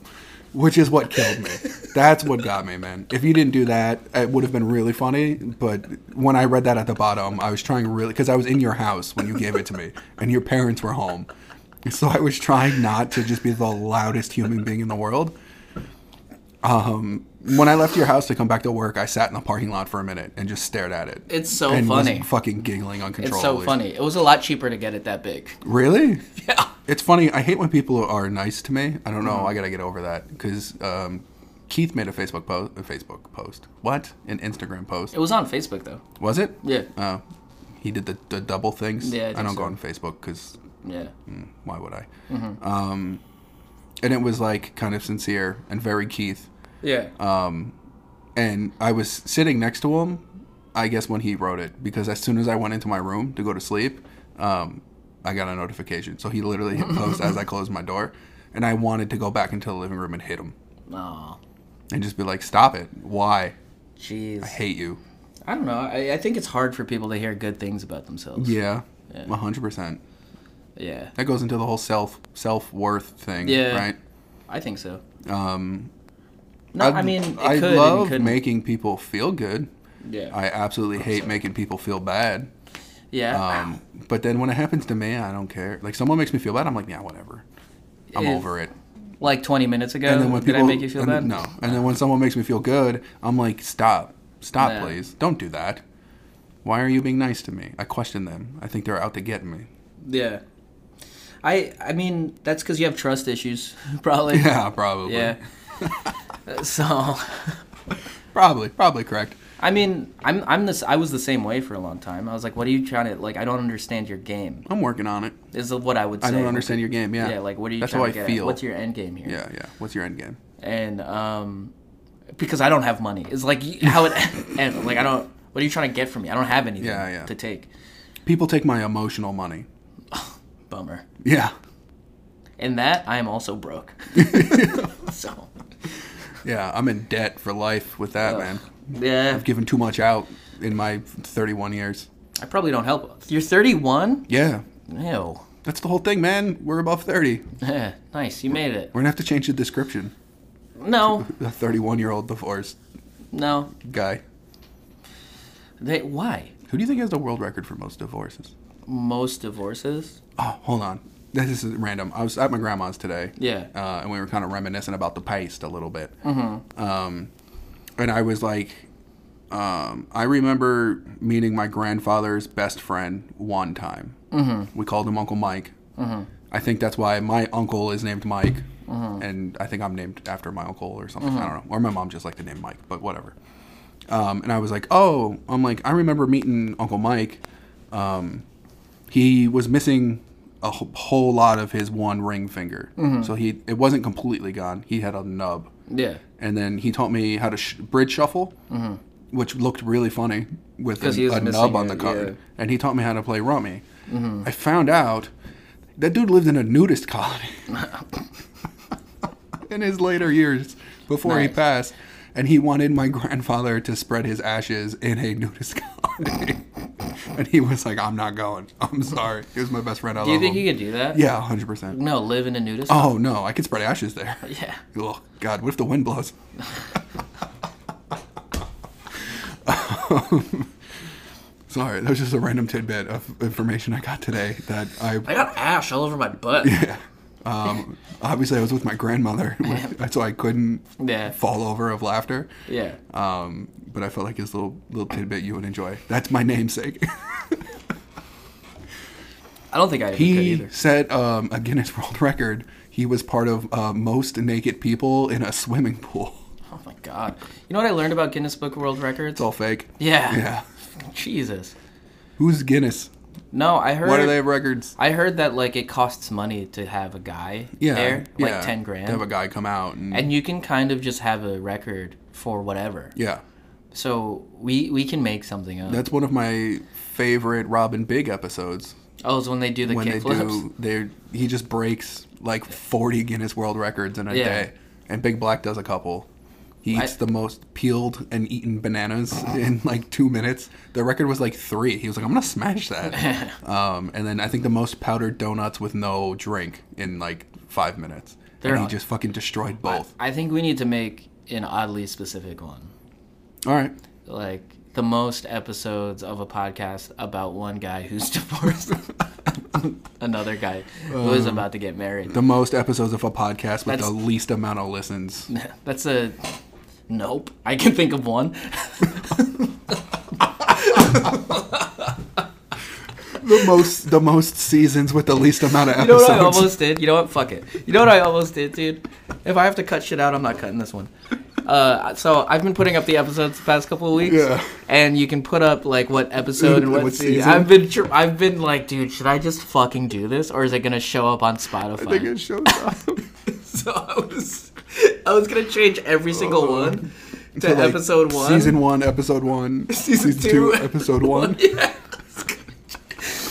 [SPEAKER 1] which is what killed me. That's what got me, man. If you didn't do that, it would have been really funny. But when I read that at the bottom, I was trying really, because I was in your house when you gave it to me, and your parents were home. So I was trying not to just be the loudest human being in the world when I left your house to come back to work, I sat in the parking lot for a minute and just stared at it.
[SPEAKER 2] It's so
[SPEAKER 1] and
[SPEAKER 2] funny.
[SPEAKER 1] Was fucking giggling
[SPEAKER 2] It's
[SPEAKER 1] uncontrollably.
[SPEAKER 2] so funny. It was a lot cheaper to get it that big.
[SPEAKER 1] Really?
[SPEAKER 2] Yeah.
[SPEAKER 1] It's funny. I hate when people are nice to me. I don't
[SPEAKER 2] Mm-hmm.
[SPEAKER 1] know. I gotta get over that because um, Keith made a Facebook post. A Facebook post. What? An Instagram post.
[SPEAKER 2] It was on Facebook though.
[SPEAKER 1] Was it?
[SPEAKER 2] Yeah.
[SPEAKER 1] Uh, he did the, the double things.
[SPEAKER 2] Yeah, I
[SPEAKER 1] I,
[SPEAKER 2] think
[SPEAKER 1] don't go
[SPEAKER 2] so. Mm-hmm.
[SPEAKER 1] on Facebook because
[SPEAKER 2] Yeah.
[SPEAKER 1] why would I? Um, and it was like kind of sincere and very Keith.
[SPEAKER 2] Yeah.
[SPEAKER 1] Uh, and I was sitting next to him. I guess when he wrote it, because as soon as I went into my room to go to sleep, um, I got a notification. So he literally hit post as I closed my door, and I wanted to go back into the living room and hit him
[SPEAKER 2] oh,
[SPEAKER 1] and just be like, "Stop it! Why?
[SPEAKER 2] jeez.
[SPEAKER 1] I hate you."
[SPEAKER 2] I don't know. I, I think it's hard for people to hear good things about themselves.
[SPEAKER 1] Yeah, one hundred percent.
[SPEAKER 2] Yeah.
[SPEAKER 1] That goes into the whole self self worth thing,
[SPEAKER 2] Yeah.
[SPEAKER 1] right?
[SPEAKER 2] I think so. Um. No,
[SPEAKER 1] I'd-
[SPEAKER 2] I, mean, it
[SPEAKER 1] I
[SPEAKER 2] could and
[SPEAKER 1] love
[SPEAKER 2] couldn't.
[SPEAKER 1] making people feel good.
[SPEAKER 2] Yeah.
[SPEAKER 1] I absolutely hate making people feel bad.
[SPEAKER 2] yeah.
[SPEAKER 1] Um, but then when it happens to me, I don't care. Like someone makes me feel bad, I'm like, yeah, whatever. I'm
[SPEAKER 2] If-
[SPEAKER 1] over it.
[SPEAKER 2] like 20 minutes ago.
[SPEAKER 1] And then when
[SPEAKER 2] did
[SPEAKER 1] people
[SPEAKER 2] I make you feel
[SPEAKER 1] and-
[SPEAKER 2] bad?
[SPEAKER 1] No. And then when someone makes me feel good, I'm like, stop, stop,
[SPEAKER 2] Yeah.
[SPEAKER 1] please, don't do that. Why are you being nice to me? I question them. I think they're out to get me.
[SPEAKER 2] Yeah. I I mean that's because you have trust issues probably.
[SPEAKER 1] Yeah, probably.
[SPEAKER 2] Yeah. so.
[SPEAKER 1] Probably, probably correct.
[SPEAKER 2] I mean, I'm I'm this. I was the same way for a long time. I was like, "What are you trying to like? I don't understand your game."
[SPEAKER 1] I'm working on it.
[SPEAKER 2] Is what I would say.
[SPEAKER 1] I don't understand your game. Yeah.
[SPEAKER 2] Yeah, like what are you?
[SPEAKER 1] That's
[SPEAKER 2] trying
[SPEAKER 1] how
[SPEAKER 2] to
[SPEAKER 1] I
[SPEAKER 2] get at?
[SPEAKER 1] feel.
[SPEAKER 2] What's your end game here?
[SPEAKER 1] Yeah, yeah. What's your end game?
[SPEAKER 2] And um, because I don't have money, it's like you- how it and like I don't. What are you trying to get from me? I don't have anything
[SPEAKER 1] Yeah, yeah.
[SPEAKER 2] to take.
[SPEAKER 1] People take my emotional money.
[SPEAKER 2] Bummer.
[SPEAKER 1] Yeah.
[SPEAKER 2] And that I am also broke. so
[SPEAKER 1] Yeah, I'm in debt for life with that, man.
[SPEAKER 2] yeah,
[SPEAKER 1] I've given too much out in my 31 years.
[SPEAKER 2] I probably don't help. You're 31.
[SPEAKER 1] Yeah.
[SPEAKER 2] Ew.
[SPEAKER 1] That's the whole thing, man. We're above 30. We're
[SPEAKER 2] Yeah, nice. You made it.
[SPEAKER 1] going to have to change the description.
[SPEAKER 2] No,
[SPEAKER 1] The 31 year old divorced
[SPEAKER 2] no.
[SPEAKER 1] guy.
[SPEAKER 2] They why?
[SPEAKER 1] Who do you think has the world record for most divorces?
[SPEAKER 2] Most divorces.
[SPEAKER 1] Oh, hold on. This is random. I was at my grandma's today.
[SPEAKER 2] Yeah.
[SPEAKER 1] Uh, and we were kind of reminiscing about the past a little bit. Mm-hmm. Um, and I was like, um, I remember meeting my grandfather's best friend one time. Mm-hmm. We called him Uncle Mike. Mm-hmm. I think that's why my uncle is named Mike. And I think I'm named after my uncle or something. I don't know. Or my mom just liked the name Mike, but whatever. Um, and I was like, oh, I'm like, I remember meeting Uncle Mike. Um, he was missing a wh- whole lot of his one ring finger. So he it wasn't completely gone. He had a nub.
[SPEAKER 2] Yeah.
[SPEAKER 1] And then he taught me how to sh- bridge shuffle, which looked really funny with a,
[SPEAKER 2] Mm-hmm. 'Cause he was
[SPEAKER 1] a
[SPEAKER 2] missing
[SPEAKER 1] nub on
[SPEAKER 2] it,
[SPEAKER 1] the card.
[SPEAKER 2] yeah. Mm-hmm.
[SPEAKER 1] And he taught me how to play rummy. I found out that dude lived in a nudist colony in his later years before he
[SPEAKER 2] Nice.
[SPEAKER 1] passed. And he wanted my grandfather to spread his ashes in a nudist colony. and he was like, "I'm not going. I'm sorry." He was my best friend. I
[SPEAKER 2] Do you
[SPEAKER 1] love
[SPEAKER 2] think
[SPEAKER 1] him.
[SPEAKER 2] you could do that?
[SPEAKER 1] Uh-huh. Yeah, hundred percent.
[SPEAKER 2] No, live in a nudist.
[SPEAKER 1] Oh no, I could spread ashes there.
[SPEAKER 2] Yeah.
[SPEAKER 1] Oh God, what if the wind blows? Sorry, that was just a random tidbit of information I got today that I
[SPEAKER 2] I got ash all over my butt.
[SPEAKER 1] Yeah. Um, obviously, I was with my grandmother, so I couldn't
[SPEAKER 2] Yeah.
[SPEAKER 1] fall over of laughter.
[SPEAKER 2] Yeah.
[SPEAKER 1] Um, but I felt like this little little tidbit you would enjoy. That's my namesake.
[SPEAKER 2] I don't think I could
[SPEAKER 1] he
[SPEAKER 2] either.
[SPEAKER 1] set um, a Guinness World Record. He was part of uh, most naked people in a swimming pool.
[SPEAKER 2] Oh my god. You know what I learned about Guinness Book of World Records?
[SPEAKER 1] It's all fake.
[SPEAKER 2] Yeah.
[SPEAKER 1] Oh. Yeah.
[SPEAKER 2] Jesus.
[SPEAKER 1] Who's Guinness?
[SPEAKER 2] No, I heard.
[SPEAKER 1] Why do they have records?
[SPEAKER 2] I heard that like it costs money to have a guy
[SPEAKER 1] Yeah.
[SPEAKER 2] there, like
[SPEAKER 1] yeah.
[SPEAKER 2] ten grand,
[SPEAKER 1] To have a guy come out and,
[SPEAKER 2] and you can kind of just have a record for whatever.
[SPEAKER 1] yeah.
[SPEAKER 2] So we we can make something up.
[SPEAKER 1] That's one of my favorite Robin Big episodes.
[SPEAKER 2] oh, it's when they do the
[SPEAKER 1] when they
[SPEAKER 2] kickflips.
[SPEAKER 1] do they he just breaks like 40 Guinness World Records in a
[SPEAKER 2] Yeah.
[SPEAKER 1] day and Big Black does a couple. He
[SPEAKER 2] I-
[SPEAKER 1] eats the most peeled and eaten bananas in like 2 minutes. The record was like 3. He was like I'm going to smash that. um, and then I think the most powdered donuts with no drink in like 5 minutes.
[SPEAKER 2] They're
[SPEAKER 1] and he
[SPEAKER 2] not-
[SPEAKER 1] just fucking destroyed both.
[SPEAKER 2] I think we need to make an oddly specific one,
[SPEAKER 1] All right.
[SPEAKER 2] like the most episodes of a podcast about one guy who's divorced, another guy who
[SPEAKER 1] Uh,
[SPEAKER 2] is about to get married.
[SPEAKER 1] The most episodes of a podcast with
[SPEAKER 2] That's-
[SPEAKER 1] the least amount of listens.
[SPEAKER 2] That's a nope. I can think of one.
[SPEAKER 1] the most the most seasons with the least amount of
[SPEAKER 2] You know
[SPEAKER 1] episodes.
[SPEAKER 2] what I almost did? You know what? Fuck it. You know what I almost did, dude? If I have to cut shit out, I'm not cutting this one. Uh, so I've been putting up the episodes the past couple of weeks,
[SPEAKER 1] Yeah.
[SPEAKER 2] and you can put up like what episode and what,
[SPEAKER 1] What
[SPEAKER 2] season.
[SPEAKER 1] season.
[SPEAKER 2] I've been, tr- I've been like, dude, should I just fucking do this, or is it gonna show up on Spotify?
[SPEAKER 1] I think it shows up.
[SPEAKER 2] so I was, I was gonna change every single one to,
[SPEAKER 1] to, Oh. like,
[SPEAKER 2] episode one,
[SPEAKER 1] Season one, episode one.
[SPEAKER 2] Season two,
[SPEAKER 1] episode one.
[SPEAKER 2] Yeah.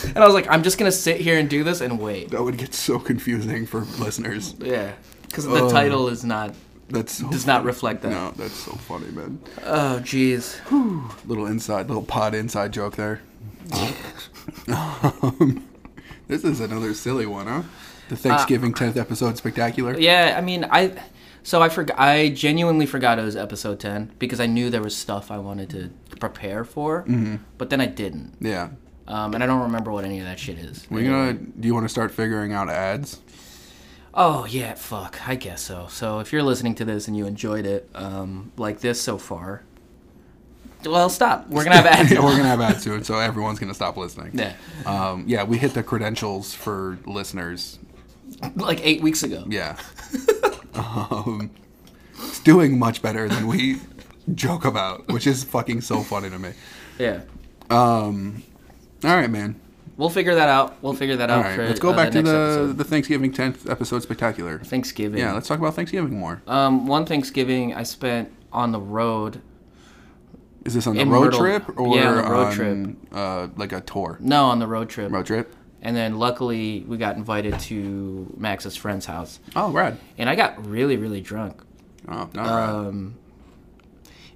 [SPEAKER 2] and I was like, I'm just gonna sit here and do this and wait.
[SPEAKER 1] That would get so confusing for listeners.
[SPEAKER 2] Yeah, because the
[SPEAKER 1] Oh.
[SPEAKER 2] title is not
[SPEAKER 1] That's so
[SPEAKER 2] does not reflect that.
[SPEAKER 1] No, that's so funny, man.
[SPEAKER 2] Oh, jeez.
[SPEAKER 1] Little inside, little pod inside joke there. Um, this is another silly one, huh? The Thanksgiving tenth episode spectacular.
[SPEAKER 2] Uh, Yeah, I mean, I so I forgot. I genuinely forgot it was episode ten because I knew there was stuff I wanted to prepare for,
[SPEAKER 1] Mm-hmm.
[SPEAKER 2] but then I didn't,
[SPEAKER 1] Yeah.
[SPEAKER 2] um, and I don't remember what any of that shit is.
[SPEAKER 1] We're gonna. Do you want to start figuring out ads?
[SPEAKER 2] Oh yeah, fuck. I guess so. So if you're listening to this and you enjoyed it, um, like this so far, well, stop. We're gonna have ads.
[SPEAKER 1] yeah, we're gonna have ads soon, so everyone's gonna stop listening.
[SPEAKER 2] Yeah.
[SPEAKER 1] Um, yeah, we hit the credentials for listeners
[SPEAKER 2] like eight weeks ago.
[SPEAKER 1] Yeah. um, it's doing much better than we joke about, which is fucking so funny to me.
[SPEAKER 2] Yeah.
[SPEAKER 1] Um, all right, man.
[SPEAKER 2] We'll figure that out. We'll figure that
[SPEAKER 1] All
[SPEAKER 2] out.
[SPEAKER 1] right,
[SPEAKER 2] for,
[SPEAKER 1] let's go
[SPEAKER 2] uh,
[SPEAKER 1] back to
[SPEAKER 2] next
[SPEAKER 1] the
[SPEAKER 2] episode.
[SPEAKER 1] the Thanksgiving tenth episode spectacular.
[SPEAKER 2] Thanksgiving.
[SPEAKER 1] Yeah, let's talk about Thanksgiving more.
[SPEAKER 2] Um, one Thanksgiving I spent on the road.
[SPEAKER 1] Is this on the
[SPEAKER 2] in
[SPEAKER 1] road
[SPEAKER 2] Myrtle-
[SPEAKER 1] trip or
[SPEAKER 2] yeah, on the road
[SPEAKER 1] on,
[SPEAKER 2] trip.
[SPEAKER 1] Uh, like a tour
[SPEAKER 2] No, on the road trip.
[SPEAKER 1] road trip?
[SPEAKER 2] And then luckily we got invited to Max's friend's house,
[SPEAKER 1] Oh, rad.
[SPEAKER 2] and I got really, really drunk.
[SPEAKER 1] Oh, not rad.
[SPEAKER 2] Um,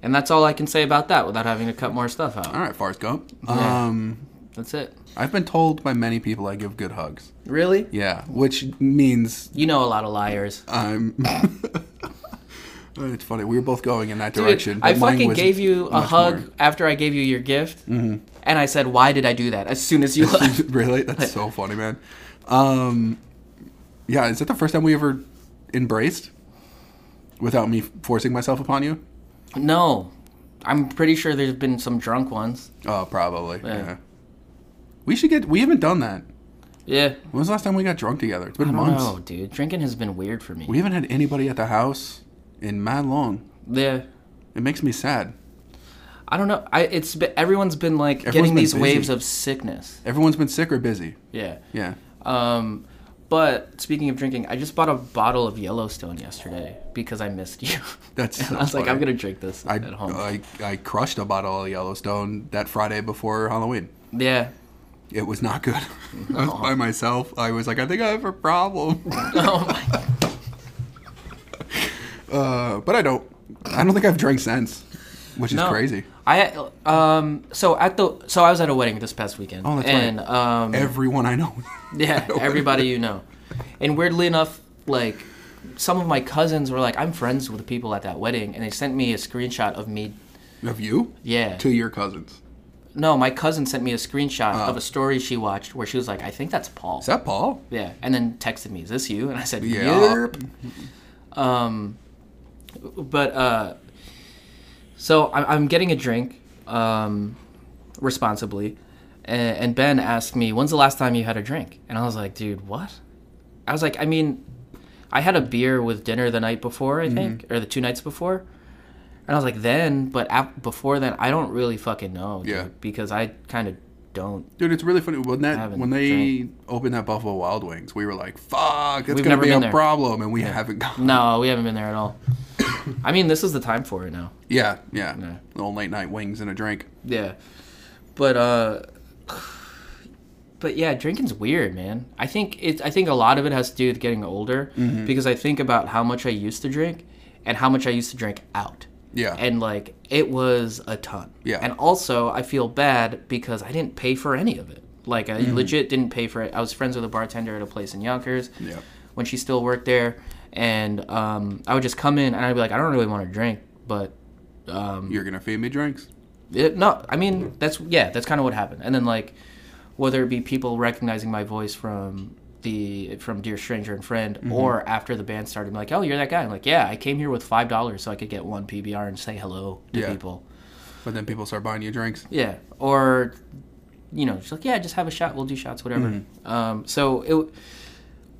[SPEAKER 2] and that's all I can say about that without having to cut more stuff out.
[SPEAKER 1] All right, Forrest Gump.
[SPEAKER 2] Yeah.
[SPEAKER 1] Um,
[SPEAKER 2] That's it.
[SPEAKER 1] I've been told by many people I give good hugs.
[SPEAKER 2] Really?
[SPEAKER 1] Yeah, which means
[SPEAKER 2] You know a lot of liars.
[SPEAKER 1] I'm. it's funny. We were both going in that direction.
[SPEAKER 2] I
[SPEAKER 1] but mine
[SPEAKER 2] fucking
[SPEAKER 1] was
[SPEAKER 2] gave you a
[SPEAKER 1] much
[SPEAKER 2] hug
[SPEAKER 1] more- Mm-hmm.
[SPEAKER 2] after I gave you your gift, and I said, "Why did I do that?" As soon as you left.
[SPEAKER 1] really? That's so funny, man. Um, yeah, is that the first time we ever embraced without me forcing myself upon you?
[SPEAKER 2] no, I'm pretty sure there's been some drunk ones.
[SPEAKER 1] Oh, probably. Yeah.
[SPEAKER 2] Yeah.
[SPEAKER 1] We should get. We haven't done that.
[SPEAKER 2] Yeah.
[SPEAKER 1] When was the last time we got drunk together? It's been
[SPEAKER 2] I don't
[SPEAKER 1] months.
[SPEAKER 2] know, dude. Drinking has been weird for me.
[SPEAKER 1] We haven't had anybody at the house in mad long.
[SPEAKER 2] yeah.
[SPEAKER 1] It makes me sad.
[SPEAKER 2] I don't know. I it's been, everyone's been like
[SPEAKER 1] Everyone's
[SPEAKER 2] getting
[SPEAKER 1] been
[SPEAKER 2] these
[SPEAKER 1] busy.
[SPEAKER 2] waves of sickness.
[SPEAKER 1] Everyone's been sick or busy.
[SPEAKER 2] Yeah.
[SPEAKER 1] Yeah.
[SPEAKER 2] Um, but speaking of drinking, I just bought a bottle of Yellowstone yesterday because I missed you.
[SPEAKER 1] That's.
[SPEAKER 2] And
[SPEAKER 1] so
[SPEAKER 2] I was like,
[SPEAKER 1] funny.
[SPEAKER 2] I'm gonna drink this
[SPEAKER 1] I,
[SPEAKER 2] at home.
[SPEAKER 1] I I crushed a bottle of Yellowstone that Friday before Halloween.
[SPEAKER 2] yeah.
[SPEAKER 1] It was not good. I was
[SPEAKER 2] Uh-huh.
[SPEAKER 1] by myself. I was like, I think I have a problem,
[SPEAKER 2] Oh my.
[SPEAKER 1] uh, but I don't. I don't think I've drank since. Which is
[SPEAKER 2] No.
[SPEAKER 1] crazy.
[SPEAKER 2] I um so at the so I was at a wedding this past weekend.
[SPEAKER 1] Oh, that's right.
[SPEAKER 2] and, Um,
[SPEAKER 1] Everyone I know.
[SPEAKER 2] yeah, everybody you know. And weirdly enough, like some of my cousins were like, I'm friends with the people at that wedding, and they sent me a screenshot of me.
[SPEAKER 1] of you?
[SPEAKER 2] Yeah.
[SPEAKER 1] To your cousins.
[SPEAKER 2] No, my cousin sent me a screenshot
[SPEAKER 1] Oh.
[SPEAKER 2] of a story she watched where she was like, I think that's Paul.
[SPEAKER 1] Is that Paul?
[SPEAKER 2] Yeah, and then texted me, "Is this you?" And I said,
[SPEAKER 1] Yeah.
[SPEAKER 2] "Yep." But uh, so I'm, I'm getting a drink, um, responsibly, and, and Ben asked me, "When's the last time you had a drink?" And I was like, "Dude, what?" I was like, "I mean, I had a beer with dinner the night before, I think,
[SPEAKER 1] Mm-hmm.
[SPEAKER 2] or the two nights before." And I was like, "Then," but ap- before then, I don't really fucking know. dude,
[SPEAKER 1] Yeah.
[SPEAKER 2] because I kind of don't.
[SPEAKER 1] Dude, it's really funny when that
[SPEAKER 2] haven't
[SPEAKER 1] when they
[SPEAKER 2] drank.
[SPEAKER 1] opened that Buffalo Wild Wings, we were like, "Fuck, it's
[SPEAKER 2] We've
[SPEAKER 1] gonna
[SPEAKER 2] never
[SPEAKER 1] be a
[SPEAKER 2] been there.
[SPEAKER 1] problem," and we haven't gone.
[SPEAKER 2] No, we haven't been there at all. I mean, this is the time for it now.
[SPEAKER 1] Yeah, yeah,
[SPEAKER 2] No.
[SPEAKER 1] Little late night wings and a drink.
[SPEAKER 2] Yeah. But uh but yeah, drinking's weird, man. I think it I think a lot of it has to do with getting older because I think about how much I used to drink and how much I used to drink out.
[SPEAKER 1] Yeah.
[SPEAKER 2] And like it was a ton.
[SPEAKER 1] Yeah.
[SPEAKER 2] And also I feel bad because I didn't pay for any of it. Like I
[SPEAKER 1] Mm-hmm.
[SPEAKER 2] legit didn't pay for it. I was friends with a bartender at a place in Yonkers
[SPEAKER 1] Yeah.
[SPEAKER 2] when she still worked there and um, I would just come in and I'd be like, I don't really want to drink, but
[SPEAKER 1] You're gonna feed me drinks.
[SPEAKER 2] it, no, I mean that's yeah, that's kind of what happened. And then like whether it be people recognizing my voice from the from Dear Stranger and Friend
[SPEAKER 1] Mm-hmm.
[SPEAKER 2] or after the band started, like, oh, you're that guy. I'm like, yeah, I came here with five dollars so I could get one PBR and say hello to
[SPEAKER 1] Yeah.
[SPEAKER 2] people.
[SPEAKER 1] But then people start buying you drinks.
[SPEAKER 2] Yeah, or you know, just like yeah, just have a shot. We'll do shots, whatever. Um, so it,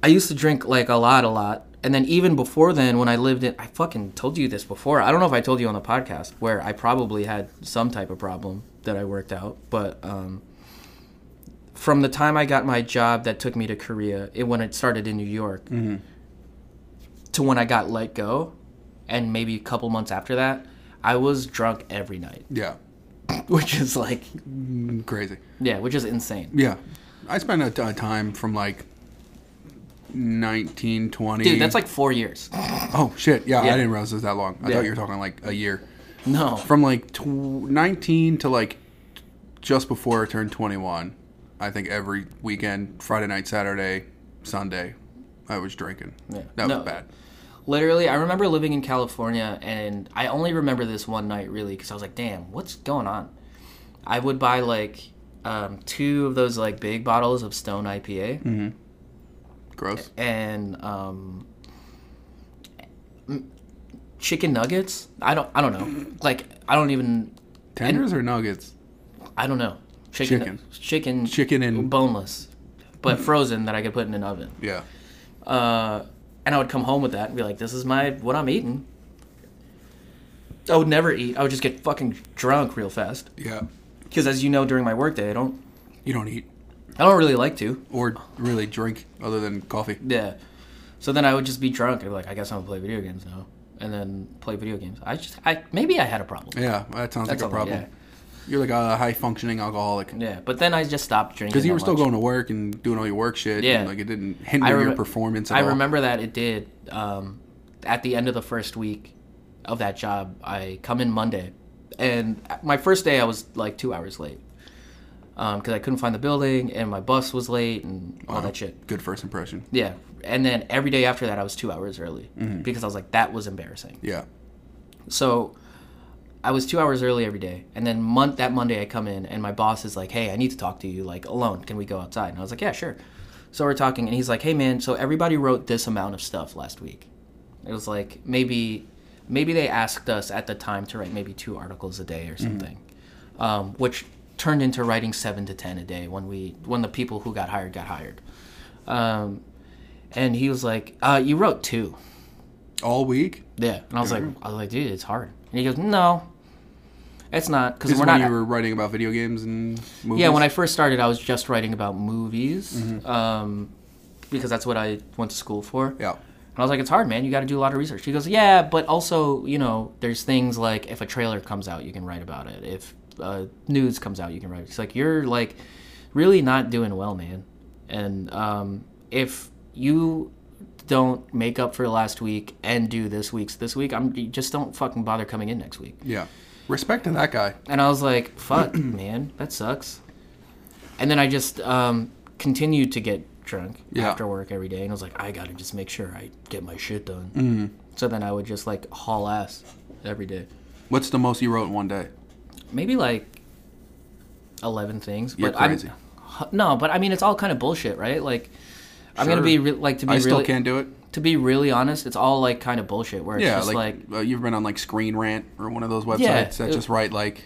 [SPEAKER 2] I used to drink like a lot, a lot, and then even before then, when I lived in, I fucking told you this before. I don't know if I told you on the podcast where I probably had some type of problem that I worked out, but um, from the time I got my job that took me to Korea, it when it started in New York, to when I got let go, and maybe a couple months after that, I was drunk every night,
[SPEAKER 1] Yeah,
[SPEAKER 2] which is like
[SPEAKER 1] crazy.
[SPEAKER 2] yeah, which is insane.
[SPEAKER 1] Yeah, I spent a, t- a time from like 19, 20.
[SPEAKER 2] Dude, that's like four years.
[SPEAKER 1] oh shit. Yeah,
[SPEAKER 2] Yeah.
[SPEAKER 1] I didn't realize it was that long. I
[SPEAKER 2] Yeah.
[SPEAKER 1] thought you were talking like a year.
[SPEAKER 2] No.
[SPEAKER 1] From like tw- 19 to like just before I turned 21, I think every weekend, Friday night, Saturday, Sunday, I was drinking.
[SPEAKER 2] Yeah.
[SPEAKER 1] That
[SPEAKER 2] No.
[SPEAKER 1] was bad.
[SPEAKER 2] Literally, I remember living in California, and I only remember this one night really because I was like, damn, what's going on? I would buy like um, two of those like big bottles of Stone IPA,
[SPEAKER 1] Mm-hmm. Gross.
[SPEAKER 2] and um, m- chicken nuggets. I don't, I don't know. Like, I don't even,
[SPEAKER 1] Tenders or nuggets?
[SPEAKER 2] I don't know. Chicken,
[SPEAKER 1] Chicken.
[SPEAKER 2] chicken,
[SPEAKER 1] Chicken and-
[SPEAKER 2] boneless, but frozen that I could put in an oven.
[SPEAKER 1] Yeah.
[SPEAKER 2] uh, and I would come home with that and be like, "This is my what I'm eating." I would never eat. I would just get fucking drunk real fast
[SPEAKER 1] Yeah.
[SPEAKER 2] because, as you know, during my workday, I don't,
[SPEAKER 1] You don't eat
[SPEAKER 2] I don't really like to.
[SPEAKER 1] or really drink other than coffee.
[SPEAKER 2] Yeah. So then I would just be drunk and be like, "I guess I'm gonna play video games now," and then play video games. I just, I maybe I had a problem.
[SPEAKER 1] Yeah, that sounds
[SPEAKER 2] That's
[SPEAKER 1] like a
[SPEAKER 2] all,
[SPEAKER 1] problem. You're like a high functioning alcoholic.
[SPEAKER 2] Yeah, but then I just stopped drinking.
[SPEAKER 1] Because you
[SPEAKER 2] that
[SPEAKER 1] were still
[SPEAKER 2] much.
[SPEAKER 1] going to work and doing all your work shit.
[SPEAKER 2] Yeah.
[SPEAKER 1] And, like it didn't hinder
[SPEAKER 2] I
[SPEAKER 1] your
[SPEAKER 2] remem-
[SPEAKER 1] performance at
[SPEAKER 2] I
[SPEAKER 1] all.
[SPEAKER 2] remember that it did. Um, at the end of the first week of that job, I come in Monday, and my first day I was like two hours late because I couldn't find the building, and my bus was late, and all that shit.
[SPEAKER 1] Good first impression.
[SPEAKER 2] Yeah, and then every day after that, I was two hours early because I was like, that was embarrassing.
[SPEAKER 1] Yeah.
[SPEAKER 2] So I was two hours early every day, and then month that Monday I come in, and my boss is like, "Hey, I need to talk to you, like alone. Can we go outside?" And I was like, "Yeah, sure." So we're talking, and he's like, "Hey, man, so everybody wrote this amount of stuff last week. It was like maybe, maybe they asked us at the time to write maybe two articles a day or something, um, which turned into writing seven to ten a day when we when the people who got hired got hired." Um, and he was like, uh, "You wrote two.
[SPEAKER 1] All week.
[SPEAKER 2] Yeah, and I was like, I was like, dude, it's hard. And he goes, no, it's not because
[SPEAKER 1] This
[SPEAKER 2] we're
[SPEAKER 1] is when
[SPEAKER 2] not.
[SPEAKER 1] you were writing about video games and movies.
[SPEAKER 2] yeah, when I first started, I was just writing about movies,
[SPEAKER 1] Mm-hmm.
[SPEAKER 2] um, because that's what I went to school for.
[SPEAKER 1] Yeah.
[SPEAKER 2] And I was like, it's hard, man. You got to do a lot of research. He goes, yeah, but also, you know, there's things like if a trailer comes out, you can write about it. If uh, news comes out, you can write. It's like you're like really not doing well, man. And um, if you don't make up for last week and do this week's this week, I'm you just don't fucking bother coming in next week.
[SPEAKER 1] Yeah. Respect to that guy.
[SPEAKER 2] And I was like, fuck, man, that sucks. And then I just um, continued to get drunk
[SPEAKER 1] Yeah.
[SPEAKER 2] after work every day. And I was like, I got to just make sure I get my shit done.
[SPEAKER 1] Mm-hmm.
[SPEAKER 2] So then I would just like haul ass every day.
[SPEAKER 1] What's the most you wrote in one day?
[SPEAKER 2] Maybe like 11 things.
[SPEAKER 1] You're
[SPEAKER 2] but I'm-
[SPEAKER 1] crazy.
[SPEAKER 2] no, but I mean, it's all kind of bullshit, right? Like, I'm going
[SPEAKER 1] Sure.
[SPEAKER 2] to be re- like, to be
[SPEAKER 1] I
[SPEAKER 2] really,
[SPEAKER 1] still can't do it.
[SPEAKER 2] to be really honest, it's all like kind of bullshit where it's
[SPEAKER 1] Yeah,
[SPEAKER 2] just
[SPEAKER 1] like,
[SPEAKER 2] like
[SPEAKER 1] uh, you've been on like Screen Rant or one of those websites
[SPEAKER 2] Yeah,
[SPEAKER 1] that
[SPEAKER 2] it-
[SPEAKER 1] just write like,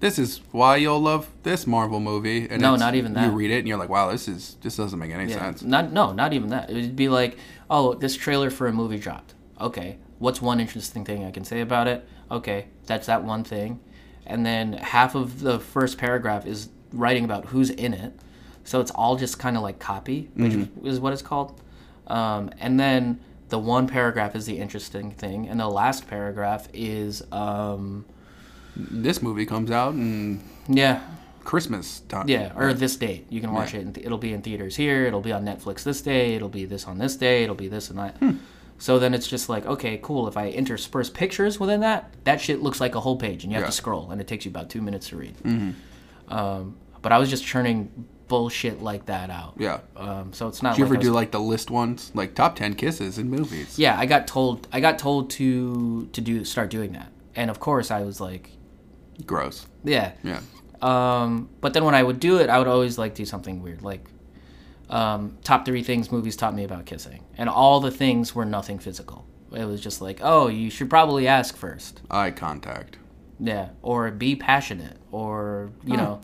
[SPEAKER 1] "This is why you'll love this Marvel movie." And
[SPEAKER 2] No,
[SPEAKER 1] it's-
[SPEAKER 2] not even
[SPEAKER 1] You
[SPEAKER 2] that.
[SPEAKER 1] read it and you're like, "Wow, this is this doesn't make any
[SPEAKER 2] Yeah.
[SPEAKER 1] sense."
[SPEAKER 2] Not no, not even that. It would be like, oh, this trailer for a movie dropped. Okay, what's one interesting thing I can say about it? Okay, that's that one thing, and then half of the first paragraph is writing about who's in it. So it's all just kind of like copy, which is what it's called. Um, and then the one paragraph is the interesting thing, and the last paragraph is um,
[SPEAKER 1] This movie comes out in
[SPEAKER 2] yeah,
[SPEAKER 1] Christmas time.
[SPEAKER 2] yeah, or this date. You can watch it. In th- it'll be in theaters here. It'll be on Netflix this day. It'll be this on this day. It'll be this and that.
[SPEAKER 1] Hmm.
[SPEAKER 2] So then it's just like, okay, cool. If I intersperse pictures within that, that shit looks like a whole page, and you have
[SPEAKER 1] Yeah. Mm-hmm.
[SPEAKER 2] to scroll, and it takes you about two minutes to read. Um, but I was just churning bullshit like that out.
[SPEAKER 1] yeah.
[SPEAKER 2] Um, so it's not.
[SPEAKER 1] Do you
[SPEAKER 2] like
[SPEAKER 1] ever
[SPEAKER 2] I was-
[SPEAKER 1] do like the list ones, like top ten kisses in movies?
[SPEAKER 2] yeah, I got told. I got told to to do start doing that, and of course I was like,
[SPEAKER 1] Gross.
[SPEAKER 2] yeah.
[SPEAKER 1] Yeah.
[SPEAKER 2] Um, but then when I would do it, I would always like do something weird, like um, top three things movies taught me about kissing, and all the things were nothing physical. It was just like, oh, you should probably ask first,
[SPEAKER 1] Eye contact.
[SPEAKER 2] yeah, or be passionate, or you know,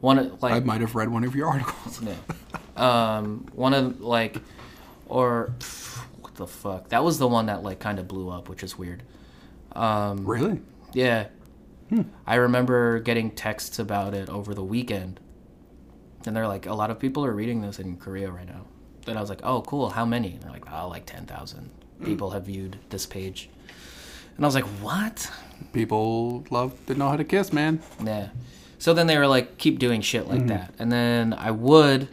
[SPEAKER 2] one of-
[SPEAKER 1] I
[SPEAKER 2] like
[SPEAKER 1] might have read one of your articles.
[SPEAKER 2] no. um, one of like, or pff, what the fuck? That was the one that like kind of blew up, which is weird. Mm.
[SPEAKER 1] really?
[SPEAKER 2] Yeah.
[SPEAKER 1] Hmm.
[SPEAKER 2] I remember getting texts about it over the weekend. And they're like, a lot of people are reading this in Korea right now. Then I was like, oh, cool. How many? And they're like, oh, like 10,000
[SPEAKER 1] Hmm.
[SPEAKER 2] people have viewed this page. And I was like, what?
[SPEAKER 1] People love to know how to kiss, man.
[SPEAKER 2] Yeah. So then they were like, keep doing shit like
[SPEAKER 1] Mm-hmm.
[SPEAKER 2] that. And then I would.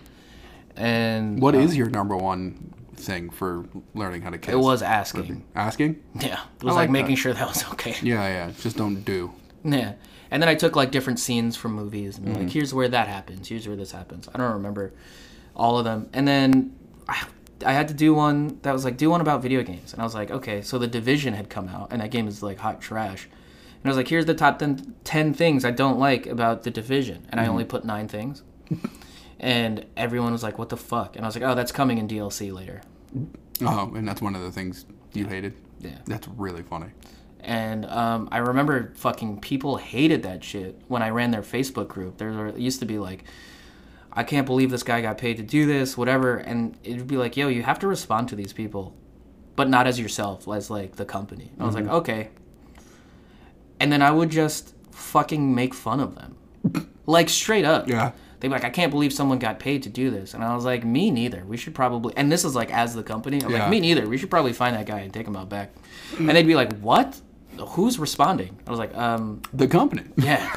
[SPEAKER 2] And
[SPEAKER 1] What is your number one thing for learning how to kiss?
[SPEAKER 2] it was asking.
[SPEAKER 1] asking.
[SPEAKER 2] Yeah. It was
[SPEAKER 1] I
[SPEAKER 2] like,
[SPEAKER 1] like
[SPEAKER 2] making
[SPEAKER 1] that.
[SPEAKER 2] sure that was okay.
[SPEAKER 1] Yeah, yeah. Just don't do.
[SPEAKER 2] Yeah. And then I took like different scenes from movies and like here's where that happens, here's where this happens. I don't remember all of them. And then I, I had to do one that was like do one about video games. And I was like, okay, so The Division had come out and that game is like hot trash. And I was like, here's the top 10, 10 things I don't like about The Division. And I only put 9 things. and everyone was like, what the fuck? And I was like, oh, that's coming in DLC later.
[SPEAKER 1] Oh, and that's one of the things you hated.
[SPEAKER 2] Yeah.
[SPEAKER 1] That's really funny.
[SPEAKER 2] And um, I remember fucking people hated that shit when I ran their Facebook group. There were- it used to be like, I can't believe this guy got paid to do this, whatever. And it'd be like, yo, you have to respond to these people, but not as yourself, as like the company. And I was like, okay. And then I would just fucking make fun of them. like straight up.
[SPEAKER 1] Yeah.
[SPEAKER 2] They'd be like, I can't believe someone got paid to do this. And I was like, me neither. We should probably, and this is like as the company, I'm
[SPEAKER 1] Yeah.
[SPEAKER 2] like, me neither. We should probably find that guy and take him out back. And they'd be like, what? Who's responding? I was like, um,
[SPEAKER 1] The company.
[SPEAKER 2] yeah.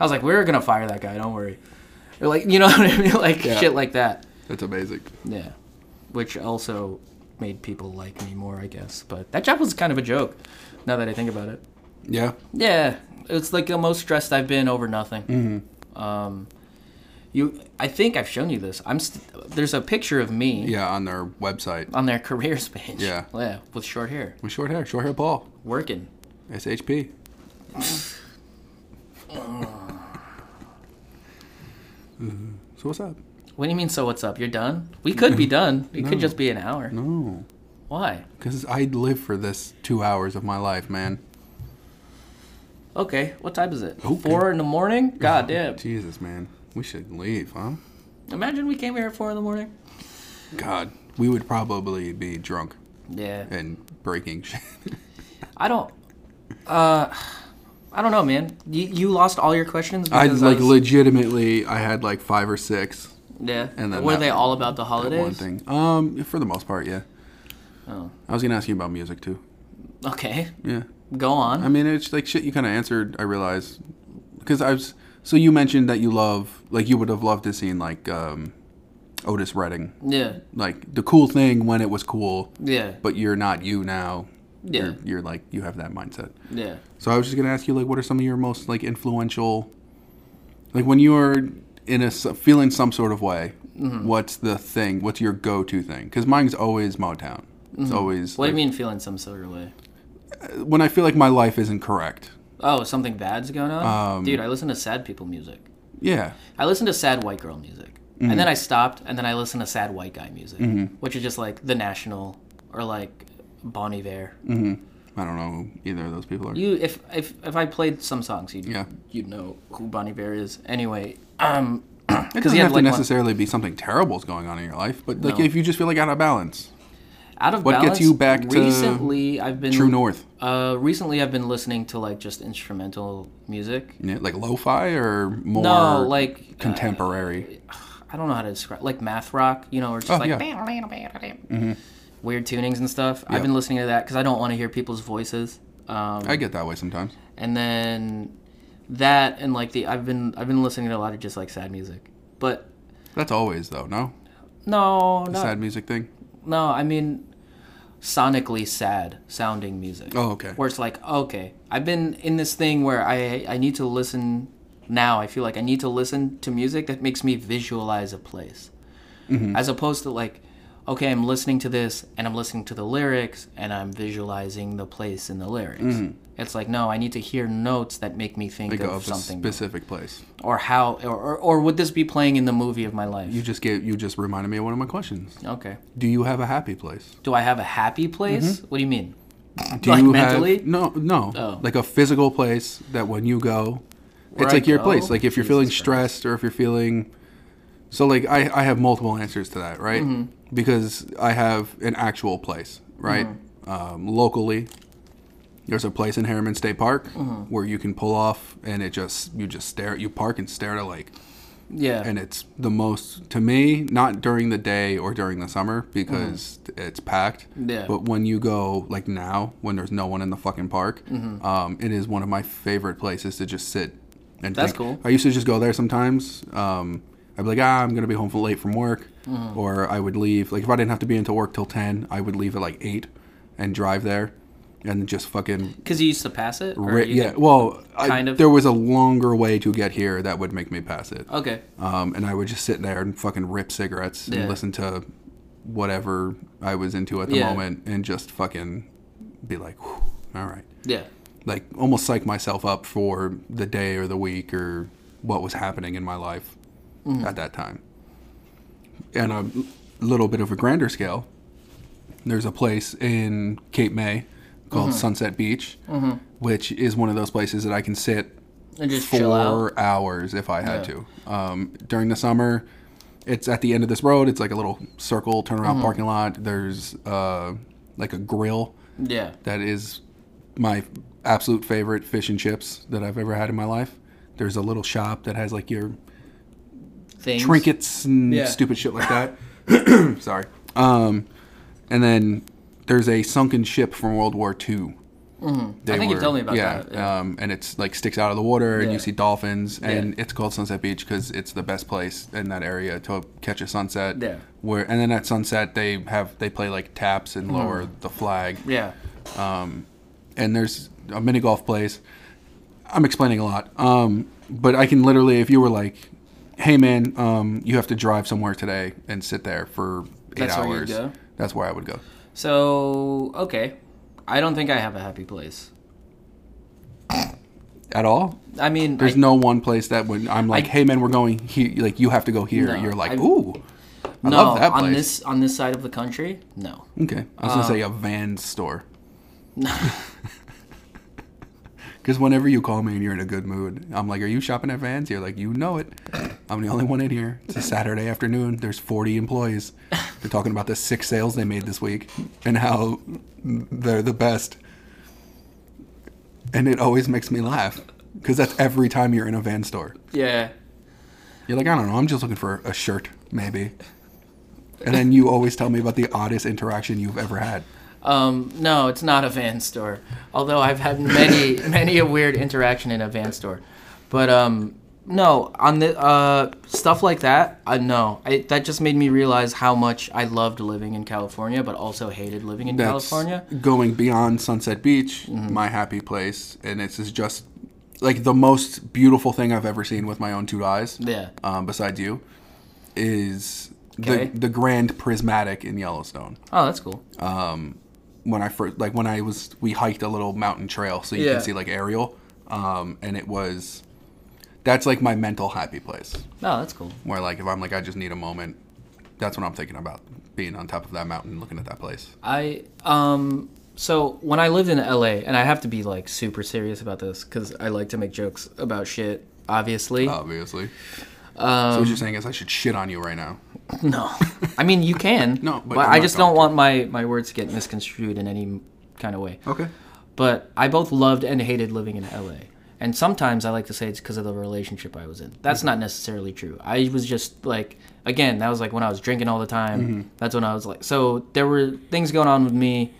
[SPEAKER 2] I was like, we're going to fire that guy. Don't worry. Or like, you know what I mean? Like
[SPEAKER 1] Yeah.
[SPEAKER 2] shit like that.
[SPEAKER 1] That's amazing.
[SPEAKER 2] Yeah. Which also made people like me more, I guess. But that job was kind of a joke now that I think about it.
[SPEAKER 1] Yeah.
[SPEAKER 2] Yeah, it's like the most stressed I've been over nothing.
[SPEAKER 1] Mm-hmm.
[SPEAKER 2] Um, you, I think I've shown you this. I'm st- there's a picture of me
[SPEAKER 1] Yeah. On their website.
[SPEAKER 2] on their careers page.
[SPEAKER 1] Yeah.
[SPEAKER 2] yeah, with short hair,
[SPEAKER 1] With short hair. Short hair Paul.
[SPEAKER 2] working.
[SPEAKER 1] SHP. Mhm. so what's up?
[SPEAKER 2] What do you mean? So what's up? You're done? We could be done. It could just be an hour.
[SPEAKER 1] No.
[SPEAKER 2] Why?
[SPEAKER 1] Because Oh, I live for this two hours of my life, man.
[SPEAKER 2] Okay. What time is it?
[SPEAKER 1] Okay.
[SPEAKER 2] Four in the morning. God damn.
[SPEAKER 1] Jesus, man. We should leave, huh?
[SPEAKER 2] Imagine we came here at four in the morning.
[SPEAKER 1] God. We would probably be drunk
[SPEAKER 2] Yeah.
[SPEAKER 1] and breaking shit.
[SPEAKER 2] I don't. Uh, I don't know, man. You you lost all your questions.
[SPEAKER 1] I
[SPEAKER 2] because
[SPEAKER 1] like
[SPEAKER 2] was-
[SPEAKER 1] legitimately. I had like five or six.
[SPEAKER 2] Yeah.
[SPEAKER 1] and then
[SPEAKER 2] were
[SPEAKER 1] that-
[SPEAKER 2] they all about the
[SPEAKER 1] at
[SPEAKER 2] holidays?
[SPEAKER 1] One thing. Um, for the most part, yeah.
[SPEAKER 2] Oh.
[SPEAKER 1] I was gonna ask you about music too.
[SPEAKER 2] Okay.
[SPEAKER 1] Yeah.
[SPEAKER 2] Go on.
[SPEAKER 1] I mean, it's like shit you kind of answered. I realized because I was. So you mentioned that you love, like, you would have loved to seen like um, Otis Redding,
[SPEAKER 2] yeah.
[SPEAKER 1] like the cool thing when it was cool,
[SPEAKER 2] Yeah.
[SPEAKER 1] but you're not you now.
[SPEAKER 2] Yeah.
[SPEAKER 1] You're, you're like you have that mindset.
[SPEAKER 2] Yeah.
[SPEAKER 1] So I was just gonna ask you, like, what are some of your most like influential, like when you are in a s- feeling some sort of way, what's the thing? What's your go-to thing? Because mine's always Motown. It's always
[SPEAKER 2] What do you
[SPEAKER 1] like,
[SPEAKER 2] mean feeling some sort of way?
[SPEAKER 1] when I feel like my life isn't correct.
[SPEAKER 2] Oh, something bad's going on?
[SPEAKER 1] Um,
[SPEAKER 2] Dude, I listen to sad people music.
[SPEAKER 1] Yeah,
[SPEAKER 2] I listened to sad white girl music.
[SPEAKER 1] Mm-hmm.
[SPEAKER 2] And then I stopped, and then I listened to sad white guy music, which is just like The National or like Bon Iver.
[SPEAKER 1] Mm. I don't know who either of those people are.
[SPEAKER 2] You, if, if if I played some songs, you'd
[SPEAKER 1] Yeah.
[SPEAKER 2] you'd know who Bon Iver is. Anyway, um,
[SPEAKER 1] it
[SPEAKER 2] because
[SPEAKER 1] doesn't
[SPEAKER 2] he had
[SPEAKER 1] have
[SPEAKER 2] like
[SPEAKER 1] to
[SPEAKER 2] one-
[SPEAKER 1] necessarily be something terrible's going on in your life, but like
[SPEAKER 2] No.
[SPEAKER 1] if you just feel like out of balance,
[SPEAKER 2] out of
[SPEAKER 1] What gets
[SPEAKER 2] balance,
[SPEAKER 1] you back to
[SPEAKER 2] recently, I've been
[SPEAKER 1] true north,
[SPEAKER 2] Uh, recently, I've been listening to like just instrumental music.
[SPEAKER 1] Yeah, like lo-fi or more
[SPEAKER 2] No, like uh,
[SPEAKER 1] contemporary.
[SPEAKER 2] I don't know how to describe like math rock, you know, or just
[SPEAKER 1] Oh,
[SPEAKER 2] like
[SPEAKER 1] yeah.
[SPEAKER 2] weird tunings and stuff. I've
[SPEAKER 1] Yep.
[SPEAKER 2] been listening to that because I don't want to hear people's voices. Um,
[SPEAKER 1] I get that way sometimes.
[SPEAKER 2] and then that and like the I've been I've been listening to a lot of just like sad music, but
[SPEAKER 1] That's always though, no,
[SPEAKER 2] no,
[SPEAKER 1] the
[SPEAKER 2] not,
[SPEAKER 1] sad music thing.
[SPEAKER 2] no. I mean, sonically sad sounding music.
[SPEAKER 1] Oh, okay.
[SPEAKER 2] Where it's like, okay, I've been in this thing where I I need to listen now. I feel like I need to listen to music that makes me visualize a place,
[SPEAKER 1] Mm-hmm.
[SPEAKER 2] as opposed to like, okay, I'm listening to this and I'm listening to the lyrics and I'm visualizing the place in the lyrics.
[SPEAKER 1] Mm-hmm.
[SPEAKER 2] It's like, no, I need to hear notes that make me think
[SPEAKER 1] Think
[SPEAKER 2] of,
[SPEAKER 1] of a
[SPEAKER 2] something,
[SPEAKER 1] specific place.
[SPEAKER 2] or how, or, or or would this be playing in the movie of my life?
[SPEAKER 1] You just gave you just reminded me of one of my questions.
[SPEAKER 2] okay.
[SPEAKER 1] Do you have a happy place?
[SPEAKER 2] Do I have a happy place?
[SPEAKER 1] Mm-hmm.
[SPEAKER 2] What do you mean?
[SPEAKER 1] Do
[SPEAKER 2] Like
[SPEAKER 1] you
[SPEAKER 2] mentally?
[SPEAKER 1] have no no
[SPEAKER 2] Oh.
[SPEAKER 1] like a physical place that when you go, it's
[SPEAKER 2] I
[SPEAKER 1] like your
[SPEAKER 2] go?
[SPEAKER 1] place. Like if you're
[SPEAKER 2] Jesus
[SPEAKER 1] feeling
[SPEAKER 2] Christ.
[SPEAKER 1] stressed or if you're feeling so like I I have multiple answers to that right
[SPEAKER 2] Mm-hmm.
[SPEAKER 1] because I have an actual place right
[SPEAKER 2] Mm-hmm.
[SPEAKER 1] um, locally. There's a place in Harriman State Park
[SPEAKER 2] Mm-hmm.
[SPEAKER 1] where you can pull off and it just you just stare you park and stare at a lake.
[SPEAKER 2] Yeah.
[SPEAKER 1] and it's the most to me not during the day or during the summer because it's packed
[SPEAKER 2] Mm-hmm. Yeah.
[SPEAKER 1] but when you go like now when there's no one in the fucking park
[SPEAKER 2] Mm-hmm.
[SPEAKER 1] um, it is one of my favorite places to just sit and
[SPEAKER 2] That's
[SPEAKER 1] think.
[SPEAKER 2] cool.
[SPEAKER 1] i used to just go there sometimes um, i'd be like ah i'm gonna be home from late from work
[SPEAKER 2] Mm-hmm.
[SPEAKER 1] or i would leave like if i didn't have to be into work till 10 i would leave at like 8 and drive there and just fucking
[SPEAKER 2] Because you used to pass it? or
[SPEAKER 1] ri-
[SPEAKER 2] you
[SPEAKER 1] yeah
[SPEAKER 2] did-
[SPEAKER 1] well I,
[SPEAKER 2] kind of?
[SPEAKER 1] there was a longer way to get here that would make me pass it
[SPEAKER 2] Okay.
[SPEAKER 1] um, and I would just sit there and fucking rip cigarettes
[SPEAKER 2] Yeah.
[SPEAKER 1] and listen to whatever I was into at the
[SPEAKER 2] Yeah.
[SPEAKER 1] moment and just fucking be like, "Whew, all right.
[SPEAKER 2] Yeah.
[SPEAKER 1] Like almost psych myself up for the day or the week or what was happening in my life
[SPEAKER 2] Mm.
[SPEAKER 1] at that time. And a little bit of a grander scale, there's a place in Cape May called
[SPEAKER 2] Mm-hmm.
[SPEAKER 1] Sunset Beach, which is one of those places that I can sit
[SPEAKER 2] And just chill out.
[SPEAKER 1] four hours if I had
[SPEAKER 2] Yeah.
[SPEAKER 1] to. Um, during the summer, it's at the end of this road. It's like a little circle turnaround
[SPEAKER 2] Mm-hmm.
[SPEAKER 1] parking lot. There's uh, like a grill
[SPEAKER 2] Yeah.
[SPEAKER 1] that is my absolute favorite fish and chips that I've ever had in my life. There's a little shop that has like your
[SPEAKER 2] Things.
[SPEAKER 1] trinkets and
[SPEAKER 2] Yeah.
[SPEAKER 1] stupid shit like that. Sorry. Um, and then there's a sunken ship from World War II. They
[SPEAKER 2] Mm-hmm. I think you told me about that, yeah.
[SPEAKER 1] Um, and it's like sticks out of the water, and
[SPEAKER 2] Yeah.
[SPEAKER 1] you see dolphins, and
[SPEAKER 2] Yeah.
[SPEAKER 1] it's called Sunset Beach because it's the best place in that area to catch a sunset.
[SPEAKER 2] Yeah.
[SPEAKER 1] Where and then at sunset they have they play like taps
[SPEAKER 2] Mm-hmm.
[SPEAKER 1] and lower the flag,
[SPEAKER 2] Yeah.
[SPEAKER 1] and there's a mini golf place. I'm explaining a lot, um, but I can literally, if you were like, "Hey man, um, you have to drive somewhere today and sit there for eight
[SPEAKER 2] That's where you'd
[SPEAKER 1] hours,"
[SPEAKER 2] go?
[SPEAKER 1] that's where I would go.
[SPEAKER 2] So, okay. I don't think I have a happy place.
[SPEAKER 1] At all?
[SPEAKER 2] I mean,
[SPEAKER 1] There's
[SPEAKER 2] I,
[SPEAKER 1] no one place that when I'm like,
[SPEAKER 2] I-
[SPEAKER 1] "Hey man, we're going here," like you have to go here.
[SPEAKER 2] No,
[SPEAKER 1] You're like,
[SPEAKER 2] I-
[SPEAKER 1] "Ooh, I
[SPEAKER 2] no,
[SPEAKER 1] love that place."
[SPEAKER 2] on this on this side of the country, no.
[SPEAKER 1] okay, I was gonna say a van store. Because whenever you call me and you're in a good mood, I'm like, "Are you shopping at Vans?" You're like, "You know it. I'm the only one in here. It's a Saturday afternoon. There's 40 employees. They're talking about the six sales they made this week and how they're the best." And it always makes me laugh because that's every time you're in a van store.
[SPEAKER 2] Yeah.
[SPEAKER 1] You're like, "I don't know. I'm just looking for a shirt, maybe." And then you always tell me about the oddest interaction you've ever had.
[SPEAKER 2] Um, no, it's not a van store. Although I've had many many a weird interaction in a van store. But um no, on the uh, stuff like that, uh, no. I, that just made me realize how much I loved living in California, but also hated living in
[SPEAKER 1] That's
[SPEAKER 2] California. Mm-hmm.
[SPEAKER 1] Going beyond Sunset Beach, my happy place, and this is just like the most beautiful thing I've ever seen with my own two eyes.
[SPEAKER 2] Yeah.
[SPEAKER 1] Um, besides you, is
[SPEAKER 2] Okay.
[SPEAKER 1] the the Grand Prismatic in Yellowstone.
[SPEAKER 2] Oh, that's cool.
[SPEAKER 1] When I first like when I was we hiked a little mountain trail so you
[SPEAKER 2] Yeah.
[SPEAKER 1] can see like aerial, um, and it was that's like my mental happy place
[SPEAKER 2] No, Oh, that's cool.
[SPEAKER 1] where like if I'm like I just need a moment, that's what I'm thinking about being on top of that mountain looking at that place.
[SPEAKER 2] I um so when I lived in LA, and I have to be like super serious about this because I like to make jokes about shit. Obviously,
[SPEAKER 1] Oh. Obviously. so
[SPEAKER 2] Um,
[SPEAKER 1] what you're saying is I should shit on you right now.
[SPEAKER 2] no. I mean, you can.
[SPEAKER 1] No, but I'm
[SPEAKER 2] I
[SPEAKER 1] not
[SPEAKER 2] just don't
[SPEAKER 1] going
[SPEAKER 2] want my my words to get misconstrued in any kind of way.
[SPEAKER 1] Okay.
[SPEAKER 2] But I both loved and hated living in LA. And sometimes I like to say it's because of the relationship I was in. That's not necessarily true. I was just like, again, that was like when I was drinking all the time.
[SPEAKER 1] Mm-hmm.
[SPEAKER 2] That's when I was like, so there were things going on with me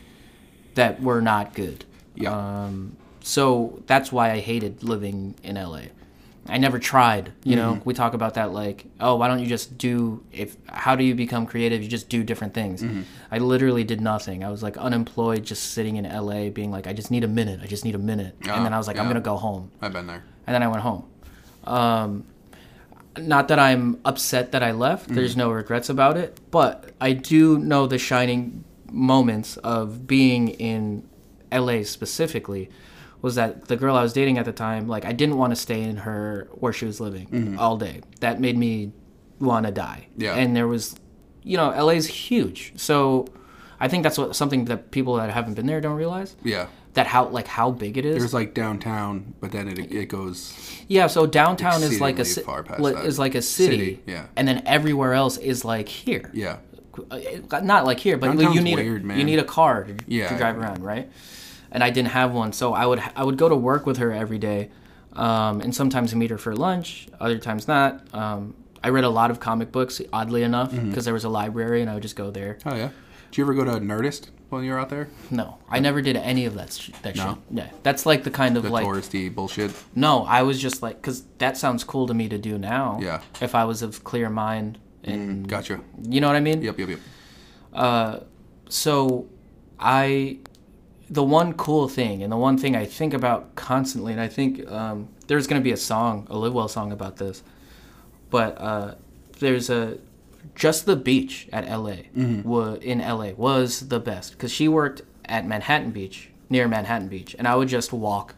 [SPEAKER 2] that were not good.
[SPEAKER 1] Yeah.
[SPEAKER 2] Uh, So that's why I hated living in LA. I never tried. You
[SPEAKER 1] Mm-hmm.
[SPEAKER 2] know, we talk about that like, oh, why don't you just do if how do you become creative? You just do different things.
[SPEAKER 1] Mm-hmm.
[SPEAKER 2] I literally did nothing. I was like unemployed, just sitting in LA, being like, I just need a minute. I just need a minute.
[SPEAKER 1] Ah,
[SPEAKER 2] and then I was like, I'm
[SPEAKER 1] yeah.
[SPEAKER 2] gonna go home.
[SPEAKER 1] I've been there.
[SPEAKER 2] And then I went home. Um, not that I'm upset that I left.
[SPEAKER 1] Mm.
[SPEAKER 2] There's no regrets about it. But I do know the shining moments of being in LA specifically was that the girl I was dating at the time, like I didn't want to stay in her where she was living all day. That made me want to die.
[SPEAKER 1] Mm-hmm. Yeah.
[SPEAKER 2] And there was, you know, LA's huge. So I think that's what something that people that haven't been there don't realize.
[SPEAKER 1] Yeah.
[SPEAKER 2] That how like how big it is.
[SPEAKER 1] There's like downtown, but then it, it goes.
[SPEAKER 2] Yeah, so downtown is like a
[SPEAKER 1] Exceedingly
[SPEAKER 2] ci-
[SPEAKER 1] far past
[SPEAKER 2] li-
[SPEAKER 1] that.
[SPEAKER 2] is like a city,
[SPEAKER 1] City, yeah.
[SPEAKER 2] and then everywhere else is like here.
[SPEAKER 1] Yeah.
[SPEAKER 2] Uh, not like here, but like you
[SPEAKER 1] Downtown's
[SPEAKER 2] need
[SPEAKER 1] weird,
[SPEAKER 2] a,
[SPEAKER 1] man.
[SPEAKER 2] you need a car to,
[SPEAKER 1] Yeah,
[SPEAKER 2] to drive
[SPEAKER 1] yeah.
[SPEAKER 2] around, right? And I didn't have one, so I would I would go to work with her every day, um, and sometimes meet her for lunch, other times not. Um, I read a lot of comic books, oddly enough, because
[SPEAKER 1] Mm-hmm.
[SPEAKER 2] there was a library, and I would just go there.
[SPEAKER 1] Oh yeah. Did you ever go to Nerdist when you were out there?
[SPEAKER 2] No, I never did any of that. Sh- that
[SPEAKER 1] No?
[SPEAKER 2] shit. Yeah, that's like the kind of
[SPEAKER 1] The
[SPEAKER 2] like
[SPEAKER 1] touristy bullshit.
[SPEAKER 2] No, I was just like, because that sounds cool to me to do now.
[SPEAKER 1] Yeah.
[SPEAKER 2] If I was of clear mind, and
[SPEAKER 1] Gotcha.
[SPEAKER 2] you know what I mean.
[SPEAKER 1] Yep. Yep. Yep.
[SPEAKER 2] So, I, the one cool thing, and the one thing I think about constantly, and I think um, there's gonna be a song, a Livewell song about this, but uh, there's a, just the beach at L.A.
[SPEAKER 1] Mm-hmm.
[SPEAKER 2] wa- in L.A. was the best because she worked at Manhattan Beach near Manhattan Beach, and I would just walk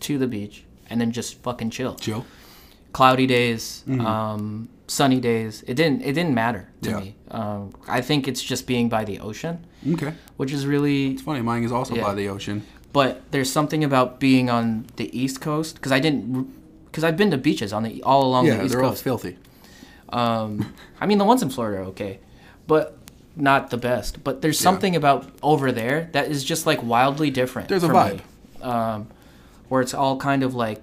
[SPEAKER 2] to the beach and then just fucking chill.
[SPEAKER 1] Joe.
[SPEAKER 2] cloudy days, um, sunny days. It didn't it didn't matter to
[SPEAKER 1] Mm-hmm. Yeah.
[SPEAKER 2] me. Um, I think it's just being by the ocean,
[SPEAKER 1] Okay.
[SPEAKER 2] which is really.
[SPEAKER 1] Funny, mine is also
[SPEAKER 2] Yeah.
[SPEAKER 1] by the ocean.
[SPEAKER 2] But there's something about being on the East Coast because I didn't because I've been to beaches on the all along
[SPEAKER 1] Yeah,
[SPEAKER 2] the East
[SPEAKER 1] they're all
[SPEAKER 2] Coast.
[SPEAKER 1] filthy.
[SPEAKER 2] Um, I mean, the ones in Florida are okay, but not the best. But there's something about over there that is just like wildly different.
[SPEAKER 1] There's a
[SPEAKER 2] for
[SPEAKER 1] vibe.
[SPEAKER 2] me. um, where it's all kind of like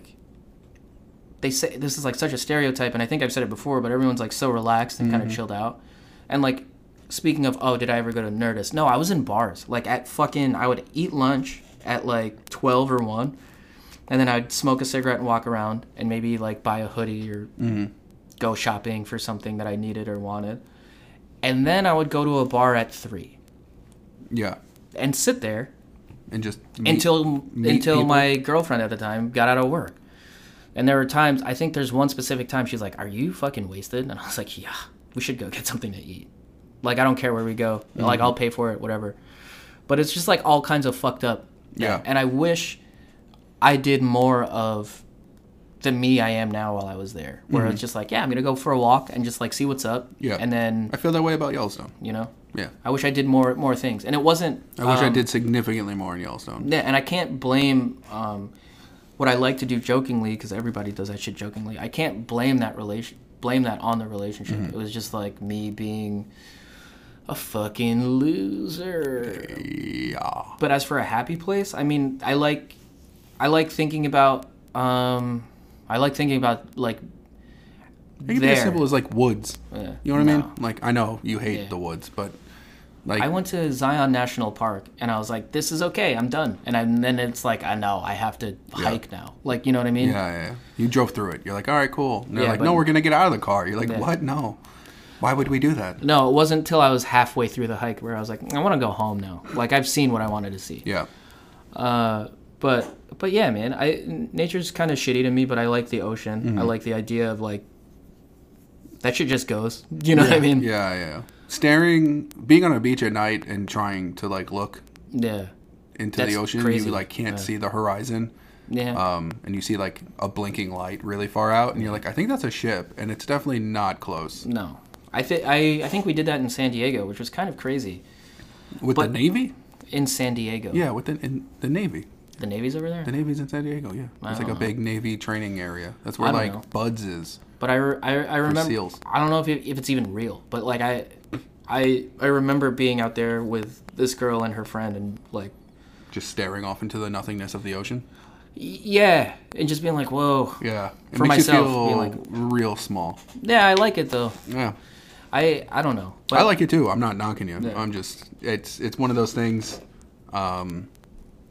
[SPEAKER 2] they say this is like such a stereotype, and I think I've said it before, but everyone's like so relaxed and
[SPEAKER 1] Mm-hmm.
[SPEAKER 2] kind of chilled out, and like. Speaking of, oh, did I ever go to Nerdist? No, I was in bars. Like at fucking, I would eat lunch at like twelve or one, and then I'd smoke a cigarette and walk around, and maybe like buy a hoodie or go shopping for something that I needed or wanted. And then I would go to a bar at three
[SPEAKER 1] Yeah.
[SPEAKER 2] and sit there
[SPEAKER 1] And just meet-
[SPEAKER 2] until
[SPEAKER 1] meet
[SPEAKER 2] until
[SPEAKER 1] people.
[SPEAKER 2] my girlfriend at the time got out of work. And there were times I think there's one specific time she's like, "Are you fucking wasted?" And I was like, "Yeah, we should go get something to eat. Like I don't care where we go.
[SPEAKER 1] Mm-hmm.
[SPEAKER 2] Like I'll pay for it, whatever." But it's just like all kinds of fucked up.
[SPEAKER 1] Yeah.
[SPEAKER 2] And I wish I did more of the me I am now while I was there, where it's just like, yeah, I'm gonna go for a walk and just like see what's up.
[SPEAKER 1] Mm-hmm. Yeah.
[SPEAKER 2] And then
[SPEAKER 1] I feel that way about Yellowstone.
[SPEAKER 2] you know,
[SPEAKER 1] Yeah.
[SPEAKER 2] I wish I did more more things. And it wasn't.
[SPEAKER 1] I wish I
[SPEAKER 2] um,
[SPEAKER 1] did significantly more in Yellowstone.
[SPEAKER 2] yeah, and I can't blame um, what I like to do jokingly because everybody does that shit jokingly. I can't blame that relation, blame that on the relationship. It was just like me being a fucking loser.
[SPEAKER 1] Yeah.
[SPEAKER 2] But as for a happy place, I mean, I like, I like thinking about, um, I like thinking about like
[SPEAKER 1] It can be
[SPEAKER 2] there.
[SPEAKER 1] as simple as like woods.
[SPEAKER 2] Yeah.
[SPEAKER 1] You know what I mean?
[SPEAKER 2] No.
[SPEAKER 1] Like I know you hate
[SPEAKER 2] Yeah.
[SPEAKER 1] the woods, but Like
[SPEAKER 2] I went to Zion National Park and I was like, this is okay, I'm done. And, I, and then it's like, I know, I have to hike now. Like, you know what I mean?
[SPEAKER 1] Yeah, yeah, yeah. You drove through it. You're like, all right, cool. And they're
[SPEAKER 2] Yeah,
[SPEAKER 1] like,
[SPEAKER 2] but-
[SPEAKER 1] no, we're gonna get out of the car. You're like,
[SPEAKER 2] Yeah.
[SPEAKER 1] what? No. Why would we do that?
[SPEAKER 2] No, it wasn't until I was halfway through the hike where I was like, I want to go home now. Like, I've seen what I wanted to see.
[SPEAKER 1] Yeah.
[SPEAKER 2] But but yeah, man, I nature's kind of shitty to me, but I like the ocean. I
[SPEAKER 1] Mm-hmm.
[SPEAKER 2] like the idea of like that shit just goes. You know what I mean?
[SPEAKER 1] Yeah, yeah. Staring, being on a beach at night and trying to like look
[SPEAKER 2] Yeah.
[SPEAKER 1] into
[SPEAKER 2] That's
[SPEAKER 1] the ocean,
[SPEAKER 2] crazy.
[SPEAKER 1] you like can't
[SPEAKER 2] Yeah.
[SPEAKER 1] see the horizon.
[SPEAKER 2] Yeah.
[SPEAKER 1] Um, and you see like a blinking light really far out, and you're like, I think that's a ship, and it's definitely not close.
[SPEAKER 2] no. I, th- I I think we did that in San Diego, which was kind of crazy.
[SPEAKER 1] With
[SPEAKER 2] But-
[SPEAKER 1] the navy?
[SPEAKER 2] In San Diego.
[SPEAKER 1] Yeah, with the in the navy.
[SPEAKER 2] The Navy's over there.
[SPEAKER 1] The navy's in San Diego. Yeah, it's like
[SPEAKER 2] don't
[SPEAKER 1] a
[SPEAKER 2] know.
[SPEAKER 1] big navy training area. That's where
[SPEAKER 2] I don't
[SPEAKER 1] like
[SPEAKER 2] know.
[SPEAKER 1] Buds is.
[SPEAKER 2] But I, re- I, I remember.
[SPEAKER 1] seals.
[SPEAKER 2] I don't know if, it, if it's even real, but like I, I I remember being out there with this girl and her friend and like
[SPEAKER 1] Just staring off into the nothingness of the ocean.
[SPEAKER 2] y- yeah, and just being like, whoa,
[SPEAKER 1] Yeah, it
[SPEAKER 2] For
[SPEAKER 1] makes
[SPEAKER 2] myself,
[SPEAKER 1] you feel
[SPEAKER 2] being like-
[SPEAKER 1] real small.
[SPEAKER 2] yeah, I like it though.
[SPEAKER 1] Yeah.
[SPEAKER 2] I I don't know. But
[SPEAKER 1] I like it too. I'm not knocking you.
[SPEAKER 2] Yeah.
[SPEAKER 1] I'm just it's it's one of those things. Um,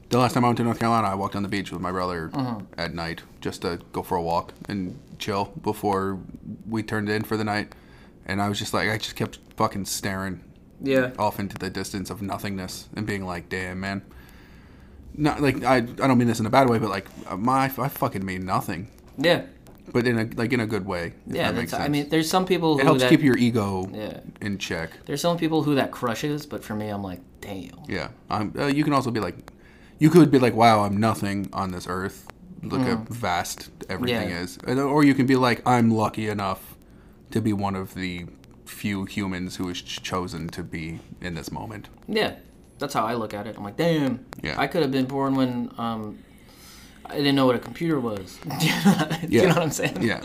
[SPEAKER 1] the last time I went to North Carolina, I walked on the beach with my brother
[SPEAKER 2] Uh-huh.
[SPEAKER 1] at night just to go for a walk and chill before we turned in for the night. And I was just like, I just kept fucking staring
[SPEAKER 2] yeah.
[SPEAKER 1] off into the distance of nothingness and being like, damn man. Not like I I don't mean this in a bad way, but like uh, my I fucking mean nothing,
[SPEAKER 2] Yeah,
[SPEAKER 1] but in a like in a good way. if
[SPEAKER 2] yeah.
[SPEAKER 1] that
[SPEAKER 2] That's,
[SPEAKER 1] makes sense.
[SPEAKER 2] I mean, there's some people who
[SPEAKER 1] it helps
[SPEAKER 2] that,
[SPEAKER 1] keep your ego
[SPEAKER 2] Yeah.
[SPEAKER 1] in check.
[SPEAKER 2] There's some people who that crushes, but for me, I'm like, damn.
[SPEAKER 1] Yeah, I'm, uh, you can also be like, you could be like, "Wow, I'm nothing on this earth. Look how vast everything
[SPEAKER 2] Mm-hmm. Yeah.
[SPEAKER 1] is," And- uh, or you can be like, "I'm lucky enough to be one of the few humans who is ch- chosen to be in this moment."
[SPEAKER 2] Yeah, that's how I look at it. I'm like, damn.
[SPEAKER 1] Yeah.
[SPEAKER 2] I could have been born when um, I didn't know what a computer was. Do you know,
[SPEAKER 1] Yeah.
[SPEAKER 2] what I'm saying?
[SPEAKER 1] Yeah,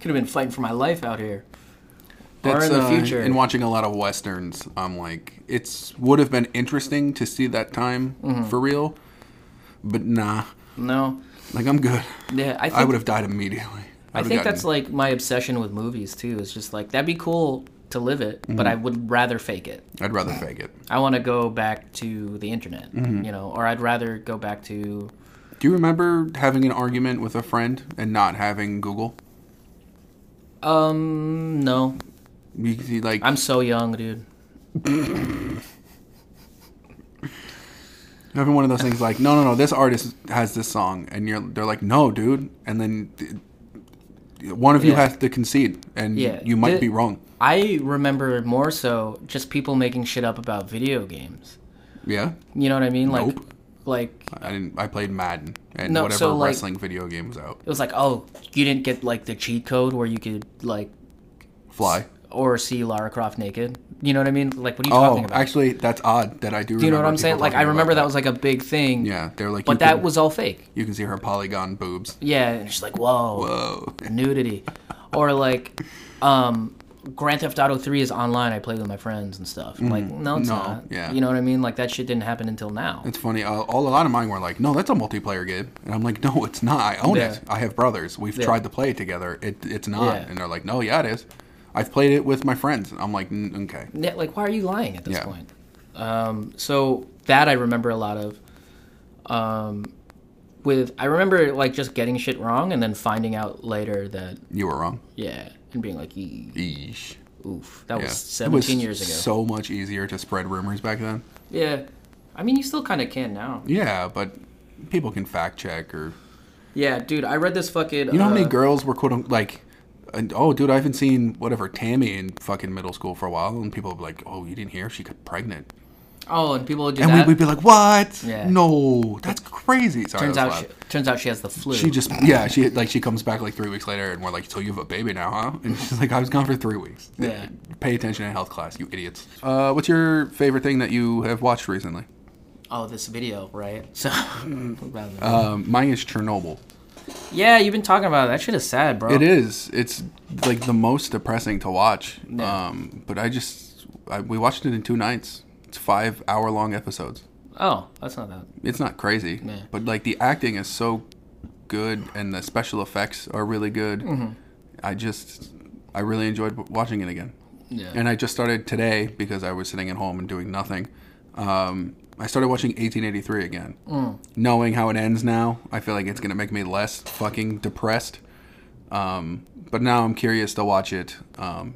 [SPEAKER 2] Could have been fighting for my life out here.
[SPEAKER 1] that's
[SPEAKER 2] or in the
[SPEAKER 1] uh,
[SPEAKER 2] future.
[SPEAKER 1] In watching a lot of westerns, I'm like, it's would have been interesting to see that time
[SPEAKER 2] Mm-hmm.
[SPEAKER 1] for real, but nah.
[SPEAKER 2] no.
[SPEAKER 1] Like I'm good.
[SPEAKER 2] Yeah, I, think,
[SPEAKER 1] I would have died immediately.
[SPEAKER 2] I think that's like my obsession with movies too. It's just like that'd be cool to live it,
[SPEAKER 1] Mm-hmm.
[SPEAKER 2] but I would rather fake it.
[SPEAKER 1] I'd rather fake it.
[SPEAKER 2] I want to go back to the internet,
[SPEAKER 1] Mm-hmm.
[SPEAKER 2] you know, or I'd rather go back to
[SPEAKER 1] Do you remember having an argument with a friend and not having Google?
[SPEAKER 2] um no.
[SPEAKER 1] You could see, like
[SPEAKER 2] I'm so young, dude.
[SPEAKER 1] having one of those things like, no, no, no, this artist has this song, and you're they're like, no, dude, and then th- one of you
[SPEAKER 2] Yeah.
[SPEAKER 1] has to concede, and
[SPEAKER 2] Yeah.
[SPEAKER 1] you might
[SPEAKER 2] The-
[SPEAKER 1] be wrong.
[SPEAKER 2] I remember more so just people making shit up about video games.
[SPEAKER 1] Yeah,
[SPEAKER 2] You know what I mean? Like
[SPEAKER 1] Nope.
[SPEAKER 2] like
[SPEAKER 1] I didn't. I played Madden and
[SPEAKER 2] No,
[SPEAKER 1] whatever
[SPEAKER 2] so, like-
[SPEAKER 1] wrestling video game was out.
[SPEAKER 2] it was like, "Oh, you didn't get like the cheat code where you could like
[SPEAKER 1] Fly.
[SPEAKER 2] or see Lara Croft naked." You know what I mean? Like what are you
[SPEAKER 1] Oh,
[SPEAKER 2] talking about?
[SPEAKER 1] actually, that's odd that I do.
[SPEAKER 2] Do you know what I'm saying? Like I remember that was like a big thing.
[SPEAKER 1] yeah, they're like, you
[SPEAKER 2] But that
[SPEAKER 1] can-
[SPEAKER 2] was all fake.
[SPEAKER 1] you can see her polygon boobs. Oh.
[SPEAKER 2] Yeah, and she's like, "Whoa,
[SPEAKER 1] Whoa.
[SPEAKER 2] nudity," or like, um, Grand Theft Auto Three is online. I play with my friends and stuff. Like, no, it's
[SPEAKER 1] Mm-hmm. No,
[SPEAKER 2] not.
[SPEAKER 1] yeah.
[SPEAKER 2] you know what I mean. Like that shit didn't happen until now.
[SPEAKER 1] It's funny. Uh, all a lot of mine were like, "No, that's a multiplayer game," and I'm like, "No, it's not. I own it.
[SPEAKER 2] Yeah.
[SPEAKER 1] I have brothers. We've
[SPEAKER 2] Yeah.
[SPEAKER 1] tried to play it together. It, it's not."
[SPEAKER 2] Yeah.
[SPEAKER 1] And they're like, "No, yeah, it is. I've played it with my friends." I'm like, "Mm, "Okay,
[SPEAKER 2] Yeah, like, why are you lying at this
[SPEAKER 1] Yeah.
[SPEAKER 2] point? Um, so that I remember a lot of. Um, with I remember like just getting shit wrong and then finding out later that
[SPEAKER 1] you were wrong."
[SPEAKER 2] yeah, and being like, "Ee,
[SPEAKER 1] Eesh.
[SPEAKER 2] oof, that
[SPEAKER 1] Yeah.
[SPEAKER 2] was
[SPEAKER 1] It was
[SPEAKER 2] seventeen years ago.
[SPEAKER 1] So much easier to spread rumors back then.
[SPEAKER 2] yeah, I mean, you still kind of can now.
[SPEAKER 1] Yeah, but people can fact check or
[SPEAKER 2] Yeah, dude, I read this fucking.
[SPEAKER 1] you know
[SPEAKER 2] uh,
[SPEAKER 1] how many girls were quote unquote like. And, oh, dude, I haven't seen whatever Tammy in fucking middle school for a while, and people would be like, "Oh, you didn't hear she got pregnant,"
[SPEAKER 2] Oh, and people would do
[SPEAKER 1] and we
[SPEAKER 2] that.
[SPEAKER 1] would be like, "What?
[SPEAKER 2] Yeah.
[SPEAKER 1] No, that's crazy." Sorry,
[SPEAKER 2] turns
[SPEAKER 1] that was
[SPEAKER 2] out, she,
[SPEAKER 1] loud.
[SPEAKER 2] turns out she has the flu.
[SPEAKER 1] She just yeah, she like she comes back like three weeks later and we're like, So you have a baby now, huh? And she's like, I was gone for three weeks.
[SPEAKER 2] Yeah.
[SPEAKER 1] Pay attention in health class, you idiots. Uh what's your favorite thing that you have watched recently?
[SPEAKER 2] oh, this video, right? So, about that.
[SPEAKER 1] Um mine is Chernobyl.
[SPEAKER 2] yeah, you've been talking about it. that shit is sad, bro.
[SPEAKER 1] It is. It's like the most depressing to watch.
[SPEAKER 2] Yeah.
[SPEAKER 1] Um but I just I, we watched it in two nights. It's five hour long episodes.
[SPEAKER 2] Oh, that's not that.
[SPEAKER 1] It's not crazy.
[SPEAKER 2] Yeah.
[SPEAKER 1] But like the acting is so good and the
[SPEAKER 2] Mm-hmm.
[SPEAKER 1] special effects are really good. I just I really enjoyed w- watching it again.
[SPEAKER 2] Yeah.
[SPEAKER 1] And I just started today because I was sitting at home and doing nothing. Um, I started watching 1883 again.
[SPEAKER 2] Mm.
[SPEAKER 1] Knowing how it ends now, I feel like it's going to make me less fucking depressed. Um, but now I'm curious to watch it um,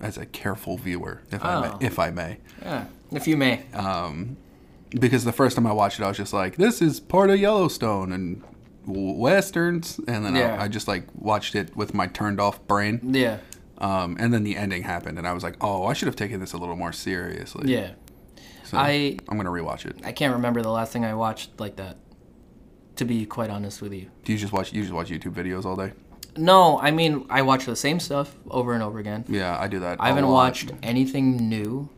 [SPEAKER 1] as a careful viewer, if I
[SPEAKER 2] Oh.
[SPEAKER 1] may, if I may.
[SPEAKER 2] Yeah. If you may.
[SPEAKER 1] Because the first time I watched it, I was just like, "This is part of Yellowstone and w- westerns," and then I-
[SPEAKER 2] Yeah.
[SPEAKER 1] I, just like watched it with my turned off brain.
[SPEAKER 2] yeah.
[SPEAKER 1] Um, and then the ending happened, and I was like, "Oh, I should have taken this a little more seriously."
[SPEAKER 2] Yeah.
[SPEAKER 1] So
[SPEAKER 2] I-
[SPEAKER 1] I'm gonna rewatch it.
[SPEAKER 2] I can't remember the last thing I watched like that. To be quite honest with you.
[SPEAKER 1] Do you just watch? You just watch YouTube videos all day?
[SPEAKER 2] No, I mean I watch the same stuff over and over again.
[SPEAKER 1] Yeah, I do that.
[SPEAKER 2] I haven't watched anything new.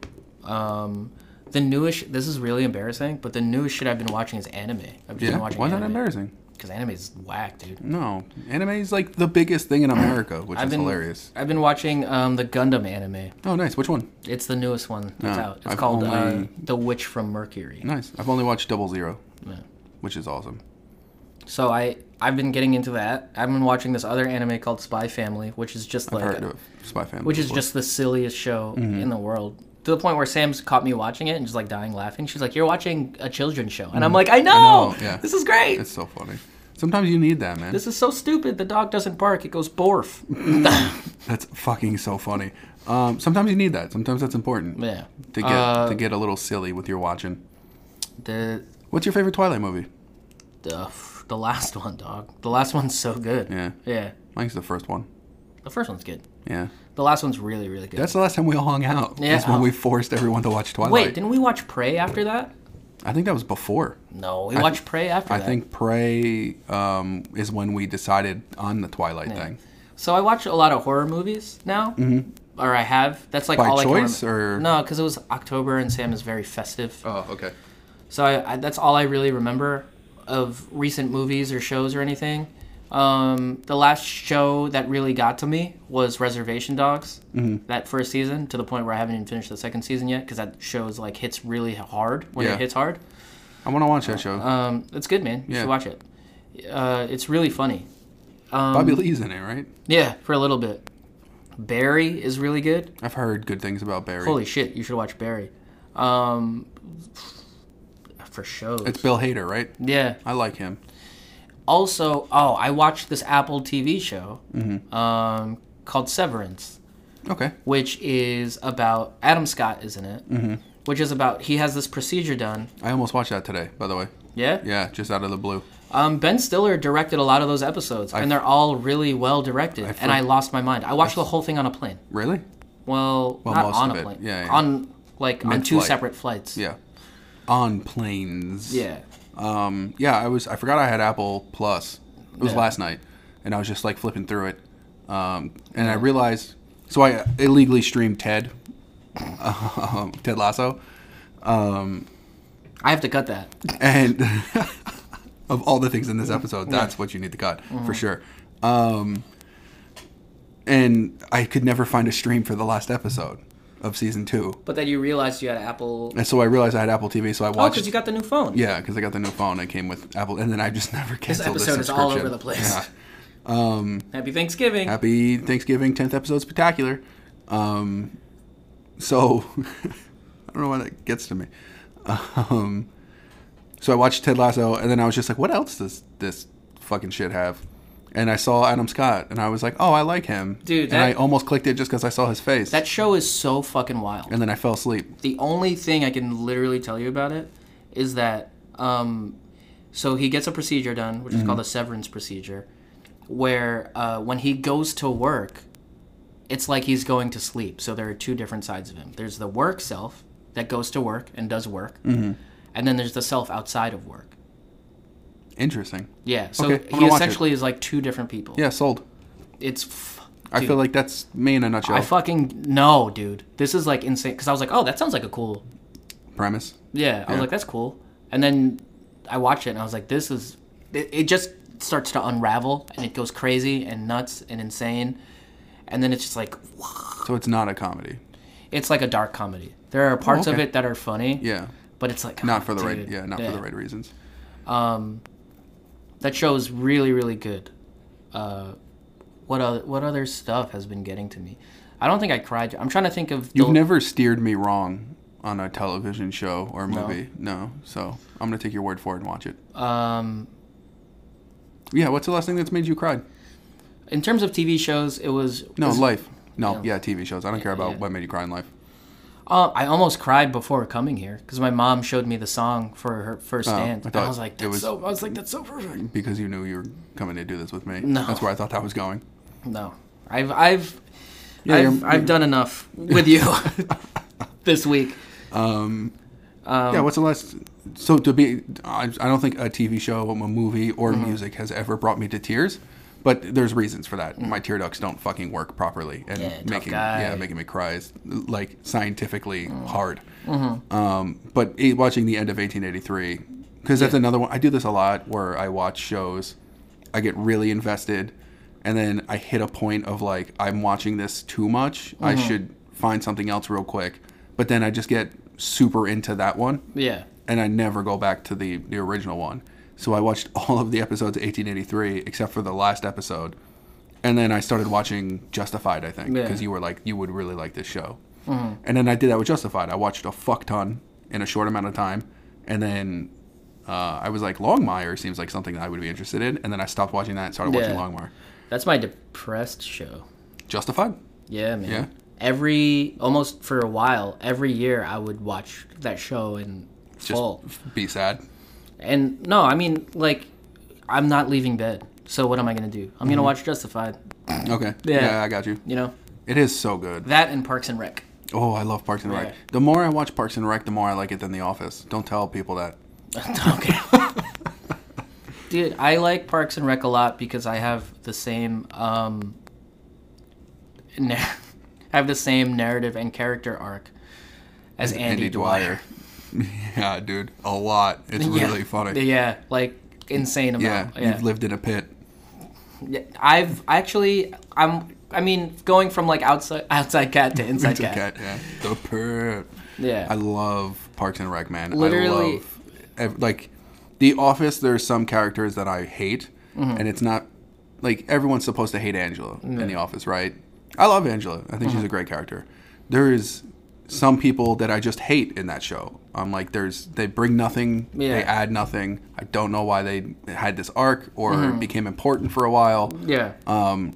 [SPEAKER 2] Um, the newish. This is really embarrassing, but the newest shit I've been watching is anime. I've just
[SPEAKER 1] Yeah,
[SPEAKER 2] been watching
[SPEAKER 1] why
[SPEAKER 2] anime.
[SPEAKER 1] not embarrassing?
[SPEAKER 2] Because anime is whack, dude.
[SPEAKER 1] No, anime is like the biggest thing in America, which
[SPEAKER 2] I've
[SPEAKER 1] is
[SPEAKER 2] been
[SPEAKER 1] hilarious.
[SPEAKER 2] I've been watching um, the Gundam anime.
[SPEAKER 1] Oh, nice. Which one?
[SPEAKER 2] It's the newest one that's
[SPEAKER 1] Yeah,
[SPEAKER 2] out. It's
[SPEAKER 1] I've
[SPEAKER 2] called uh,
[SPEAKER 1] only-
[SPEAKER 2] The Witch from Mercury.
[SPEAKER 1] Nice. I've only watched Double Zero,
[SPEAKER 2] Yeah.
[SPEAKER 1] which is awesome.
[SPEAKER 2] So I I've been getting into that. I've been watching this other anime called Spy Family, which is just like
[SPEAKER 1] Heard of Spy Family,
[SPEAKER 2] which is
[SPEAKER 1] before. Mm-hmm.
[SPEAKER 2] just the silliest show in the world. To the point where Sam's caught me watching it and just like dying laughing. She's like, "You're watching a children's show," and I'm like, "I know.
[SPEAKER 1] Mm-hmm. know, yeah.
[SPEAKER 2] This is great.
[SPEAKER 1] It's so funny. Sometimes you need that, man.
[SPEAKER 2] this is so stupid. The dog doesn't bark. It goes barf."
[SPEAKER 1] That's fucking so funny. Um, sometimes you need that. Sometimes that's important.
[SPEAKER 2] yeah.
[SPEAKER 1] To get
[SPEAKER 2] Uh,
[SPEAKER 1] to get a little silly with your watching.
[SPEAKER 2] the
[SPEAKER 1] What's your favorite Twilight movie?
[SPEAKER 2] the the last one, dog. The last one's so good.
[SPEAKER 1] Yeah,
[SPEAKER 2] Yeah.
[SPEAKER 1] mine's the first one.
[SPEAKER 2] The first one's good.
[SPEAKER 1] Yeah,
[SPEAKER 2] The last one's really really good.
[SPEAKER 1] that's the last time we all hung out.
[SPEAKER 2] Yeah. Oh.
[SPEAKER 1] That's when we forced everyone to watch Twilight.
[SPEAKER 2] Wait, didn't we watch Prey after that?
[SPEAKER 1] I think that was before.
[SPEAKER 2] No, we watched Prey after
[SPEAKER 1] I
[SPEAKER 2] that.
[SPEAKER 1] think Prey um, is when we decided on the Twilight thing.
[SPEAKER 2] So I watch a lot of horror movies now, mm-hmm. or I have. That's like
[SPEAKER 1] By
[SPEAKER 2] all
[SPEAKER 1] choice,
[SPEAKER 2] I can remember.
[SPEAKER 1] or-
[SPEAKER 2] no, because it was October and Sam is very festive.
[SPEAKER 1] Oh, okay.
[SPEAKER 2] So I, I, that's all I really remember of recent movies or shows or anything. Um, the last show that really got to me was Reservation Dogs. Mm-hmm. That first season, to the point where I haven't even finished the second season yet, because that show's like hits really hard when
[SPEAKER 1] Yeah.
[SPEAKER 2] it hits hard.
[SPEAKER 1] I want to watch that show.
[SPEAKER 2] Um, it's good, man. You
[SPEAKER 1] Yeah.
[SPEAKER 2] should watch it. Uh, it's really funny. um,
[SPEAKER 1] Bobby Lee's in it, right?
[SPEAKER 2] Yeah, for a little bit. Barry is really good.
[SPEAKER 1] I've heard good things about Barry.
[SPEAKER 2] Holy shit, you should watch Barry. Um, for shows.
[SPEAKER 1] It's Bill Hader, right?
[SPEAKER 2] yeah.
[SPEAKER 1] I like him.
[SPEAKER 2] Also, oh, I watched this Apple TV show um, called Severance,
[SPEAKER 1] Okay.
[SPEAKER 2] which is about Adam Scott is in it, which is about he has this procedure done.
[SPEAKER 1] I almost watched that today, by the way.
[SPEAKER 2] Yeah.
[SPEAKER 1] Yeah, just out of the blue.
[SPEAKER 2] Um, ben Stiller directed a lot of those episodes, and they're all really well directed. and I lost my mind. I watched the whole thing on a plane.
[SPEAKER 1] Really?
[SPEAKER 2] Well, not
[SPEAKER 1] most
[SPEAKER 2] on
[SPEAKER 1] of
[SPEAKER 2] a
[SPEAKER 1] it.
[SPEAKER 2] plane.
[SPEAKER 1] Yeah, yeah.
[SPEAKER 2] On like on two
[SPEAKER 1] Mid-flight.
[SPEAKER 2] separate flights.
[SPEAKER 1] Yeah. On planes.
[SPEAKER 2] Yeah.
[SPEAKER 1] Um, yeah, I was. I forgot I had Apple Plus. It was
[SPEAKER 2] Yeah.
[SPEAKER 1] last night, and I was just like flipping through it, um, and I realized. So I illegally streamed Ted, um, Ted Lasso,
[SPEAKER 2] I have to cut that.
[SPEAKER 1] and of all the things in
[SPEAKER 2] Mm-hmm.
[SPEAKER 1] this episode, that's what you need to cut for sure. Um, and I could never find a stream for the last episode of season two,
[SPEAKER 2] But then you realized you had Apple.
[SPEAKER 1] and so I realized I had Apple TV. So I
[SPEAKER 2] Oh,
[SPEAKER 1] watched.
[SPEAKER 2] because you got the new phone.
[SPEAKER 1] Yeah, because I got the new phone. It came with Apple, and then I just never
[SPEAKER 2] This
[SPEAKER 1] canceled
[SPEAKER 2] episode
[SPEAKER 1] the
[SPEAKER 2] is all
[SPEAKER 1] subscription.
[SPEAKER 2] over the place.
[SPEAKER 1] Yeah.
[SPEAKER 2] Happy Thanksgiving.
[SPEAKER 1] Happy Thanksgiving, tenth episode spectacular. Um, so I don't know why that gets to me. Um, so I watched Ted Lasso, and then I was just like, "What else does this fucking shit have?" And I saw Adam Scott, and I was like, "Oh, I like him,
[SPEAKER 2] Dude,
[SPEAKER 1] and
[SPEAKER 2] that-
[SPEAKER 1] I almost clicked it just because I saw his face,
[SPEAKER 2] That show is so fucking wild.
[SPEAKER 1] and then I fell asleep.
[SPEAKER 2] the only thing I can literally tell you about it is that um, so he gets a procedure done,
[SPEAKER 1] Mm-hmm.
[SPEAKER 2] which is called a severance procedure, where uh, when he goes to work, it's like he's going to sleep. So there are two different sides of him. There's the work self that goes to work and does work,
[SPEAKER 1] Mm-hmm.
[SPEAKER 2] and then there's the self outside of work.
[SPEAKER 1] Interesting.
[SPEAKER 2] Yeah. So
[SPEAKER 1] Okay, I'm
[SPEAKER 2] he
[SPEAKER 1] gonna watch it.
[SPEAKER 2] essentially is like two different people.
[SPEAKER 1] Yeah, sold.
[SPEAKER 2] It's. F-
[SPEAKER 1] I
[SPEAKER 2] dude.
[SPEAKER 1] feel like that's me in a nutshell.
[SPEAKER 2] I fucking no, dude. This is like insane. Because I was like, oh, that sounds like a cool
[SPEAKER 1] premise.
[SPEAKER 2] Yeah, I was
[SPEAKER 1] Yeah.
[SPEAKER 2] like, that's cool. And then I watched it and I was like, this is. It, it just starts to unravel and it goes crazy and nuts and insane. And then it's just like,
[SPEAKER 1] So it's not a comedy.
[SPEAKER 2] it's like a dark comedy. There are parts of
[SPEAKER 1] okay.
[SPEAKER 2] it that are funny.
[SPEAKER 1] Yeah,
[SPEAKER 2] But it's like.
[SPEAKER 1] not for the
[SPEAKER 2] oh,
[SPEAKER 1] right.
[SPEAKER 2] dude,
[SPEAKER 1] Yeah, not for the right reasons.
[SPEAKER 2] That show is really, really good. Uh, what, other, what other stuff has been getting to me? I don't think I cried. I'm trying to think of. the-
[SPEAKER 1] You've never steered me wrong on a television show or movie. No. So I'm going to take your word for it and watch it.
[SPEAKER 2] Um,
[SPEAKER 1] Yeah. What's the last thing that's made you cry?
[SPEAKER 2] in terms of TV shows, it was
[SPEAKER 1] No,
[SPEAKER 2] was-
[SPEAKER 1] life. No,
[SPEAKER 2] yeah.
[SPEAKER 1] yeah. TV shows. I don't care about
[SPEAKER 2] yeah.
[SPEAKER 1] what made you cry in life.
[SPEAKER 2] Uh, I almost cried before coming here because my mom showed me the song for her first
[SPEAKER 1] Oh,
[SPEAKER 2] stand,
[SPEAKER 1] I
[SPEAKER 2] and I
[SPEAKER 1] thought
[SPEAKER 2] was like,
[SPEAKER 1] it
[SPEAKER 2] "That's
[SPEAKER 1] was- Mm.
[SPEAKER 2] so." I was like, "That's so perfect."
[SPEAKER 1] Because you knew you were coming to do this with me.
[SPEAKER 2] No.
[SPEAKER 1] That's where I thought that was going.
[SPEAKER 2] No, I've I've
[SPEAKER 1] Yeah,
[SPEAKER 2] I've,
[SPEAKER 1] you're-
[SPEAKER 2] I've done enough with you this week.
[SPEAKER 1] Um, yeah, what's the last? So to be, I, I don't think a TV show, a movie, or music has ever brought me to tears. But there's reasons for that. My tear ducts don't fucking work properly, and
[SPEAKER 2] Yeah, tough
[SPEAKER 1] making
[SPEAKER 2] guy.
[SPEAKER 1] Mm-hmm. yeah making me cry Mm. is like scientifically hard. Um, but eh, watching the end of 1883 because that's another one. I do this a lot where I watch shows, I get really invested, and then I hit a point of like I'm watching this too much. I should find something else real quick. But then I just get super into that one
[SPEAKER 2] Yeah,
[SPEAKER 1] and I never go back to the the original one. So I watched all of the episodes of 1883 except for the last episode, and then I started watching Justified. I think
[SPEAKER 2] Yeah. Mm-hmm.
[SPEAKER 1] because you were like you would really like this show, and then I did that with Justified. I watched a fuck ton in a short amount of time, and then. Uh, I was like, Longmire seems like something that I would be interested in, and then I stopped watching that and started watching
[SPEAKER 2] Yeah.
[SPEAKER 1] Longmire.
[SPEAKER 2] that's my depressed show.
[SPEAKER 1] Justified?
[SPEAKER 2] Yeah, man.
[SPEAKER 1] Yeah.
[SPEAKER 2] Every almost for a while, every year I would watch that show in
[SPEAKER 1] Just
[SPEAKER 2] full.
[SPEAKER 1] be sad.
[SPEAKER 2] And no, I mean like I'm not leaving bed. So what am I gonna do? I'm
[SPEAKER 1] Mm-hmm.
[SPEAKER 2] gonna watch Justified.
[SPEAKER 1] Okay.
[SPEAKER 2] Yeah.
[SPEAKER 1] yeah, I got you.
[SPEAKER 2] You know
[SPEAKER 1] It is so good.
[SPEAKER 2] that and Parks and Rec.
[SPEAKER 1] Oh, I love Parks and Rec.
[SPEAKER 2] Yeah.
[SPEAKER 1] The more I watch Parks and Rec, the more I like it than The Office. Don't tell people that.
[SPEAKER 2] okay. Dude, I like Parks and Rec a lot because I have the same um nar- I have the same narrative and character arc as Andy, Dwyer.
[SPEAKER 1] yeah, dude, a lot. It's really
[SPEAKER 2] yeah.
[SPEAKER 1] funny.
[SPEAKER 2] Yeah, like insane
[SPEAKER 1] Yeah,
[SPEAKER 2] amount.
[SPEAKER 1] you've lived in a pit.
[SPEAKER 2] Yeah, I've actually I'm I mean going from like outside outside cat to inside
[SPEAKER 1] It's a
[SPEAKER 2] cat.
[SPEAKER 1] cat, yeah. The pit.
[SPEAKER 2] Yeah.
[SPEAKER 1] I love Parks and Rec, man. I
[SPEAKER 2] Literally-
[SPEAKER 1] love ev- like The Office. There's some characters that I hate,
[SPEAKER 2] Mm-hmm.
[SPEAKER 1] and it's not like everyone's supposed to hate Angela in The Office, right? I love Angela. I think
[SPEAKER 2] Mm-hmm.
[SPEAKER 1] she's a great character. There is some people that I just hate in that show. I'm like, there's they bring nothing,
[SPEAKER 2] Yeah.
[SPEAKER 1] they add nothing. I don't know why they had this arc or became important for a while.
[SPEAKER 2] Mm-hmm. yeah.
[SPEAKER 1] uh,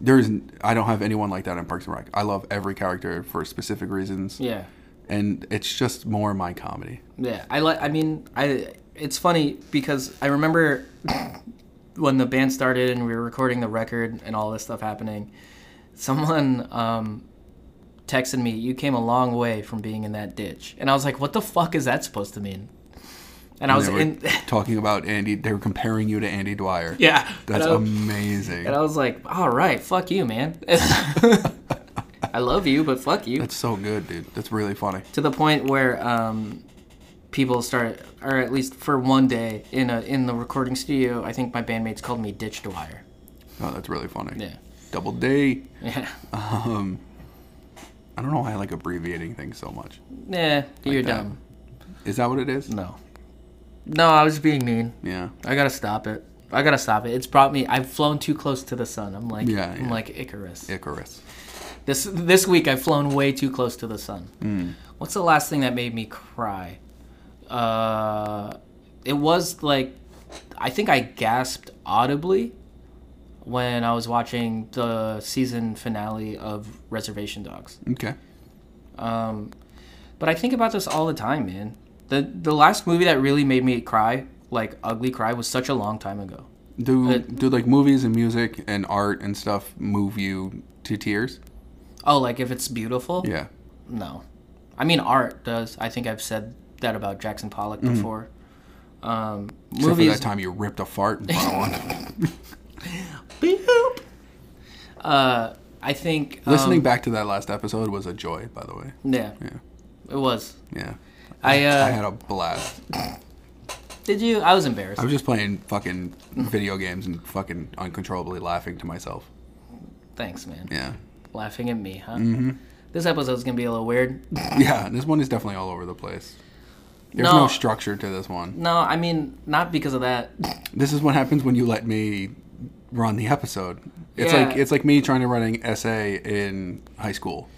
[SPEAKER 1] There's I don't have anyone like that in Parks and Rec. I love every character for specific reasons
[SPEAKER 2] yeah.
[SPEAKER 1] and it's just more my comedy.
[SPEAKER 2] Yeah, I like. I mean, I. It's funny because I remember when the band started and we were recording the record and all this stuff happening. Someone um, texted me, "You came a long way from being in that ditch," and I was like, "What the fuck is that supposed to mean?" And I was
[SPEAKER 1] they were
[SPEAKER 2] in.
[SPEAKER 1] talking about Andy. They were comparing you to Andy Dwyer.
[SPEAKER 2] yeah,
[SPEAKER 1] that's
[SPEAKER 2] and I,
[SPEAKER 1] amazing.
[SPEAKER 2] and I was like, "All right, fuck you, man. I love you, but fuck you."
[SPEAKER 1] that's so good, dude. That's really funny.
[SPEAKER 2] to the point where um, people start, or at least for one day in a in the recording studio, I think my bandmates called me Ditch Dwyer.
[SPEAKER 1] No, Oh, that's really funny.
[SPEAKER 2] Yeah,
[SPEAKER 1] Double D.
[SPEAKER 2] yeah,
[SPEAKER 1] I don't know why I like abbreviating things so much.
[SPEAKER 2] yeah. You're
[SPEAKER 1] that.
[SPEAKER 2] dumb.
[SPEAKER 1] Is that what it is?
[SPEAKER 2] No, no, I was being mean.
[SPEAKER 1] Yeah.
[SPEAKER 2] I gotta stop it. I gotta stop it. It's brought me. I've flown too close to the sun. I'm like,
[SPEAKER 1] Yeah,
[SPEAKER 2] I'm
[SPEAKER 1] yeah.
[SPEAKER 2] like Icarus.
[SPEAKER 1] Icarus.
[SPEAKER 2] This this week I've flown way too close to the sun. What's the last thing that made me cry? Uh, it was like I think I gasped audibly when I was watching the season finale of Reservation Dogs. Um,
[SPEAKER 1] Okay.
[SPEAKER 2] But I think about this all the time, man. The the last movie that really made me cry, like ugly cry, was such a long time ago. Uh,
[SPEAKER 1] Do do like movies and music and art and stuff move you to tears?
[SPEAKER 2] Oh, like if it's beautiful?
[SPEAKER 1] Yeah.
[SPEAKER 2] No. I mean, art does. I think I've said that about Jackson Pollock before. Um,
[SPEAKER 1] Mm-hmm. Except for
[SPEAKER 2] movies.
[SPEAKER 1] that time you ripped a fart in front of one.
[SPEAKER 2] Beep. Uh, I think. um,
[SPEAKER 1] Listening back to that last episode was a joy, by the way.
[SPEAKER 2] Yeah,
[SPEAKER 1] Yeah.
[SPEAKER 2] it was.
[SPEAKER 1] Yeah.
[SPEAKER 2] I, uh,
[SPEAKER 1] I had a blast.
[SPEAKER 2] did you? I was embarrassed.
[SPEAKER 1] I was just playing fucking video games and fucking uncontrollably laughing to myself.
[SPEAKER 2] Thanks, man.
[SPEAKER 1] Yeah. Mm-hmm.
[SPEAKER 2] Laughing at me, huh? This episode's gonna be a little weird.
[SPEAKER 1] Yeah, this one is definitely all over the place. There's no,
[SPEAKER 2] No.
[SPEAKER 1] structure to this one.
[SPEAKER 2] No, I mean not because of that.
[SPEAKER 1] This is what happens when you let me run the episode. It's
[SPEAKER 2] Yeah.
[SPEAKER 1] like it's like me trying to run an essay in high school.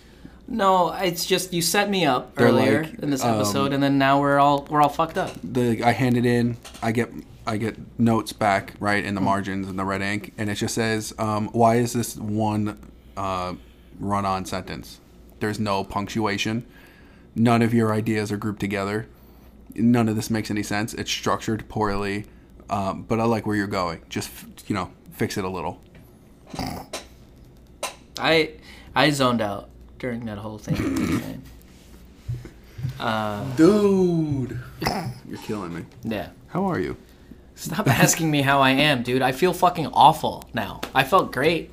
[SPEAKER 2] No, it's just you set me up
[SPEAKER 1] They're
[SPEAKER 2] earlier
[SPEAKER 1] like, um,
[SPEAKER 2] in this episode, and then now we're all we're all fucked up.
[SPEAKER 1] The I hand it in, I get I get notes back right in the margins and the red ink, and it just says, um, "Why is this one uh, run-on sentence? There's no punctuation. None of your ideas are grouped together. None of this makes any sense. It's structured poorly, um, but I like where you're going. Just you know, fix it a little."
[SPEAKER 2] I I zoned out during that whole thing.
[SPEAKER 1] Dude, you're killing me.
[SPEAKER 2] yeah.
[SPEAKER 1] How are you?
[SPEAKER 2] Stop asking me how I am, dude. I feel fucking awful now. I felt great.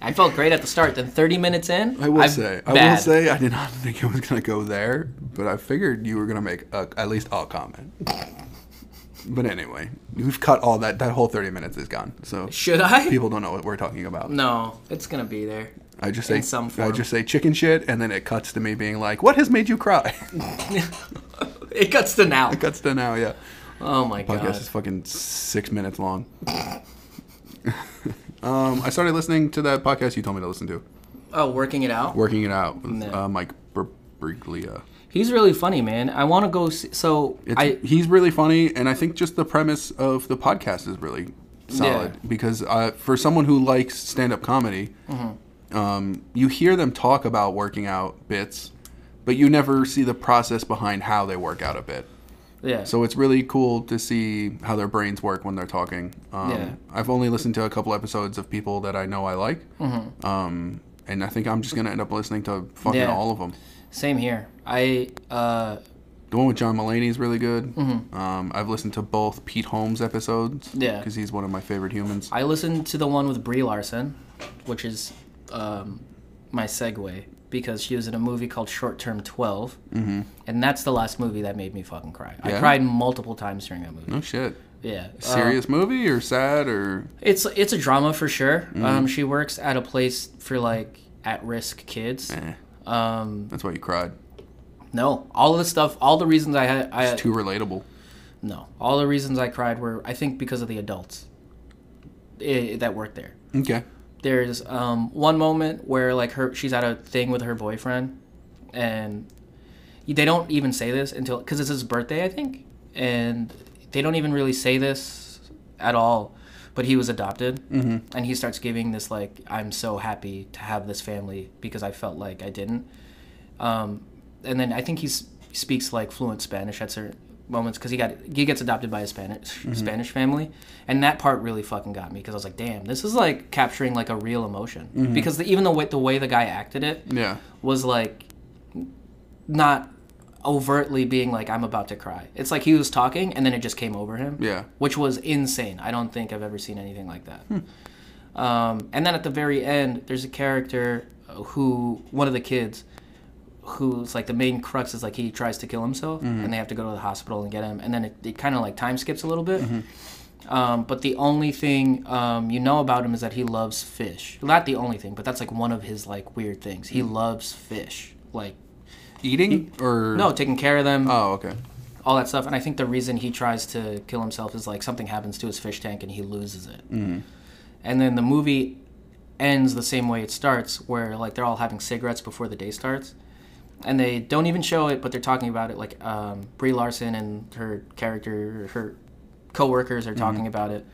[SPEAKER 2] I felt great at the start. Then 30 minutes in,
[SPEAKER 1] I will
[SPEAKER 2] I'm
[SPEAKER 1] say, I will
[SPEAKER 2] bad.
[SPEAKER 1] say, I did not think it was gonna go there, but I figured you were gonna make a, at least a comment. but anyway, we've cut all that. That whole thirty minutes is gone, so
[SPEAKER 2] Should I?
[SPEAKER 1] people don't know what we're talking about.
[SPEAKER 2] No, it's gonna be there.
[SPEAKER 1] I just say
[SPEAKER 2] in some
[SPEAKER 1] I
[SPEAKER 2] form.
[SPEAKER 1] just say chicken shit, and then it cuts to me being like, "What has made you cry?"
[SPEAKER 2] It cuts to now.
[SPEAKER 1] cuts to now, yeah.
[SPEAKER 2] Oh my
[SPEAKER 1] Podcast
[SPEAKER 2] god.
[SPEAKER 1] is fucking six minutes long. um, I started listening to that podcast you told me to listen to,
[SPEAKER 2] Oh, working it out.
[SPEAKER 1] working it out with
[SPEAKER 2] No.
[SPEAKER 1] uh, Mike Br- Briglia. It's-
[SPEAKER 2] He's really funny, man. I want to go. See, so I
[SPEAKER 1] he's really funny, and I think just the premise of the podcast is really solid
[SPEAKER 2] Yeah.
[SPEAKER 1] because uh, for someone who likes stand-up comedy,
[SPEAKER 2] Mm-hmm.
[SPEAKER 1] um, you hear them talk about working out bits, but you never see the process behind how they work out a bit.
[SPEAKER 2] yeah.
[SPEAKER 1] So it's really cool to see how their brains work when they're talking. Um,
[SPEAKER 2] Yeah.
[SPEAKER 1] I've only listened to a couple episodes of people that I know I like, um, and I think I'm just gonna end up listening to fucking
[SPEAKER 2] Mm-hmm. Yeah.
[SPEAKER 1] all of them.
[SPEAKER 2] Same here. I uh
[SPEAKER 1] The one with John Mulaney is really good. Um, I've listened to both Pete Holmes episodes.
[SPEAKER 2] Mm-hmm. Yeah.
[SPEAKER 1] Because he's one of my favorite humans.
[SPEAKER 2] I listened to the one with Brie Larson, which is um my segue because she was in a movie called Short Term 12 mm-hmm. and that's the last movie that made me fucking cry. I
[SPEAKER 1] Yeah?
[SPEAKER 2] cried multiple times during that movie.
[SPEAKER 1] oh shit.
[SPEAKER 2] Yeah. Uh,
[SPEAKER 1] Serious movie or sad or
[SPEAKER 2] It's it's a drama for sure.
[SPEAKER 1] Mm-hmm.
[SPEAKER 2] Um, she works at a place for like at risk kids.
[SPEAKER 1] eh. Um, That's why you cried.
[SPEAKER 2] No, all of the stuff, all the reasons I had, I
[SPEAKER 1] Too relatable.
[SPEAKER 2] no, all the reasons I cried were I think because of the adults eh, that worked there.
[SPEAKER 1] Okay.
[SPEAKER 2] There's um, one moment where like her, she's at a thing with her boyfriend, and they don't even say this until because it's his birthday, I think, and they don't even really say this at all. But he was adopted, and he starts giving this like, "I'm so happy to have this family because I felt like I didn't." Um, and then I think he s- speaks like fluent Spanish at certain moments because he got he gets adopted by a Spanish Spanish family, and that part really fucking got me because I was like, "Damn, this is like capturing like a real emotion." Because the, even the way the way the guy acted it,
[SPEAKER 1] Yeah.
[SPEAKER 2] was like not overtly being like I'm about to cry. It's like he was talking and then it just came over him.
[SPEAKER 1] Yeah.
[SPEAKER 2] Which was insane. I don't think I've ever seen anything like that. Um, and then at the very end, there's a character who one of the kids who's like the main crux is like he tries to kill himself and they have to go to the hospital and get him and then it, it kind of like time skips a little bit um, but the only thing um, you know about him is that he loves fish not the only thing but that's like one of his like weird things he loves fish like
[SPEAKER 1] Eating or
[SPEAKER 2] no taking care of them
[SPEAKER 1] Oh, okay.
[SPEAKER 2] all that stuff and i think the reason he tries to kill himself is like something happens to his fish tank and he loses it and then the movie ends the same way it starts where like they're all having cigarettes before the day starts and they don't even show it but they're talking about it like um, brie larson and her character her coworkers are talking about it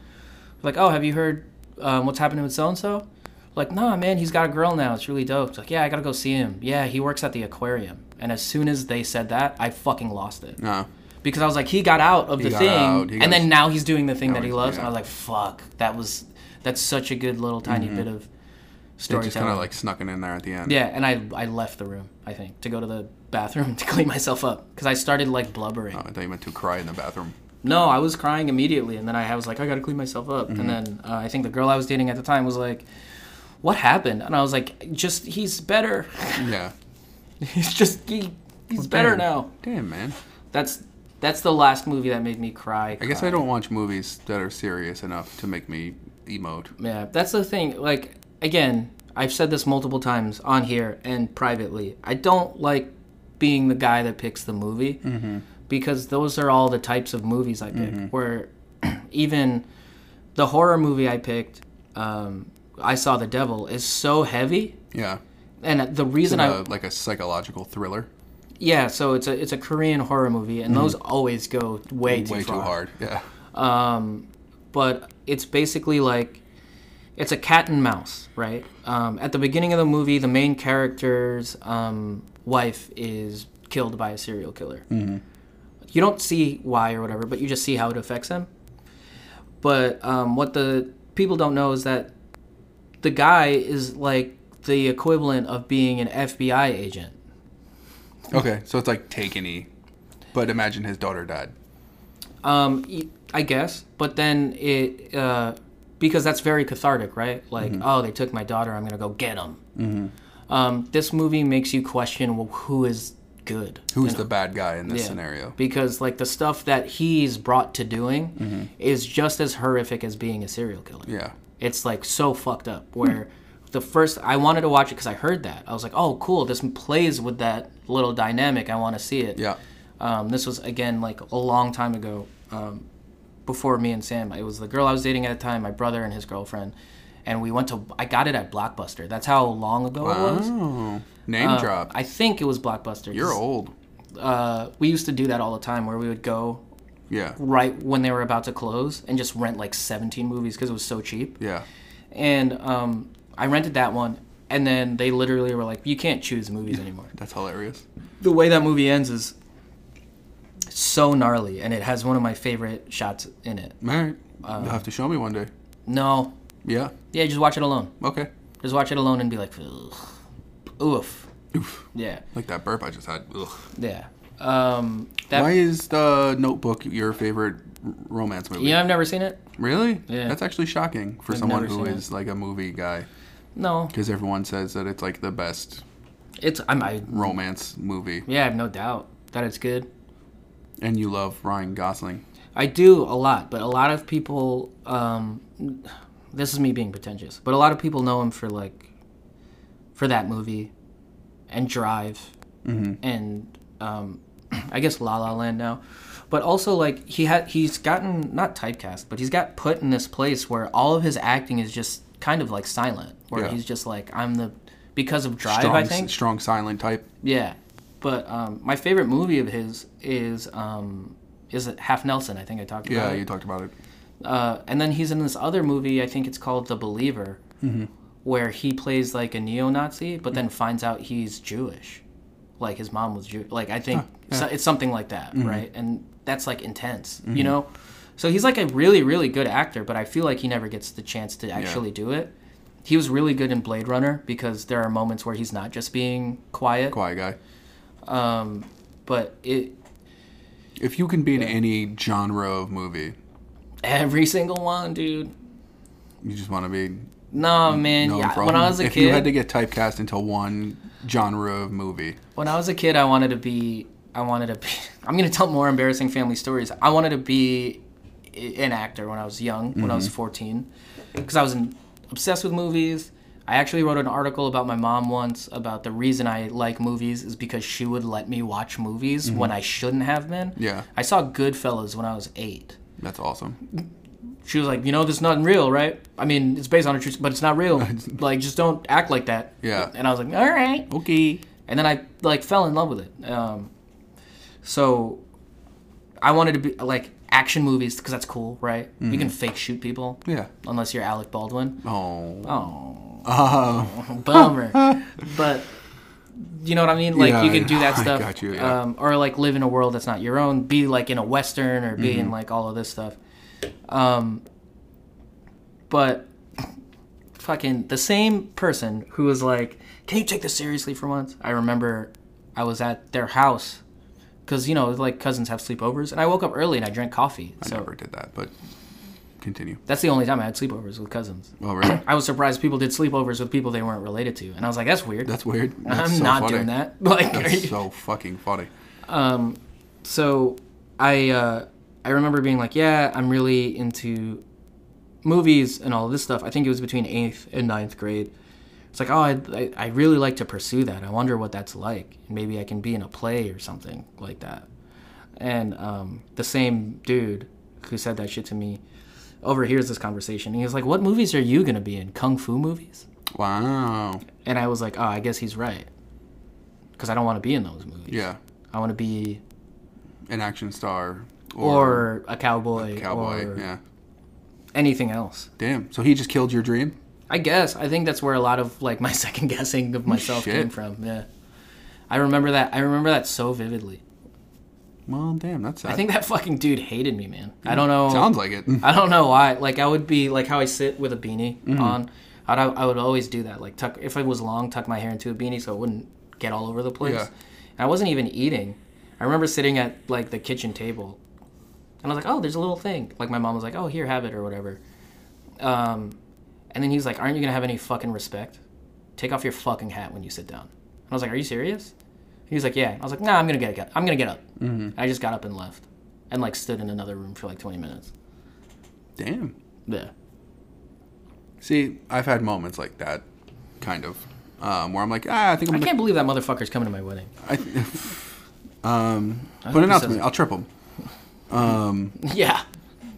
[SPEAKER 2] like oh have you heard um, what's happening with so and so like nah man he's got a girl now it's really dope it's like yeah i gotta go see him yeah he works at the aquarium and as soon as they said that i fucking lost it
[SPEAKER 1] No.
[SPEAKER 2] because I was like, he got out of the
[SPEAKER 1] got
[SPEAKER 2] thing,
[SPEAKER 1] out, he got
[SPEAKER 2] and then
[SPEAKER 1] his-
[SPEAKER 2] now he's doing the thing that he
[SPEAKER 1] he's-
[SPEAKER 2] loves.
[SPEAKER 1] yeah.
[SPEAKER 2] And I was like, fuck, that was that's such a good little tiny bit of
[SPEAKER 1] They Mm-hmm. just
[SPEAKER 2] storytelling.
[SPEAKER 1] kinda like snuck it in there at the end.
[SPEAKER 2] yeah, and I I left the room I think to go to the bathroom to clean myself up because I started like blubbering.
[SPEAKER 1] I thought you meant to cry in the bathroom.
[SPEAKER 2] No, I was crying immediately, and then I was like, I gotta clean myself up.
[SPEAKER 1] Mm-hmm.
[SPEAKER 2] And then uh, I think the girl I was dating at the time was like, what happened? And I was like, just he's better.
[SPEAKER 1] Yeah.
[SPEAKER 2] he's just he, he's better
[SPEAKER 1] Damn.
[SPEAKER 2] now.
[SPEAKER 1] Damn man.
[SPEAKER 2] That's that's the last movie that made me cry.
[SPEAKER 1] I guess I don't watch movies that are serious enough to make me emote.
[SPEAKER 2] Yeah, that's the thing. Like, again, I've said this multiple times on here and privately. I don't like being the guy that picks the movie because those are all the types of movies I pick. Where even the horror movie I picked, um, I saw the devil is so heavy,
[SPEAKER 1] Yeah.
[SPEAKER 2] and the reason I
[SPEAKER 1] Uh, like a psychological thriller.
[SPEAKER 2] yeah, so it's a it's a Korean horror movie, and those always go way too
[SPEAKER 1] Way
[SPEAKER 2] far.
[SPEAKER 1] too hard. Yeah.
[SPEAKER 2] But it's basically like it's a cat and mouse, right? Um, at the beginning of the movie, the main character's um, wife is killed by a serial killer. You don't see why or whatever, but you just see how it affects him. But um, what the people don't know is that the guy is like the equivalent of being an FBI agent.
[SPEAKER 1] Okay. So it's like Takeny, but imagine his daughter died.
[SPEAKER 2] Um, y- I guess, but then it uh, because that's very cathartic, right? Like,
[SPEAKER 1] Mm-hmm.
[SPEAKER 2] oh, they took my daughter. I'm gonna go get them. Um, this movie makes you question well, who is good
[SPEAKER 1] Who's the bad guy in this
[SPEAKER 2] Yeah.
[SPEAKER 1] scenario?
[SPEAKER 2] because like the stuff that he's brought to doing is just as horrific as being a serial killer.
[SPEAKER 1] Mm-hmm. Yeah.
[SPEAKER 2] It's like so fucked up. Where the first I wanted to watch it because I heard that I was like, oh, cool. This plays with that little dynamic. I want to see it.
[SPEAKER 1] Yeah.
[SPEAKER 2] Um, this was again like a long time ago, um, before me and Sam. It was the girl I was dating at the time, my brother and his girlfriend, and we went to. I got it at Blockbuster. That's how long ago it was.
[SPEAKER 1] Oh. Name drop.
[SPEAKER 2] Uh, I think it was Blockbuster.
[SPEAKER 1] You're old.
[SPEAKER 2] Uh, we used to do that all the time, where we would go
[SPEAKER 1] Yeah.
[SPEAKER 2] right when they were about to close and just rent like 17 movies because it was so cheap.
[SPEAKER 1] Yeah.
[SPEAKER 2] And um, I rented that one, and then they literally were like, "You can't choose movies anymore."
[SPEAKER 1] That's hilarious.
[SPEAKER 2] the way that movie ends is so gnarly and it has one of my favorite shots in it
[SPEAKER 1] All right.
[SPEAKER 2] Uh,
[SPEAKER 1] You'll have to show me one day.
[SPEAKER 2] no
[SPEAKER 1] Yeah.
[SPEAKER 2] yeah just watch it alone
[SPEAKER 1] Okay.
[SPEAKER 2] just watch it alone and be like Ugh. oof
[SPEAKER 1] Oof.
[SPEAKER 2] yeah
[SPEAKER 1] Like that burp I just had. Ugh.
[SPEAKER 2] yeah um that
[SPEAKER 1] Why is the Notebook your favorite r- romance movie?
[SPEAKER 2] you know i've never seen it
[SPEAKER 1] Really?
[SPEAKER 2] Yeah.
[SPEAKER 1] That's actually shocking for someone
[SPEAKER 2] never
[SPEAKER 1] who
[SPEAKER 2] seen
[SPEAKER 1] is like a movie guy,
[SPEAKER 2] no
[SPEAKER 1] because everyone says that it's like the best
[SPEAKER 2] it's i'm i
[SPEAKER 1] romance movie,
[SPEAKER 2] yeah i have no doubt that it's good
[SPEAKER 1] and you love Ryan Gosling.
[SPEAKER 2] I do a lot, but a lot of people. Um, this is me being pretentious, but a lot of people know him for like, for that movie, and Drive,
[SPEAKER 1] Mm-hmm.
[SPEAKER 2] and um, I guess La La Land now, but also like he had he's gotten not typecast, but he's got put in this place where all of his acting is just kind of like silent, where
[SPEAKER 1] Yeah.
[SPEAKER 2] he's just like I'm the because of Drive,
[SPEAKER 1] Strong,
[SPEAKER 2] I
[SPEAKER 1] s-
[SPEAKER 2] think,
[SPEAKER 1] strong silent type.
[SPEAKER 2] yeah. But um, my favorite movie of his is um, is it Half Nelson? I think I talked
[SPEAKER 1] Yeah,
[SPEAKER 2] about. it.
[SPEAKER 1] you talked about it.
[SPEAKER 2] Uh, and then he's in this other movie. I think it's called The Believer,
[SPEAKER 1] Mm-hmm.
[SPEAKER 2] where he plays like a neo-Nazi, but then finds out he's Jewish, like his mom was Jew. Like I think so, it's something like that,
[SPEAKER 1] Mm-hmm.
[SPEAKER 2] right? And that's like intense, you know. So he's like a really, really good actor, but I feel like he never gets the chance to actually do it. He was really good in Blade Runner because there are moments where he's not just being quiet,
[SPEAKER 1] Quiet guy.
[SPEAKER 2] but it
[SPEAKER 1] If you can be in any genre of movie,
[SPEAKER 2] every single one, dude.
[SPEAKER 1] you just want to be
[SPEAKER 2] No man,
[SPEAKER 1] known
[SPEAKER 2] yeah.
[SPEAKER 1] from.
[SPEAKER 2] When I was a
[SPEAKER 1] Mm-hmm. if
[SPEAKER 2] kid,
[SPEAKER 1] you had to get typecast into one genre of movie,
[SPEAKER 2] When I was a kid, I wanted to be. I wanted to be. I'm gonna tell more embarrassing family stories. I wanted to be i- an actor when I was young, when I was
[SPEAKER 1] Mm-hmm.
[SPEAKER 2] 14, because I was in, obsessed with movies. I actually wrote an article about my mom once about the reason I like movies is because she would let me watch movies when I shouldn't have been.
[SPEAKER 1] Mm-hmm. Yeah.
[SPEAKER 2] I saw Goodfellas when I was eight.
[SPEAKER 1] that's awesome.
[SPEAKER 2] She was like, you know, this is not real, right? I mean, it's based on a true, but it's not real. like, just don't act like that.
[SPEAKER 1] Yeah.
[SPEAKER 2] And I was like, all right
[SPEAKER 1] Okay.
[SPEAKER 2] and then I like fell in love with it. Um, so I wanted to be like action movies because that's cool, right? You can fake shoot people,
[SPEAKER 1] Yeah.
[SPEAKER 2] unless you're Alec Baldwin.
[SPEAKER 1] Oh.
[SPEAKER 2] Bummer, but you know what I mean. Like
[SPEAKER 1] Yeah,
[SPEAKER 2] you can do that
[SPEAKER 1] I
[SPEAKER 2] stuff,
[SPEAKER 1] got you, yeah.
[SPEAKER 2] um, or like live in a world that's not your own. Be like in a western, or be in
[SPEAKER 1] Mm-hmm.
[SPEAKER 2] like all of this stuff. Um, but fucking the same person who was like, "Can you take this seriously for once?" I remember I was at their house because you know like cousins have sleepovers, and I woke up early and I drank coffee.
[SPEAKER 1] I
[SPEAKER 2] so
[SPEAKER 1] never did that, but continue.
[SPEAKER 2] that's the only time I had sleepovers with cousins.
[SPEAKER 1] Oh, really?
[SPEAKER 2] I was surprised people did sleepovers with people they weren't related to, and I was like, "That's weird.
[SPEAKER 1] That's weird.
[SPEAKER 2] I'm
[SPEAKER 1] That's so
[SPEAKER 2] not
[SPEAKER 1] funny.
[SPEAKER 2] doing that." Like, are
[SPEAKER 1] That's
[SPEAKER 2] you-
[SPEAKER 1] so fucking funny.
[SPEAKER 2] so I uh, I remember being like, yeah, I'm really into movies and all this stuff. I think it was between eighth and ninth grade. It's like, oh, I, I I really like to pursue that. I wonder what that's like. Maybe I can be in a play or something like that. And um, the same dude who said that shit to me overhears this conversation. And he was like, "What movies are you gonna be in? Kung Fu movies?"
[SPEAKER 1] Wow.
[SPEAKER 2] And I was like, "Oh, I guess he's right, because I don't want to be in those movies.
[SPEAKER 1] Yeah.
[SPEAKER 2] I want to be
[SPEAKER 1] An action star.
[SPEAKER 2] or, a cowboy,
[SPEAKER 1] cowboy.
[SPEAKER 2] or
[SPEAKER 1] Yeah.
[SPEAKER 2] anything else."
[SPEAKER 1] Damn. So he just killed your dream?
[SPEAKER 2] I guess I think that's where a lot of like my second guessing of myself
[SPEAKER 1] Shit.
[SPEAKER 2] came from. Yeah, I remember that. I remember that so vividly.
[SPEAKER 1] Well, damn, that's sad.
[SPEAKER 2] I think that fucking dude hated me, man. I don't know.
[SPEAKER 1] Sounds like it.
[SPEAKER 2] I don't know why. Like I would be like how I sit with a beanie on. I'd, I would always do that. Like tuck if it was long, tuck my hair into a beanie so it wouldn't get all over the place.
[SPEAKER 1] Yeah.
[SPEAKER 2] And I wasn't even eating. I remember sitting at like the kitchen table, and I was like, "Oh, there's a little thing." Like my mom was like, "Oh, here, have it" or whatever. Um, and then he was like, "Aren't you gonna have any fucking respect? Take off your fucking hat when you sit down." And I was like, "Are you serious?" He was like, "Yeah." I was like, "Nah, I'm gonna get up. I'm gonna get up." I just got up and left, and like stood in another room for like 20 minutes.
[SPEAKER 1] Damn.
[SPEAKER 2] Yeah.
[SPEAKER 1] See, I've had moments like that, kind of, um, where I'm like, ah, I think I'm
[SPEAKER 2] I
[SPEAKER 1] gonna
[SPEAKER 2] can't believe that motherfucker's coming to my wedding.
[SPEAKER 1] I th- um,
[SPEAKER 2] hope
[SPEAKER 1] put
[SPEAKER 2] he
[SPEAKER 1] an out to
[SPEAKER 2] says
[SPEAKER 1] me.
[SPEAKER 2] it.
[SPEAKER 1] I'll trip him.
[SPEAKER 2] yeah.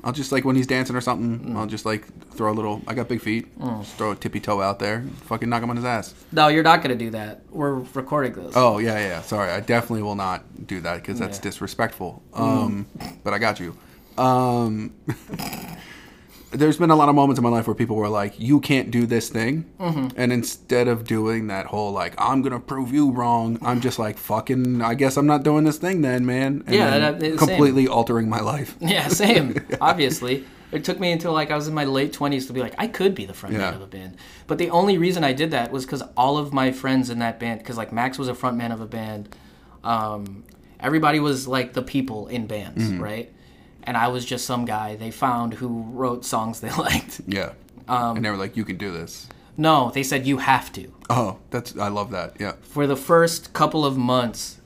[SPEAKER 1] I'll just like when he's dancing or something.
[SPEAKER 2] Mm.
[SPEAKER 1] I'll just like throw a little. I got big feet. Just throw a tippy toe out there. Fucking knock him on his ass.
[SPEAKER 2] No, you're not gonna do that. We're recording this.
[SPEAKER 1] Oh yeah, yeah. Sorry, I definitely will not do that because that's
[SPEAKER 2] Yeah. Mm.
[SPEAKER 1] disrespectful. Um, but I got you. Um, there's been a lot of moments in my life where people were like, "You can't do this thing,"
[SPEAKER 2] Mm-hmm.
[SPEAKER 1] and instead of doing that whole like, "I'm gonna prove you wrong," I'm just like, "Fucking, I guess I'm not doing this thing then, man." And
[SPEAKER 2] Yeah,
[SPEAKER 1] then
[SPEAKER 2] that- that- same.
[SPEAKER 1] completely altering my life.
[SPEAKER 2] Yeah, same. Obviously. It took me until like I was in my late twenties to be like, I could be the front man
[SPEAKER 1] Yeah.
[SPEAKER 2] of a band. But the only reason I did that was because all of my friends in that band, because like Max was a front man of a band, um, everybody was like the people in bands, right? And I was just some guy they found who wrote songs they liked.
[SPEAKER 1] Yeah, um, and they were like, "You can do this."
[SPEAKER 2] No, they said you have to.
[SPEAKER 1] Oh, that's I love that. Yeah,
[SPEAKER 2] for the first couple of months,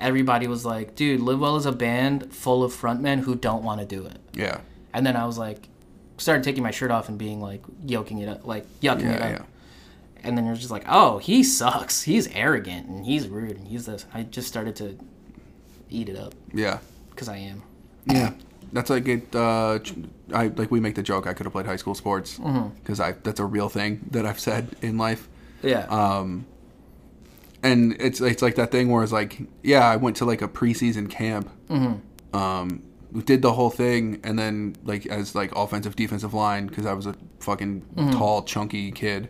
[SPEAKER 2] everybody was like, dude, Live Well is a band full of frontmen who don't want to do it.
[SPEAKER 1] yeah,
[SPEAKER 2] And then I was like, started taking my shirt off and being like, yoking it up, like, yucking
[SPEAKER 1] yeah,
[SPEAKER 2] it
[SPEAKER 1] yeah.
[SPEAKER 2] up. And then you're just like, oh, he sucks. He's arrogant and he's rude and he's this. I just started to eat it up
[SPEAKER 1] yeah.
[SPEAKER 2] because I am.
[SPEAKER 1] Yeah, that's like it. Uh, ch- I like we make the joke. I could have played high school sports because I that's a real thing that I've said in life.
[SPEAKER 2] Yeah.
[SPEAKER 1] And it's it's like that thing where it's like, yeah, I went to like a preseason camp.
[SPEAKER 2] Mm-hmm.
[SPEAKER 1] Um, we did the whole thing, and then like as like offensive defensive line because I was a fucking
[SPEAKER 2] Mm-hmm.
[SPEAKER 1] tall chunky kid.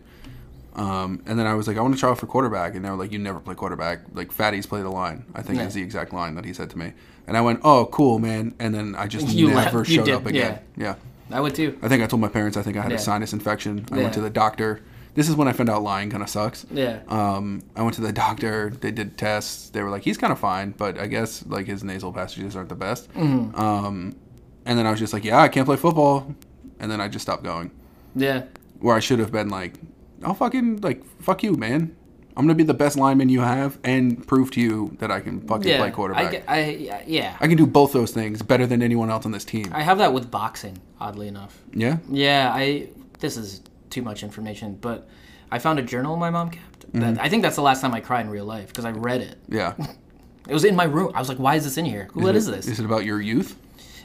[SPEAKER 1] Um, and then I was like, I want to try out for quarterback, and they were like, You never play quarterback. Like fatties play the line. I think
[SPEAKER 2] Yeah.
[SPEAKER 1] is the exact line that he said to me. And I went, Oh, cool, man. And then I just
[SPEAKER 2] You left-
[SPEAKER 1] never
[SPEAKER 2] you
[SPEAKER 1] showed
[SPEAKER 2] did-
[SPEAKER 1] up again. yeah.
[SPEAKER 2] I would too.
[SPEAKER 1] I think I told my parents I think I had
[SPEAKER 2] Yeah.
[SPEAKER 1] a sinus infection. I
[SPEAKER 2] Yeah.
[SPEAKER 1] went to the doctor. This is when I found out lying kind of sucks.
[SPEAKER 2] Yeah.
[SPEAKER 1] Um, I went to the doctor. They did tests. They were like, he's kind of fine, but I guess like his nasal passages aren't the best.
[SPEAKER 2] Mm-hmm.
[SPEAKER 1] Um, and then I was just like, yeah, I can't play football. And then I just stopped going.
[SPEAKER 2] yeah.
[SPEAKER 1] Where I should have been like, I'll fucking like fuck you, man. I'm gonna be the best lineman you have and prove to you that I can fucking
[SPEAKER 2] Yeah.
[SPEAKER 1] play quarterback. I,
[SPEAKER 2] I, get- I, yeah.
[SPEAKER 1] can do both those things better than anyone else on this team.
[SPEAKER 2] I have that with boxing, oddly enough.
[SPEAKER 1] yeah.
[SPEAKER 2] Yeah, I. This is too much information, but I found a journal my mom kept. That,
[SPEAKER 1] Mm-hmm.
[SPEAKER 2] I think that's the last time I cried in real life because I read it.
[SPEAKER 1] Yeah.
[SPEAKER 2] It was in my room. I was like, "Why is this in here? What is
[SPEAKER 1] Is
[SPEAKER 2] this?"
[SPEAKER 1] it about your youth?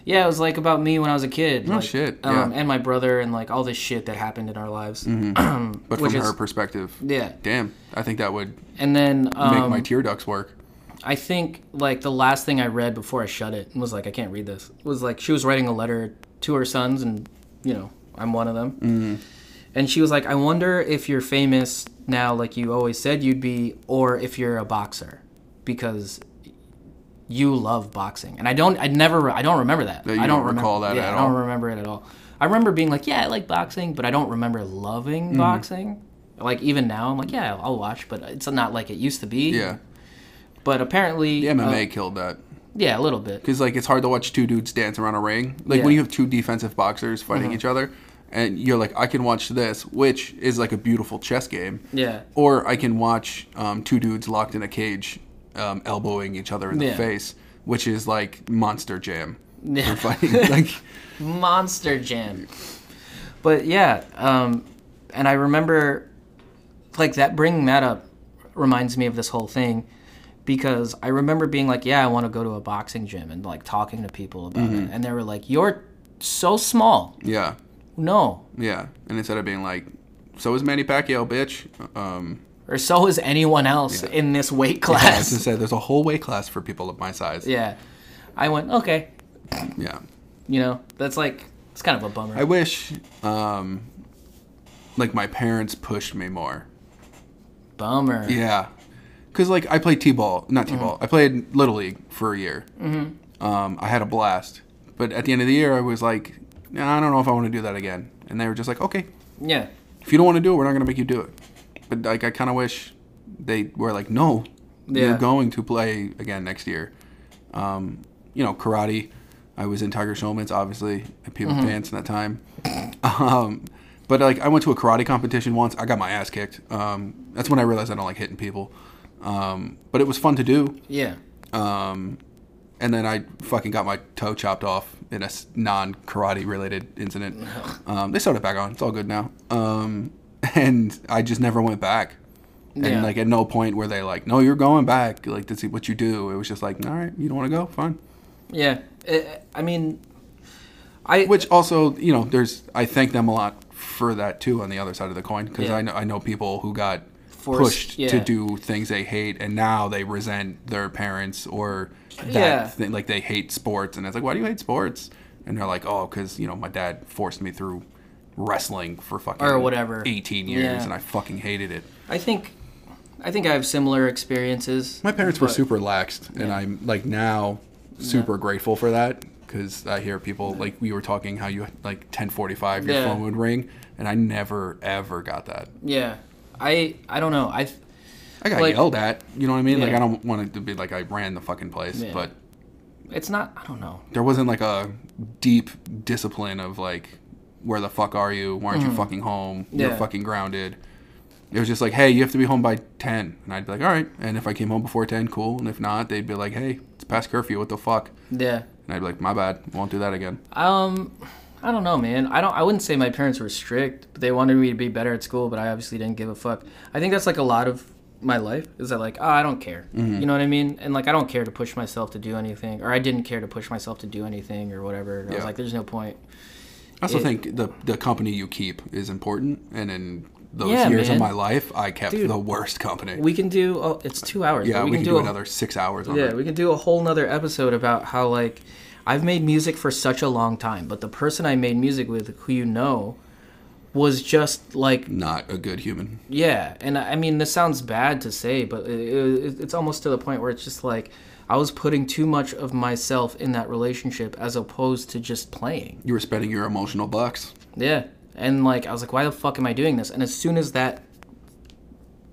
[SPEAKER 2] Yeah, it was like about me when I was a kid. Oh like,
[SPEAKER 1] shit,
[SPEAKER 2] Um,
[SPEAKER 1] yeah. Mm-hmm.
[SPEAKER 2] and my brother and like all this shit that happened in our lives.
[SPEAKER 1] But
[SPEAKER 2] Which
[SPEAKER 1] from
[SPEAKER 2] is-
[SPEAKER 1] her perspective,
[SPEAKER 2] Yeah,
[SPEAKER 1] damn, I think that would
[SPEAKER 2] and then
[SPEAKER 1] make
[SPEAKER 2] um,
[SPEAKER 1] my tear ducts work.
[SPEAKER 2] I think like the last thing I read before I shut it and was like, I can't read this. Was like she was writing a letter to her sons, and you know, I'm one of them.
[SPEAKER 1] Mm-hmm.
[SPEAKER 2] And she was like, I wonder if you're famous now, like you always said you'd be, or if you're a boxer, because you love boxing. And I don't, I never, I don't remember that.
[SPEAKER 1] you
[SPEAKER 2] I don't,
[SPEAKER 1] don't recall
[SPEAKER 2] remember,
[SPEAKER 1] that
[SPEAKER 2] yeah,
[SPEAKER 1] at
[SPEAKER 2] I don't
[SPEAKER 1] all?
[SPEAKER 2] remember it at all. I remember being like, yeah, I like boxing, but I don't remember loving
[SPEAKER 1] Mm-hmm.
[SPEAKER 2] boxing. Like even now, I'm like, yeah, I'll watch, but it's not like it used to be.
[SPEAKER 1] Yeah,
[SPEAKER 2] But apparently,
[SPEAKER 1] the
[SPEAKER 2] uh,
[SPEAKER 1] MMA killed that
[SPEAKER 2] yeah, a little bit.
[SPEAKER 1] because like it's hard to watch two dudes dance around a ring. Like
[SPEAKER 2] Yeah. Mm-hmm.
[SPEAKER 1] when you have two defensive boxers fighting each other, and you're like, I can watch this, which is like a beautiful chess game.
[SPEAKER 2] Yeah.
[SPEAKER 1] Or I can watch um, two dudes locked in a cage, um, elbowing each other in the
[SPEAKER 2] Yeah.
[SPEAKER 1] face, which is like monster jam.
[SPEAKER 2] Yeah.
[SPEAKER 1] They're fighting like
[SPEAKER 2] Monster Jam. But yeah, um, and I remember, like that bringing that up reminds me of this whole thing because
[SPEAKER 1] Mm-hmm.
[SPEAKER 2] I remember being like, yeah, I want to go to a boxing gym and like talking to people about it, and they were like, you're so small.
[SPEAKER 1] Yeah.
[SPEAKER 2] No.
[SPEAKER 1] Yeah. And instead of being like, so is Manny Pacquiao, bitch. Um,
[SPEAKER 2] Or so is anyone else in this weight
[SPEAKER 1] I was gonna
[SPEAKER 2] class.
[SPEAKER 1] say there's a whole weight class for people of my size.
[SPEAKER 2] yeah. I went, okay.
[SPEAKER 1] Yeah.
[SPEAKER 2] You know, that's like, it's kind of a bummer.
[SPEAKER 1] I wish, um, like my parents pushed me more.
[SPEAKER 2] bummer.
[SPEAKER 1] Yeah. Cause like I played t-ball, not t-ball. I played little league for a year. Mm-hmm. Um, I had a blast, but at the end of the year, I was like, nah, I don't know if I want to do that again. And they were just like, okay,
[SPEAKER 2] Yeah.
[SPEAKER 1] if you don't want to do it, we're not gonna make you do it. But like, I kind of wish they were like, no,
[SPEAKER 2] Yeah.
[SPEAKER 1] you're going to play again next year. Um, you know, karate. I was in Tiger Showman's, obviously, at Pima Pants in that time. um, but like, I went to a karate competition once. I got my ass kicked. Um, that's when I realized I don't like hitting people. Um, but it was fun to do.
[SPEAKER 2] Yeah.
[SPEAKER 1] Um, and then I fucking got my toe chopped off in a non karate related incident. Um, they sewed it back on. It's all good now. Um, and I just never went back. And
[SPEAKER 2] Yeah.
[SPEAKER 1] like at no point were they like, no, you're going back. Like that's what you do. It was just like, all right, you don't want to go, fine.
[SPEAKER 2] Yeah. I- I mean, I.
[SPEAKER 1] Which also, you know, there's I thank them a lot for that too on the other side of the coin because
[SPEAKER 2] Yeah.
[SPEAKER 1] I know I know people who got
[SPEAKER 2] Forced,
[SPEAKER 1] pushed
[SPEAKER 2] yeah.
[SPEAKER 1] to do things they hate and now they resent their parents or that
[SPEAKER 2] Yeah.
[SPEAKER 1] thing like they hate sports and it's like why do you hate sports and they're like oh because you know my dad forced me through wrestling for fucking
[SPEAKER 2] Or whatever.
[SPEAKER 1] 18 years
[SPEAKER 2] Yeah.
[SPEAKER 1] and I fucking hated it.
[SPEAKER 2] I think, I think I have similar experiences.
[SPEAKER 1] My parents were
[SPEAKER 2] but-
[SPEAKER 1] super laxed, and I'm like now super grateful for that because I hear people like we were talking how you like 10:45 your
[SPEAKER 2] Yeah.
[SPEAKER 1] phone would ring, and I never ever got that.
[SPEAKER 2] Yeah. I. I don't know. I.
[SPEAKER 1] I got
[SPEAKER 2] Like-
[SPEAKER 1] yelled at. You know what I mean? Like
[SPEAKER 2] Yeah.
[SPEAKER 1] I don't want it to be like I ran the fucking place,
[SPEAKER 2] Yeah.
[SPEAKER 1] but
[SPEAKER 2] It's not. I don't know.
[SPEAKER 1] there wasn't like a deep discipline of like where the fuck are you? Why aren't you fucking home? You're
[SPEAKER 2] Mm. Yeah.
[SPEAKER 1] fucking grounded. It was just like, hey, you have to be home by ten, and I'd be like, all right. And if I came home before ten, cool. And if not, they'd be like, hey, it's past curfew. What the fuck?
[SPEAKER 2] Yeah.
[SPEAKER 1] And I'd be like, my bad, won't do that again.
[SPEAKER 2] Um, I don't know, man. I don't. I wouldn't say my parents were strict. But they wanted me to be better at school, but I obviously didn't give a fuck. I think that's like a lot of my life. Is that like, oh, I don't care.
[SPEAKER 1] Mm-hmm.
[SPEAKER 2] You know what I mean? And like, I don't care to push myself to do anything, or I didn't care to push myself to do anything, or whatever. I was
[SPEAKER 1] Yeah.
[SPEAKER 2] like, there's no point.
[SPEAKER 1] I also
[SPEAKER 2] It-
[SPEAKER 1] think the the company you keep is important, and in those
[SPEAKER 2] Yeah,
[SPEAKER 1] years
[SPEAKER 2] man.
[SPEAKER 1] of my life, I kept
[SPEAKER 2] Dude.
[SPEAKER 1] the worst company.
[SPEAKER 2] We can do. Oh, it's two hours.
[SPEAKER 1] yeah,
[SPEAKER 2] but
[SPEAKER 1] we, can, do,
[SPEAKER 2] a-
[SPEAKER 1] another six hours. On
[SPEAKER 2] Yeah,
[SPEAKER 1] it.
[SPEAKER 2] we can do a whole nother episode about how like I've made music for such a long time, but the person I made music with, who you know, was just like
[SPEAKER 1] not a good human.
[SPEAKER 2] Yeah, and I I mean, this sounds bad to say, but it, it, it's almost to the point where it's just like I was putting too much of myself in that relationship as opposed to just playing.
[SPEAKER 1] You were spending your emotional bucks.
[SPEAKER 2] Yeah, and like I was like, why the fuck am I doing this? And as soon as that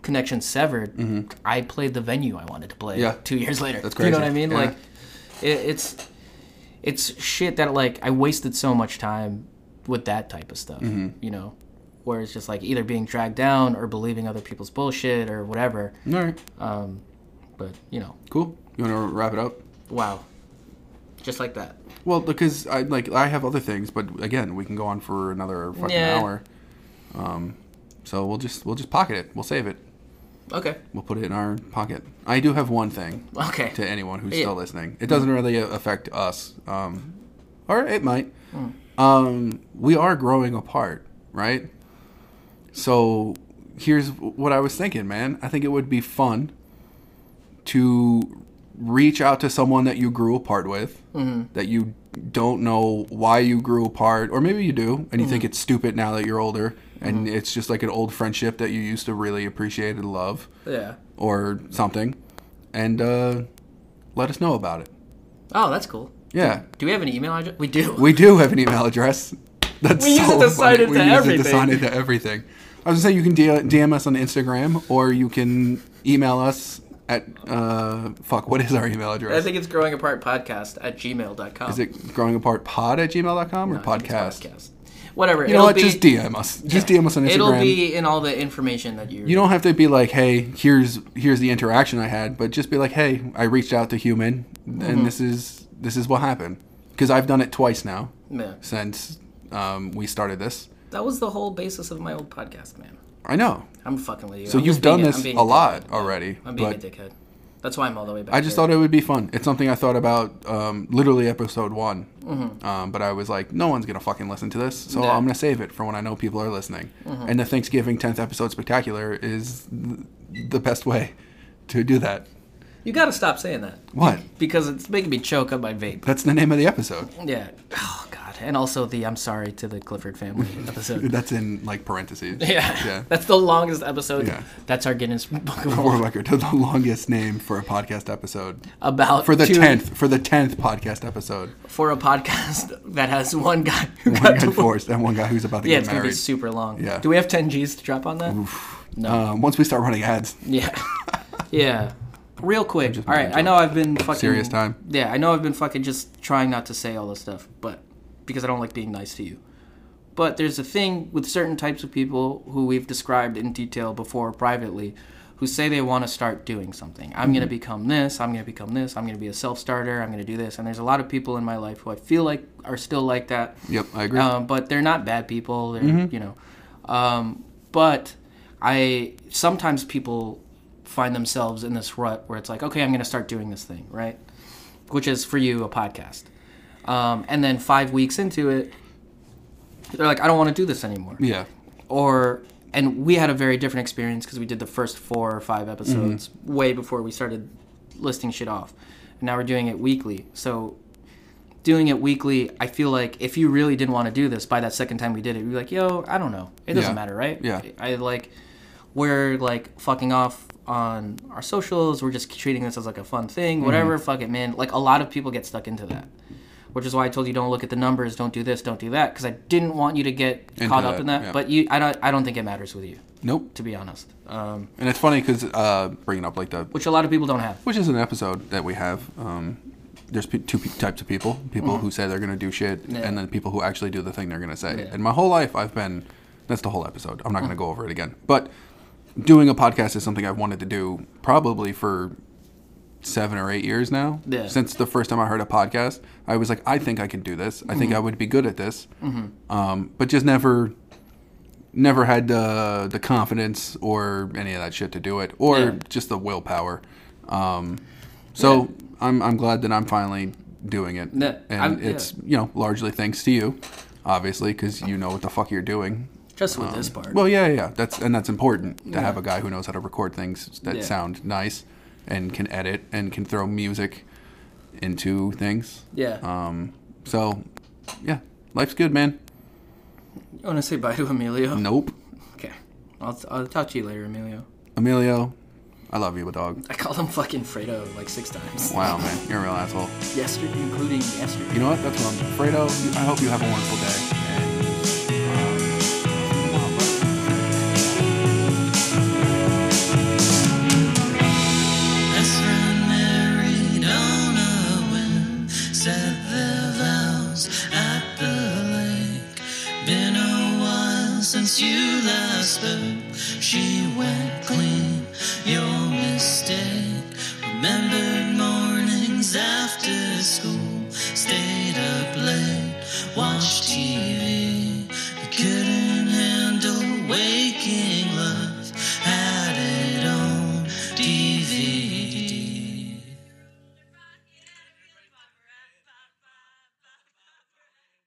[SPEAKER 2] connection severed, I played the venue I wanted to play.
[SPEAKER 1] Mm-hmm. Yeah.
[SPEAKER 2] two years later.
[SPEAKER 1] That's
[SPEAKER 2] You know
[SPEAKER 1] crazy.
[SPEAKER 2] what I mean?
[SPEAKER 1] Yeah.
[SPEAKER 2] Like, it, it's it's shit that like I wasted so much time with that type of stuff,
[SPEAKER 1] Mm-hmm.
[SPEAKER 2] you know, where it's just like either being dragged down or believing other people's bullshit or whatever.
[SPEAKER 1] All right,
[SPEAKER 2] But you know,
[SPEAKER 1] cool. You want to wrap it up?
[SPEAKER 2] wow, just like that.
[SPEAKER 1] Well, because I like I have other things, but again, we can go on for another fucking
[SPEAKER 2] Yeah.
[SPEAKER 1] hour. Um, so we'll just we'll just pocket it. We'll save it.
[SPEAKER 2] Okay,
[SPEAKER 1] We'll put it in our pocket. I do have one thing.
[SPEAKER 2] okay,
[SPEAKER 1] to anyone who's
[SPEAKER 2] Yeah.
[SPEAKER 1] still listening. It doesn't really affect us, um, or it might. Um, we are growing apart, right? So here's what I was thinking, man. I think it would be fun to reach out to someone that you grew apart with, that you don't know why you grew apart, or maybe you do, and you think it's stupid now that you're older, and it's just like an old friendship that you used to really appreciate and love
[SPEAKER 2] yeah.
[SPEAKER 1] or something, and uh, let us know about it.
[SPEAKER 2] Oh, that's cool.
[SPEAKER 1] Yeah,
[SPEAKER 2] Do we have an email address? We do.
[SPEAKER 1] we do have an email address. That's
[SPEAKER 2] We use
[SPEAKER 1] so
[SPEAKER 2] it to sign
[SPEAKER 1] funny. we
[SPEAKER 2] into
[SPEAKER 1] use it to
[SPEAKER 2] everything.
[SPEAKER 1] sign into everything. I was gonna say you can D- DM us on Instagram or you can email us at uh, fuck. What is our email
[SPEAKER 2] I
[SPEAKER 1] address?
[SPEAKER 2] think it's growing apart podcast at gmail.com.
[SPEAKER 1] is it growing apart pod at gmail.com or podcast?
[SPEAKER 2] Whatever.
[SPEAKER 1] You know what? just DM us. Just DM us on Instagram.
[SPEAKER 2] It'll be in all the information that you.
[SPEAKER 1] you don't have to be like, hey, here's here's the interaction I had, but just be like, hey, I reached out to human,
[SPEAKER 2] Mm-hmm.
[SPEAKER 1] and this is this is what happened. Because I've done it twice now
[SPEAKER 2] Yeah.
[SPEAKER 1] since um, we started this.
[SPEAKER 2] That was the whole basis of my old podcast, man.
[SPEAKER 1] I know.
[SPEAKER 2] I'm fucking with you.
[SPEAKER 1] So
[SPEAKER 2] I'm
[SPEAKER 1] you've
[SPEAKER 2] just being
[SPEAKER 1] done
[SPEAKER 2] a-
[SPEAKER 1] this
[SPEAKER 2] I'm being
[SPEAKER 1] a
[SPEAKER 2] dickhead.
[SPEAKER 1] lot already,
[SPEAKER 2] I'm being
[SPEAKER 1] but-
[SPEAKER 2] a dickhead. That's why I'm all the way back.
[SPEAKER 1] I just
[SPEAKER 2] there.
[SPEAKER 1] thought it would be fun. It's something I thought about um, literally episode one.
[SPEAKER 2] Mm-hmm.
[SPEAKER 1] Um, but I was like, no one's going to fucking listen to this. So
[SPEAKER 2] Yeah.
[SPEAKER 1] I'm going to save it for when I know people are listening.
[SPEAKER 2] Mm-hmm.
[SPEAKER 1] And the Thanksgiving 10th episode spectacular is th- the best way to do that.
[SPEAKER 2] you got to stop saying that
[SPEAKER 1] What?
[SPEAKER 2] because it's making me choke on my vape.
[SPEAKER 1] That's the name of the episode.
[SPEAKER 2] Yeah. Oh God. And also the I'm sorry to the Clifford family episode.
[SPEAKER 1] That's in like parentheses.
[SPEAKER 2] yeah.
[SPEAKER 1] Yeah.
[SPEAKER 2] That's the longest episode.
[SPEAKER 1] Yeah.
[SPEAKER 2] That's our Guinness Book of
[SPEAKER 1] World
[SPEAKER 2] World
[SPEAKER 1] record. The longest name for a podcast episode.
[SPEAKER 2] about
[SPEAKER 1] For the
[SPEAKER 2] two-
[SPEAKER 1] 10th. For the 10th podcast episode.
[SPEAKER 2] for a podcast that has one guy who
[SPEAKER 1] One
[SPEAKER 2] got
[SPEAKER 1] guy
[SPEAKER 2] divorced.
[SPEAKER 1] divorced and one guy who's about to
[SPEAKER 2] Yeah,
[SPEAKER 1] get
[SPEAKER 2] it's gonna be
[SPEAKER 1] married.
[SPEAKER 2] super long.
[SPEAKER 1] Yeah.
[SPEAKER 2] Do we have 10 G's to drop on that? No.
[SPEAKER 1] um, once we start running ads,
[SPEAKER 2] Yeah. yeah. Real quick. All right.
[SPEAKER 1] making
[SPEAKER 2] I know I've been fucking
[SPEAKER 1] Serious time.
[SPEAKER 2] Yeah, I know I've been fucking just trying not to say all this stuff, but because I don't like being nice to you. But there's a thing with certain types of people who we've described in detail before privately who say they want to start doing something. I'm
[SPEAKER 1] Mm-hmm.
[SPEAKER 2] going to become this, I'm going to become this, I'm going to be a self-starter, I'm going to do this. And there's a lot of people in my life who I feel like are still like that.
[SPEAKER 1] Yep, I agree.
[SPEAKER 2] Um, but they're not bad people. They're, You know, um, but I sometimes people find themselves in this rut where it's like, okay, I'm going to start doing this thing, right? Which is for you a podcast, um, and then five weeks into it, they're like, I don't want to do this anymore
[SPEAKER 1] yeah.
[SPEAKER 2] or and we had a very different experience because we did the first four or
[SPEAKER 1] Mm-hmm.
[SPEAKER 2] five episodes way before we started listing shit off and now we're doing it weekly so doing it weekly i feel like if you really didn't want to do this by that second time we did it you'd be like yo i don't know it doesn't
[SPEAKER 1] Yeah.
[SPEAKER 2] matter right
[SPEAKER 1] Yeah.
[SPEAKER 2] i like we're like fucking off on our socials we're just treating this as like a fun
[SPEAKER 1] Mm-hmm.
[SPEAKER 2] thing whatever fuck it man like a lot of people get stuck into that which is why i told you don't look at the numbers don't do this don't do that because i didn't want you to get
[SPEAKER 1] Into
[SPEAKER 2] caught up
[SPEAKER 1] that,
[SPEAKER 2] in that
[SPEAKER 1] yeah.
[SPEAKER 2] but you I don't I don't think it matters with you
[SPEAKER 1] Nope.
[SPEAKER 2] to be honest um,
[SPEAKER 1] And it's funny because uh, bringing up like the
[SPEAKER 2] which a lot of people don't have
[SPEAKER 1] which is an episode that we have. Um, there's pe- two pe- types of people: people
[SPEAKER 2] Mm-hmm.
[SPEAKER 1] who say they're going to do shit, and then people who actually do the thing they're going to say. And my whole life, I've been. That's the whole episode. I'm not
[SPEAKER 2] Mm.
[SPEAKER 1] going to go over it again. But doing a podcast is something I've wanted to do probably for seven or eight years now.
[SPEAKER 2] Yeah.
[SPEAKER 1] Since the first time I heard a podcast, I was like, I think I can do this. I
[SPEAKER 2] Mm-hmm.
[SPEAKER 1] think I would be good at this. Um, but just never never had the the confidence or any of that shit to do it, or
[SPEAKER 2] Yeah.
[SPEAKER 1] just the willpower. Um, so I'm I'm glad that I'm finally doing it,
[SPEAKER 2] No,
[SPEAKER 1] and
[SPEAKER 2] I'm-
[SPEAKER 1] it's
[SPEAKER 2] yeah.
[SPEAKER 1] you know largely thanks to you, obviously, because you know what the fuck you're doing.
[SPEAKER 2] just with this part
[SPEAKER 1] Um, Well, yeah, yeah, yeah, that's and that's important to have a guy who knows how to record things that
[SPEAKER 2] Yeah.
[SPEAKER 1] sound nice, and can edit and can throw music into things.
[SPEAKER 2] yeah
[SPEAKER 1] Um, so, yeah, life's good, man.
[SPEAKER 2] you want to say bye to Emilio
[SPEAKER 1] Nope,
[SPEAKER 2] okay I'll, I'll talk to you later Emilio
[SPEAKER 1] Emilio, I love you, but dog.
[SPEAKER 2] I called him fucking Fredo like six times
[SPEAKER 1] Wow, man, you're a real asshole.
[SPEAKER 2] yesterday including yesterday
[SPEAKER 1] You know what? That's what I'm afraid of. I hope you have a wonderful day. And